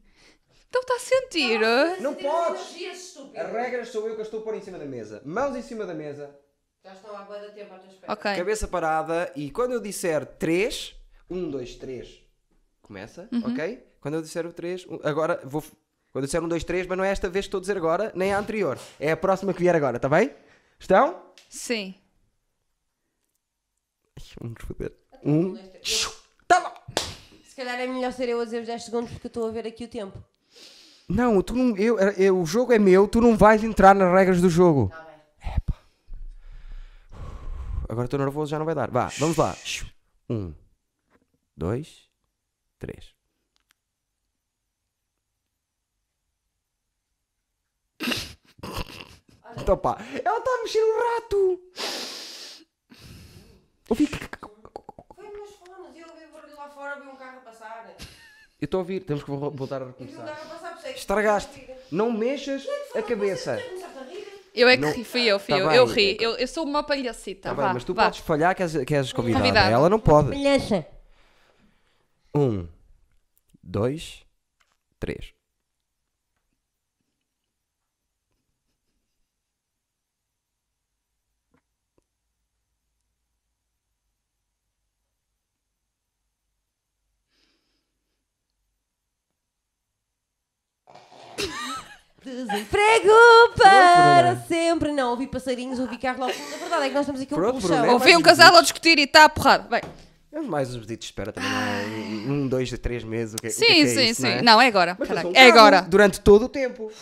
S1: Então está a sentir. eh?
S2: Não podes!
S3: Energias estúpidas.
S2: As regras sou eu que as estou a pôr em cima da mesa. Mãos em cima da mesa,
S3: Já estão há boa de tempo à tua espera.
S1: Ok.
S2: cabeça parada e quando eu disser um, 3, Uhum. 1, 2, 3, começa, ok? Quando eu disser o 3, um, agora vou. f- Quando eu disser um, dois, três, mas não é esta vez que estou a dizer agora, nem a anterior. É a próxima que vier agora, está bem? Estão?
S1: Sim.
S2: Ai, Vamos foder. Um. Tá lá.
S3: Se calhar é melhor ser eu a dizer os 10 segundos porque eu estou a ver aqui o tempo.
S2: Não, tu não, eu, eu- o jogo é meu, tu não vais entrar nas regras do jogo.
S3: Tá bem.
S2: Agora estou nervoso, já não vai dar. Vá, vamos lá. Um, dois, três. Então pá, ela está a mexer o rato. Ouvi.
S3: Foi meus fones, eu ouvi barulho lá fora, vi um carro a passar. Eu
S2: Eu estou a ouvir, temos que vo- voltar a
S3: vi um
S2: recomeçar.
S3: carro a passar, pensei.
S2: Estragaste. Não mexas
S3: é
S2: a cabeça.
S3: Começaste a rir.
S1: Eu é que
S2: Não-
S1: ri, fui eu, fui
S2: Tá
S1: eu.
S2: bem.
S1: Eu ri, eu, eu sou uma palhacita.
S2: Tá
S1: vá,
S2: bem, mas tu
S1: vá.
S2: podes falhar que és, que és convidada.
S1: Convidada.
S2: Ela não pode.
S3: Palhaça.
S2: Um, dois, três.
S3: Desemprego para sempre. Não, ouvi passarinhos, ouvi carro lá ao fundo. A verdade é que nós temos aqui um
S2: Pronto,
S3: colchão.
S2: Bruno, é-
S1: Ouvi um casal a discutir e está a porrada. Bem,
S2: É mais uns pedidos de espera também, não é? Um, dois, três meses. O que, o
S1: sim,
S2: que é que é
S1: sim,
S2: isso,
S1: sim.
S2: Não, é?
S1: Não, é agora.
S2: Mas
S1: Caraca,
S2: passou um
S1: é
S2: carro
S1: agora.
S2: Durante todo o tempo. Eu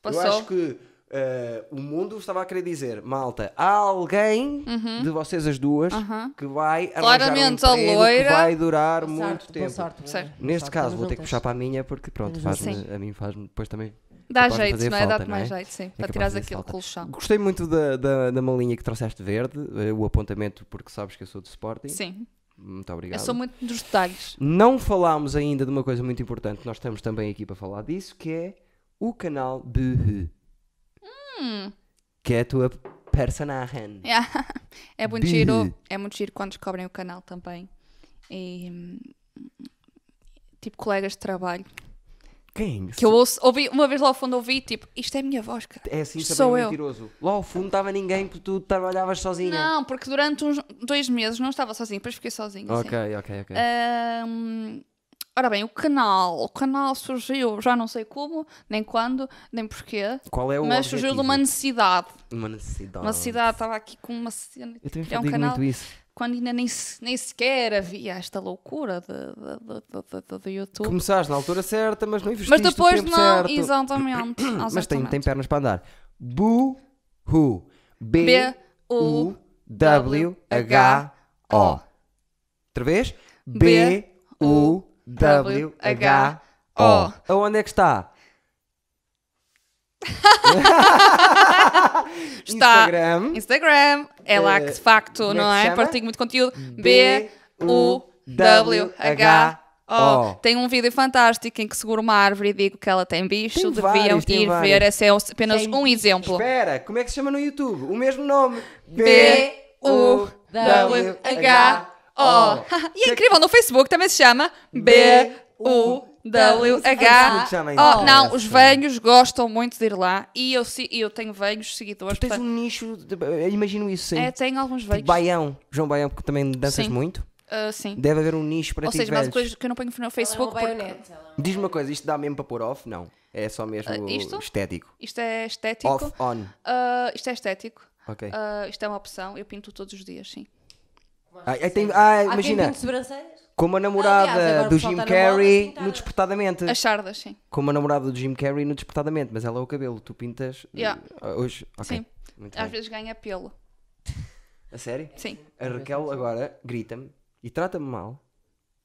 S1: Passou.
S2: acho que eh, o mundo estava a querer dizer, malta, há alguém de vocês as duas
S1: Uhum.
S2: que vai
S1: Claramente a
S2: arranjar um emprego
S1: loira.
S2: que vai durar
S3: Boa
S2: muito
S3: sorte, boa
S2: tempo.
S3: sorte, boa
S1: Certo.
S3: sorte.
S2: Neste
S3: Boa
S2: caso,
S3: sorte,
S2: vou ter que
S3: estamos
S2: puxar para a minha porque pronto,
S3: Estamos
S2: faz-me,
S1: juntas.
S2: a mim faz-me depois também.
S1: Dá
S2: capaz de
S1: jeito,
S2: fazer
S1: não é?
S2: falta,
S1: Dá-te
S2: não é?
S1: mais jeito, sim.
S2: capaz
S1: para
S2: de
S1: tirares
S2: fazer
S1: aquele
S2: falta.
S1: colchão.
S2: Gostei muito da, da, da malinha que trouxeste verde, eh, o apontamento porque sabes que eu sou de Sporting.
S1: Sim,
S2: Muito obrigado.
S1: eu sou muito dos detalhes.
S2: Não falámos ainda de uma coisa muito importante, nós estamos também aqui para falar disso, que é o canal de Hum.
S1: Hum.
S2: Que é a tua personagem.
S1: Yeah. É muito
S2: Bi.
S1: giro, é muito giro quando descobrem o canal também. E hum, tipo colegas de trabalho.
S2: Quem?
S1: Que eu ouço, ouvi, uma vez lá ao fundo ouvi tipo, isto é a minha voz, cara.
S2: É assim também
S1: Sou eu.
S2: mentiroso. Lá ao fundo estava ninguém porque tu trabalhavas sozinha.
S1: Não, porque durante uns dois meses não estava sozinha, depois fiquei sozinha. sim. Eh,
S2: ok, ok, ok.
S1: Ahm, ora bem, o canal. O canal surgiu, já não sei como, nem quando, nem porquê,
S2: Qual é o
S1: mas surgiu de uma
S2: objetivo? Ah.
S1: necessidade.
S2: Uma necessidade.
S1: Uma cidade estava aqui com uma cena.
S2: Eu também
S1: criar um
S2: digo
S1: canal
S2: muito isso.
S1: quando ainda nem, se- nem sequer havia esta loucura de- de- de- de- de- do YouTube.
S2: Começaste na altura certa, mas não
S1: Mas
S2: investiste
S1: depois
S2: o tempo
S1: não,
S2: certo.
S1: exatamente.
S2: Mas tem,
S1: exatamente.
S2: tem pernas para andar. Bu-hu. B,
S1: B, U,
S2: U W H O. Outra vez? B U W H O. Aonde é que está?
S1: Está.
S2: Instagram.
S1: Instagram, é lá que de facto,
S2: como é que
S1: não
S2: se
S1: é?
S2: chama?
S1: Partilho muito conteúdo. B, U, W, H, O. Tem um vídeo fantástico em que seguro uma árvore e digo que ela tem bicho.
S2: Tem
S1: Deviam
S2: vários, tem
S1: ir
S2: vários.
S1: ver, esse é apenas
S3: Tem-
S1: um exemplo.
S2: Espera, como é que se chama no YouTube? O mesmo nome.
S3: É
S1: B-U-W-H-O. E é incrível, no Facebook também se chama B-U-W-H-O. Oh, Não, os velhos gostam muito de ir lá e eu, si- e eu tenho velhos seguidores.
S2: Tu tens
S1: portanto-
S2: um nicho, de- eu imagino isso sim.
S1: É, tenho alguns
S2: Tipo
S1: velhos.
S2: Baião, João Baião, porque também danças
S1: Sim.
S2: muito.
S1: Ah, sim.
S2: Deve haver um nicho para
S1: Ou
S2: ti,
S1: seja, mas
S2: velhos.
S1: coisas que eu não ponho
S3: é
S1: no Facebook.
S3: Facebook
S1: porque-
S2: Diz-me uma coisa, isto dá mesmo para pôr off? Não. É só mesmo
S1: Ah, isto?
S2: estético.
S1: Isto é estético.
S2: Off, on.
S1: Ah, isto é estético.
S2: Ok.
S1: Ah, isto é uma opção. Eu pinto todos os dias, sim.
S2: Ah, aí tem- ah,
S3: Há quem
S2: imagina,
S3: pinte sobrancelhas?
S2: como a namorada
S3: Aliás, agora
S2: do
S3: o pessoal
S2: Jim
S3: tá na moda de
S2: Carrey
S3: pintar.
S2: no Despertadamente.
S1: As sardas, sim.
S2: Como a namorada do Jim Carrey no Despertadamente, mas ela é o cabelo, tu pintas eh,
S1: Yeah.
S2: hoje. Ok.
S1: Sim.
S2: Muito
S1: Às
S2: bem.
S1: vezes ganha pelo.
S2: A sério?
S1: Sim.
S2: A Raquel agora grita-me e trata-me mal.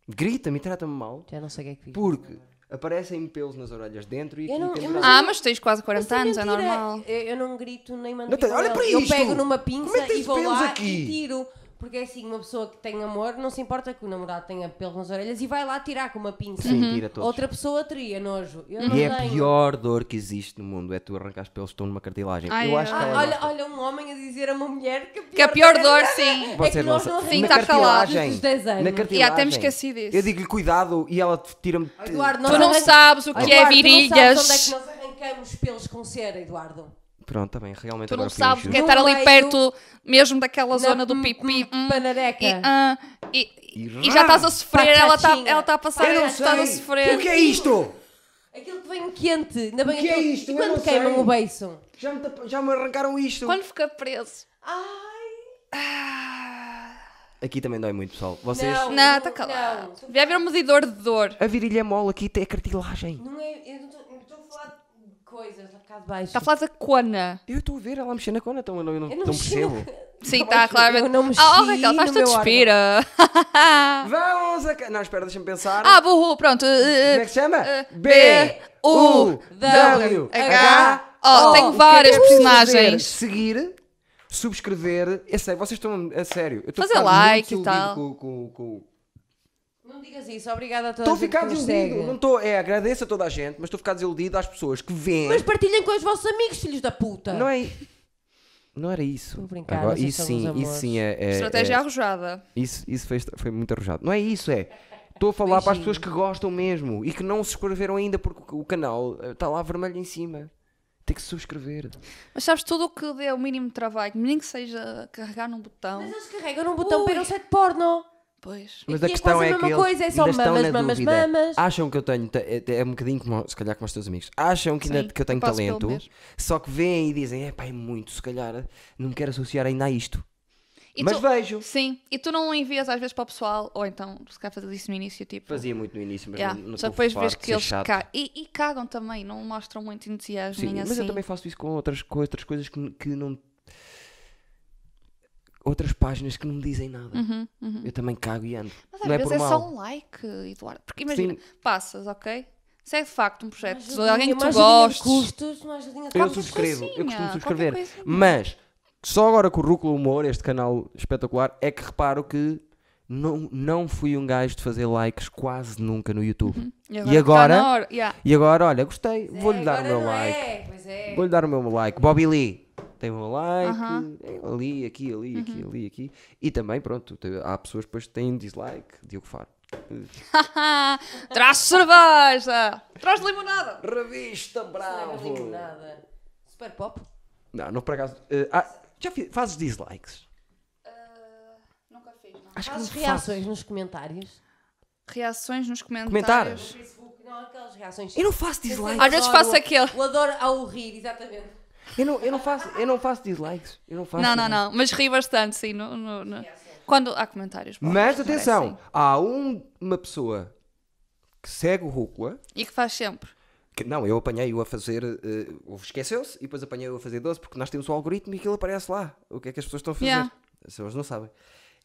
S2: Grita-me e trata-me mal
S3: Já não sei o que é que fiz.
S2: porque aparecem pelos nas orelhas dentro e
S3: Eu
S2: aqui
S3: não-
S2: temos
S3: eu não-
S2: a-
S1: Ah, mas tens quase 40 anos,
S3: Mas
S1: é
S3: mentira,
S1: normal.
S3: Eu, eu não grito nem mando.
S2: Não tem-
S3: pintar
S2: olha
S3: nela.
S2: para
S3: Eu
S2: isto!
S3: pego numa
S2: Como é que
S3: pinça
S2: tens
S3: e vou
S2: pelos
S3: lá
S2: aqui?
S3: e tiro. Porque é assim, uma pessoa que tem amor não se importa que o namorado tenha pelos nas orelhas e vai lá tirar com uma pinça.
S2: Sim, tira
S1: Ah, uhum.
S2: todos.
S3: Outra pessoa teria nojo. Eu não
S2: E é
S3: tenho.
S2: a pior dor que existe no mundo é tu arrancares pelos que estão numa cartilagem.
S1: Ai,
S2: eu acho que
S3: Ah,
S2: ela
S3: olha, olha um homem a dizer a uma mulher que a pior,
S1: Que a pior
S3: dor
S1: dor,
S3: é-
S1: sim.
S3: É que nós não
S1: Sim,
S3: arrancamos
S1: tá calado.
S3: Desde os 10 anos.
S2: Na cartilagem.
S1: E até me esqueci disso.
S2: Eu digo-lhe cuidado e ela tira-me.
S3: Eduardo,
S1: Tu
S3: nós
S1: não
S3: arrancamos-
S1: sabes o que é
S3: Eduardo, Tu não
S1: virilhas.
S3: sabes onde é que nós arrancamos pelos com cera, Eduardo.
S2: Pronto, também, realmente
S1: Tu
S2: agora
S1: não sabes o
S2: fui
S1: que é
S2: injusto.
S1: estar ali
S3: No meio,
S1: perto mesmo daquela zona do
S3: hum,
S1: pipi.
S3: hum,
S1: hum,
S3: panareca.
S1: E, ah, e-
S2: E
S1: e já estás a sofrer, ela está
S3: Batatinha.
S1: ela tá a passar,
S2: Eu
S1: ela
S2: não
S1: está a
S2: sei!
S1: sofrer.
S2: O que é isto?
S3: Aquilo que porque vem quente. Ainda bem
S2: O que é
S3: aquele-
S2: isto?
S3: E
S2: Eu
S3: quando
S2: não
S3: queimam
S2: sei.
S3: o beiço?
S2: Já me, tapa- já me arrancaram isto.
S1: Quando fica preso.
S3: Ai!
S2: Aqui também dói muito, pessoal. Vocês.
S3: Não.
S1: Não, está calado.
S3: não.
S1: Devia haver um medidor de dor.
S2: A virilha é mole, aqui é cartilagem.
S3: Não é. Eu não tô- não estou a falar de coisas lá cá de baixo.
S1: Está Tá a falar da cona.
S2: Eu estou a ver ela a mexer na cona, então eu não, eu não,
S3: Eu não
S2: não
S3: mexi
S2: percebo.
S1: Sim,
S3: Não,
S1: está,
S3: eu
S1: claramente.
S3: não mexi
S1: Ah, oh, Raquel,
S3: no
S1: estás-te a
S3: meu órgão.
S1: despira.
S2: Vamos a. ca- Não, espera, deixa-me pensar.
S1: ah, burro, pronto.
S2: Como
S1: eh,
S2: é que se chama?
S1: eh, Oh, tenho
S2: B-U-W-H-O. O que é que
S1: várias
S2: é preciso fazer?
S1: personagens.
S2: Seguir, subscrever. Eu sei, vocês estão a sério. Eu estou a
S1: Fazer
S2: ficar
S1: like e
S2: muito
S1: tal.
S2: iludido Com, com, com...
S3: Não digas isso, obrigada a todos.
S2: Estou a ficar desiludido. Não estou. É, agradeço a toda a gente, mas estou a ficar desiludido às pessoas que veem.
S3: Mas partilhem com os vossos amigos, filhos da puta.
S2: Não é. Não era isso.
S3: Estou a brincar,
S2: Agora,
S3: vocês
S2: isso
S3: são os
S2: sim, isso
S3: amores.
S2: sim é. é-
S1: Estratégia
S2: é-
S1: arrojada.
S2: Isso, isso foi, foi muito arrojado. Não é isso, é. Estou a falar para as pessoas que gostam mesmo e que não se subscreveram ainda porque o canal eh, está lá vermelho em cima. Tem que se subscriver.
S1: Mas sabes tudo o que dê o mínimo de trabalho, nem que seja carregar num botão.
S3: Mas eles carregam num botão para ir ao set porno.
S1: Pois.
S2: Mas
S3: E
S2: a
S3: é
S2: questão
S3: quase a
S2: é,
S3: mesma
S2: que
S3: coisa, é
S2: eles
S3: só
S2: ainda estão
S3: mamas,
S2: na
S3: mamas,
S2: dúvida.
S3: mamas.
S2: Acham que eu tenho, ta- é, é um bocadinho como, se calhar como os teus amigos, acham que, ainda,
S1: Sim,
S2: que eu tenho
S1: eu passo pelo
S2: talento,
S1: mesmo.
S2: só que veem e dizem, é pá, é muito, se calhar não me quero associar ainda a isto.
S1: E
S2: Mas
S1: tu-
S2: vejo.
S1: Sim, e tu não envias às vezes para o pessoal, ou então, se calhar fazes isso no início, tipo.
S2: Fazia muito no início, mas
S1: yeah,
S2: não, não
S1: Só
S2: estou
S1: depois
S2: farto
S1: vês
S2: de
S1: que
S2: ser
S1: eles
S2: chato.
S1: ca- e, e cagam também, não mostram muito entusiasmo
S2: Sim,
S1: nem
S2: mas
S1: assim.
S2: eu também faço isso com outras, com outras coisas que, que não. Outras páginas que não me dizem nada. Eu também cago e ando.
S1: Uhum, Mas às
S2: não é
S1: vezes
S2: por
S1: é
S2: mal.
S1: só um like, Eduardo. Porque imagina,
S2: Sim.
S1: passas, ok? Se é de facto um projeto de
S3: Ajudinha,
S1: alguém que
S3: uma
S1: tu
S3: ajudinha de
S1: gostes.
S3: Custos, uma ajudinha de
S2: Eu
S3: custos.
S2: subscrevo, eu costumo
S1: coisinha,
S2: subscrever.
S1: qualquer coisinha.
S2: Mas só agora com o Rúculo Humor, este canal espetacular, é que reparo que não, não fui um gajo de fazer likes quase nunca no YouTube.
S1: Uhum.
S2: E
S1: está Tá na
S2: agora?
S1: hora, yeah.
S2: E agora, olha, gostei,
S3: É,
S2: vou-lhe dar o
S3: agora
S2: meu
S3: não
S2: like.
S3: É, pois é.
S2: Vou-lhe dar o meu like. Bobby Lee. Tem o meu like.
S1: Aham. Uhum.
S2: é Ali, aqui, ali, aqui, ali, aqui. E também, pronto, te- há pessoas que depois que têm dislike. Diogo Faro.
S1: Traz cerveja! Traz limonada!
S2: Revista
S3: Não é
S2: Bravo.
S3: limonada. Super pop.
S2: Não, não por acaso. eh, ah, já fi- fazes dislikes?
S1: Eh, Nunca fiz, não.
S2: Acho
S3: Fazes
S2: não
S3: reações nos comentários.
S1: Reações nos comentários.
S2: Comentários.
S3: Facebook, não, aquelas reações.
S2: faço. Eu não faço dislikes.
S1: Às vezes faço aquele.
S3: O adoro ao rir, exatamente.
S2: Eu não, eu não faço, eu não faço dislikes. Eu não faço.
S1: Não, não, não. Mas ri bastante, sim. No, no- no- Quando há comentários. bons,
S2: Mas
S1: parece,
S2: atenção,
S1: sim.
S2: há um- uma pessoa que segue o Rúcula.
S1: E que faz sempre.
S2: Que- não, eu apanhei-o a fazer. eh, houve- Esqueceu-se e depois apanhei-o a fazer 12 porque nós temos o algoritmo e aquilo aparece lá. O que é que as pessoas estão a fazer?
S1: Yeah.
S2: As pessoas não sabem.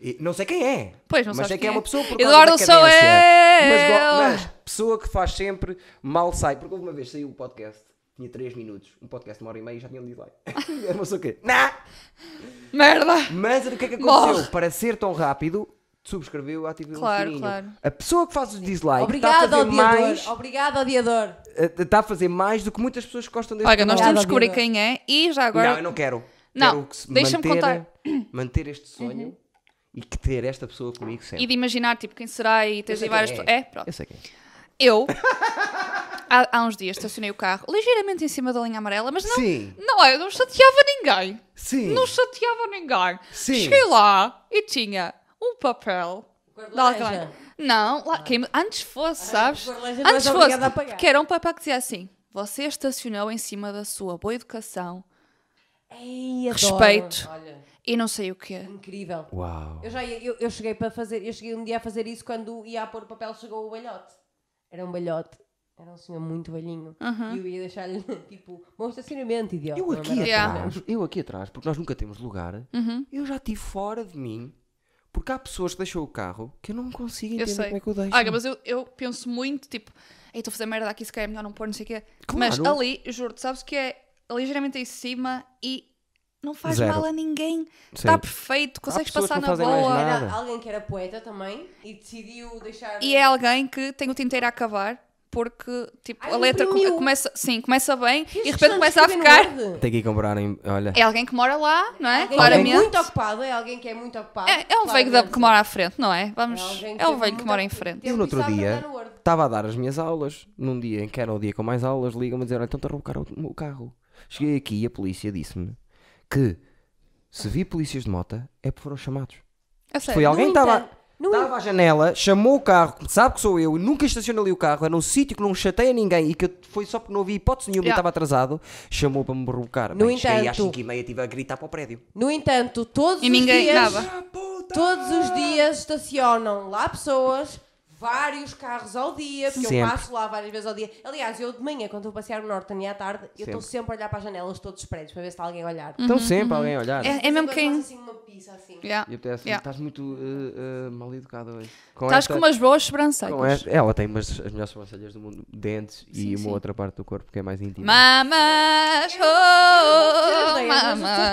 S2: E não sei quem é.
S1: Pois, não sabes
S2: Mas sei
S1: quem
S2: que é uma
S1: é.
S2: pessoa por
S1: Eduardo
S2: causa da
S1: sou
S2: cadência.
S1: eu!
S2: Mas, go- mas pessoa que faz sempre mal sai. Porque houve uma vez saiu um podcast, tinha 3 minutos, um podcast de uma hora e meia e já tinham dito like. Era uma pessoa que. Nah!
S1: Merda!
S2: Mas o que é que
S1: Morre.
S2: aconteceu? Para ser tão rápido, subscreveu, ativou
S1: Claro,
S2: o sininho.
S1: claro.
S2: A pessoa que faz o dislike está a
S3: Obrigada,
S2: fazer
S3: odiador.
S2: mais, eh,
S3: Obrigada, odiador.
S2: está a fazer mais do que muitas pessoas que gostam deste
S1: Olha, nós
S2: canal.
S1: temos que
S3: Obrigada,
S1: descobrir
S3: vida.
S1: quem é e já
S2: Não,
S1: agora.
S2: eu não quero.
S1: Não,
S2: Quero que se
S1: deixa-me Uhum.
S2: manter- Manter este sonho e que ter esta pessoa comigo sempre.
S1: E de imaginar, tipo, quem será e tens
S2: sei
S1: aí várias
S2: quem
S1: pessoas.
S2: é.
S1: É, pronto.
S2: Eu sei quem.
S1: Eu, há, há uns dias, estacionei o carro ligeiramente em cima da linha amarela, mas não.
S2: Sim.
S1: Não, é, eu não chateava ninguém.
S2: Sim.
S1: Não chateava ninguém.
S2: Sim.
S1: Cheguei lá e tinha um papel.
S3: Cor de
S1: de alguém-
S3: laranja. Ah.
S1: Não, lá, quem- antes fosse, sabes?
S3: cor de laranja não és
S1: Antes fosse.
S3: obrigada a pagar.
S1: Que era um papel que dizia assim: Você estacionou em cima da sua boa educação
S3: Ei, adoro.
S1: Respeito.
S3: Olha,
S1: e não sei o quê.
S3: incrível.
S2: Uau.
S3: Eu já ia- eu, eu cheguei para fazer, eu cheguei um dia a fazer isso quando ia a pôr o papel, chegou o balhote. Era um balhote. Era um senhor muito velhinho. E eu ia deixar-lhe, tipo, bom estacionamento, idiota.
S2: Eu
S3: Não é
S2: aqui
S3: era-
S1: Yeah. Uhum.
S2: atrás, eu aqui atrás, porque nós nunca temos lugar, eu já estive fora de mim, porque há pessoas que deixam o carro que eu não consigo
S1: Eu
S2: entender
S1: sei.
S2: como é que eu deixo.
S1: Olha, mas eu, eu penso muito, tipo, ei, estou a fazer merda aqui, se calhar é melhor não pôr, não sei o quê.
S2: Claro.
S1: Mas ali, juro, sabes que é ligeiramente em cima e não faz
S2: Zero.
S1: mal tá a ninguém.
S2: Sim.
S1: Está perfeito, consegues
S2: pessoas
S1: passar
S2: que não
S1: na
S2: fazem mais
S1: boa.
S2: nada.
S3: Era
S2: Nada.
S3: alguém que era poeta também e decidiu deixar.
S1: E é alguém que tem o tinteiro a acabar porque, tipo,
S3: Ai,
S1: a letra
S3: imprimiu.
S1: co- começa, sim, começa bem
S3: Que
S1: e de repente começa a
S3: escreve no
S1: ficar.
S3: Word?
S2: Tem que ir comprar em. Olha.
S1: É alguém que mora lá, não é?
S3: Alguém que é
S1: Claramente.
S3: muito ocupado, é alguém que é muito ocupado.
S1: É, é um velho da-
S3: claramente.
S1: que mora à frente, não é? Vamos,
S3: É alguém que
S1: é um
S3: teve
S1: velho que
S3: muita-
S1: mora em frente.
S2: Eu no outro
S3: Sabe
S2: dia
S3: tratar no Word.
S2: estava a dar as minhas aulas, num dia em que era o dia com mais aulas, ligam-me a dizer, "Olha, então estou a roubar o meu carro. Cheguei aqui e a polícia disse-me que se vi polícias de moto é porque foram chamados.
S1: Eu sei.
S2: Foi alguém
S3: No
S2: que estava.
S3: entanto- Não
S2: Estava à janela, chamou o carro, sabe que sou eu, nunca estacionou ali o carro, era um sítio que não chateia ninguém e que eu- foi só porque não havia hipótese nenhuma e
S1: Yeah.
S2: estava atrasado, chamou para me provocar.
S3: No
S2: Bem, cheguei às
S3: entanto-
S2: 5 e meia, estive a gritar para o prédio.
S3: No entanto, todos
S1: E ninguém-
S3: os dias,
S1: nada.
S3: todos os dias estacionam lá pessoas, vários carros ao dia, porque eu
S2: Sempre.
S3: passo lá várias vezes ao dia. Aliás, eu de manhã, quando vou passear no Norte e à tarde, eu estou
S2: Sempre.
S3: sempre a olhar para as janelas de todos os prédios para ver se está alguém a olhar.
S2: Estão Então sempre alguém a olhar.
S1: Hum, É, é mesmo
S3: Quando
S1: quem.
S3: faço assim uma pizza assim.
S1: Yeah.
S2: E eu até assim,
S1: Yeah.
S2: estás muito eh, eh, mal educada hoje. Com
S1: Estás
S2: esta-
S1: com umas boas
S2: com
S1: sobrancelhas.
S2: esta- é, Ela tem umas, as melhores sobrancelhas do mundo, dentes e
S1: Sim,
S2: uma
S1: sim.
S2: outra parte do corpo que é mais íntima.
S1: Mamas,
S3: Vocês
S1: oh,
S3: veem, as pessoas podem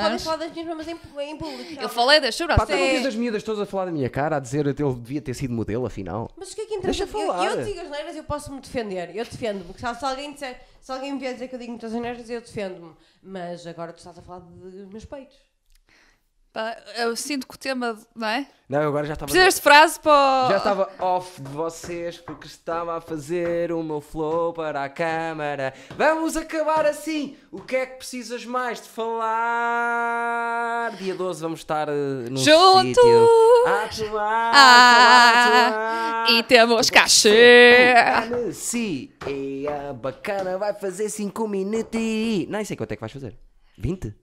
S1: mamas.
S3: falar das mesmas em, em público.
S1: Eu falei das
S2: Pá, tu não
S1: sobrancelhas.
S2: vês as miúdas todas a falar da minha cara, a dizer que ele devia ter sido modelo, afinal.
S3: Mas o que é que interessa?
S2: Deixa
S3: Eu-
S2: falar.
S3: Eu, digo as neiras, eu posso me defender. Eu defendo-me. Se, se alguém disser- se alguém me vier dizer que eu digo muitas neiras, eu defendo-me. Mas agora tu estás a falar dos meus peitos.
S1: Pá, eu sinto que o tema, de- não é?
S2: Não, eu agora já estava.
S1: Precisas de frase para. o-
S2: Já estava off de vocês porque estava a fazer o meu flow para a câmara. Vamos acabar assim! O que é que precisas mais de falar? Dia 12 vamos estar eh, num
S1: Juntos!
S2: sítio ah, a atuar,
S1: Ah,
S2: falar, atuar.
S1: e temos cachê.
S2: Sim, e a bacana vai fazer 5 minutos e... Não, sei quanto é que vais fazer. 20?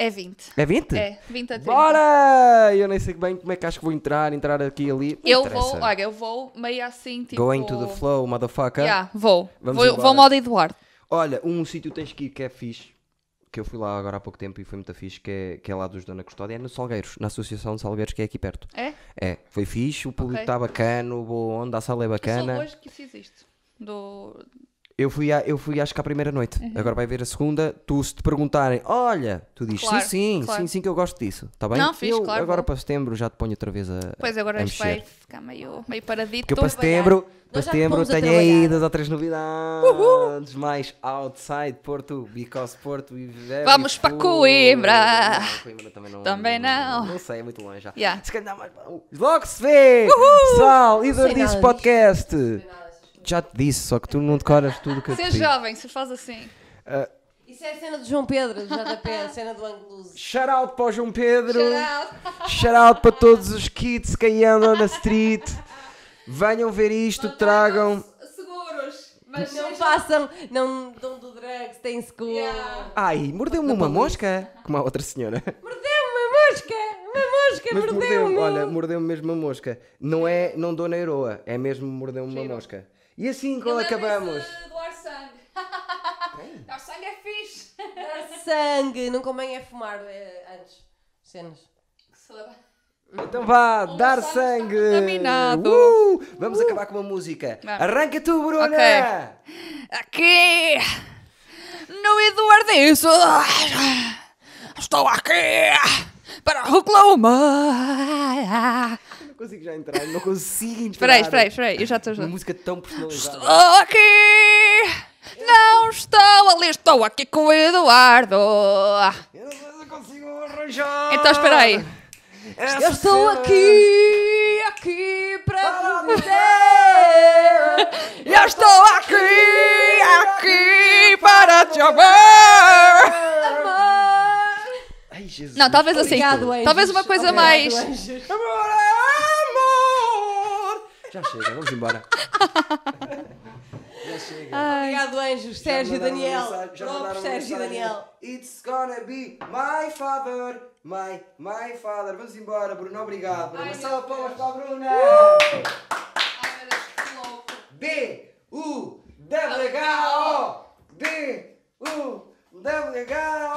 S1: É 20.
S2: É 20?
S1: É, 20 a 30.
S2: Bora! Eu nem sei bem como é que acho que vou entrar, entrar aqui e ali. Não
S1: Eu
S2: interessa.
S1: vou, olha, eu vou meio assim, tipo...
S2: Going to the flow, motherfucker.
S1: Yeah, vou.
S2: Vamos
S1: Vou,
S2: embora.
S1: vou modo Eduardo.
S2: Olha, um sítio tens que ir que é fixe, que eu fui lá agora há pouco tempo e foi muito fixe, que é, que é lá dos Dona Custódia, é no Salgueiros, na Associação de Salgueiros, que é aqui perto.
S1: É?
S2: É, foi fixe, o público
S1: Ok.
S2: está bacano, boa onda, a sala é
S1: Só
S2: bacana.
S1: hoje que isso existe. Do...
S2: Eu fui, à, eu fui acho que à primeira noite,
S1: Uhum.
S2: agora vai ver a segunda. Tu, se te perguntarem, olha, tu dizes
S1: Claro,
S2: sim, sim,
S1: claro.
S2: sim, sim, que eu gosto disso, está bem?
S1: Não, fixe,
S2: eu,
S1: claro,
S2: Agora
S1: bom.
S2: para setembro já te ponho outra vez a.
S1: Pois agora
S2: a
S1: isto vai
S2: mexer.
S1: ficar meio, meio paradito.
S2: Porque para setembro, para
S3: Nós já
S2: setembro
S3: fomos a
S2: tenho
S3: trabalhar.
S2: aí duas ou três novidades mais outside Porto, because Porto e very
S1: Vamos para
S2: full.
S1: Coimbra.
S2: Não, Coimbra também não.
S1: Também não.
S2: Não sei, é muito longe já.
S1: Yeah.
S2: Se calhar mais. um. Logo se vê! Pessoal, e
S3: sei nada
S2: disse
S3: disto.
S2: podcast. Já te disse, só que tu não decoras tudo o que eu te
S1: Se
S2: digo.
S1: jovem, se faz assim.
S3: Isso é a cena do João Pedro, do JP, a cena do Angeluso.
S2: Shout out para o João Pedro.
S1: Shout
S2: Shout out para todos os kids que andam na street. Venham ver isto, tragam.
S1: Seguros. Mas
S3: Não façam, não dão do drag, se têm seguro.
S1: Yeah.
S2: Ai, mordeu-me uma mosca, como a outra senhora.
S3: Mordeu-me uma mosca! Uma mosca
S2: Mas mordeu-me,
S3: mordeu-me!
S2: olha, mordeu-me mesmo uma mosca. Não é, não dou na heroa, é mesmo mordeu-me uma mosca. E assim quando acabamos.
S1: Doar sangue. Doar sangue é fixe.
S3: Dar sangue, não convém é fumar é, antes. Cenas.
S2: Então vá, dar
S1: sangue
S2: sangue!
S1: está contaminado.
S2: Uh! vamos acabar com uma música.
S1: Vamos.
S2: Arranca tu, Bruna!
S1: Ok. Aqui. No Eduardo isso. Estou aqui. Para reclamar.
S2: Não consigo já entrar, não consigo entrar.
S1: Espera aí, espera aí, espera aí. Eu já estou a
S2: Uma
S1: ajudar.
S2: música tão personalizada.
S1: Estou aqui. Não estou ali. Estou aqui com o Eduardo.
S2: Eu não sei se consigo arranjar.
S1: Então espera aí.
S2: Essa
S3: Eu estou
S2: cena.
S3: aqui, aqui para
S2: Para
S3: vos
S1: Eu estou aqui, aqui para te amar.
S3: amar.
S2: Ai, Jesus.
S1: Não, talvez assim.
S3: Obrigado, anjos.
S1: Talvez uma coisa
S3: Obrigado,
S1: mais-
S3: anjos.
S2: é Amor, amor. Já chega, vamos embora. Já chega.
S3: Obrigado, anjos.
S2: Já
S3: Ah, Sérgio e
S2: mandaram
S3: Daniel.
S2: mensagem- já
S3: Próprio
S2: mandaram
S3: Sérgio e
S2: mensagem.
S3: Daniel.
S2: It's gonna be my father, my, my father. Vamos embora, Bruno, obrigado. Uma salva de palmas para a Bruna.
S1: Uh!
S2: B, U, W, H, O. B, U, W, H,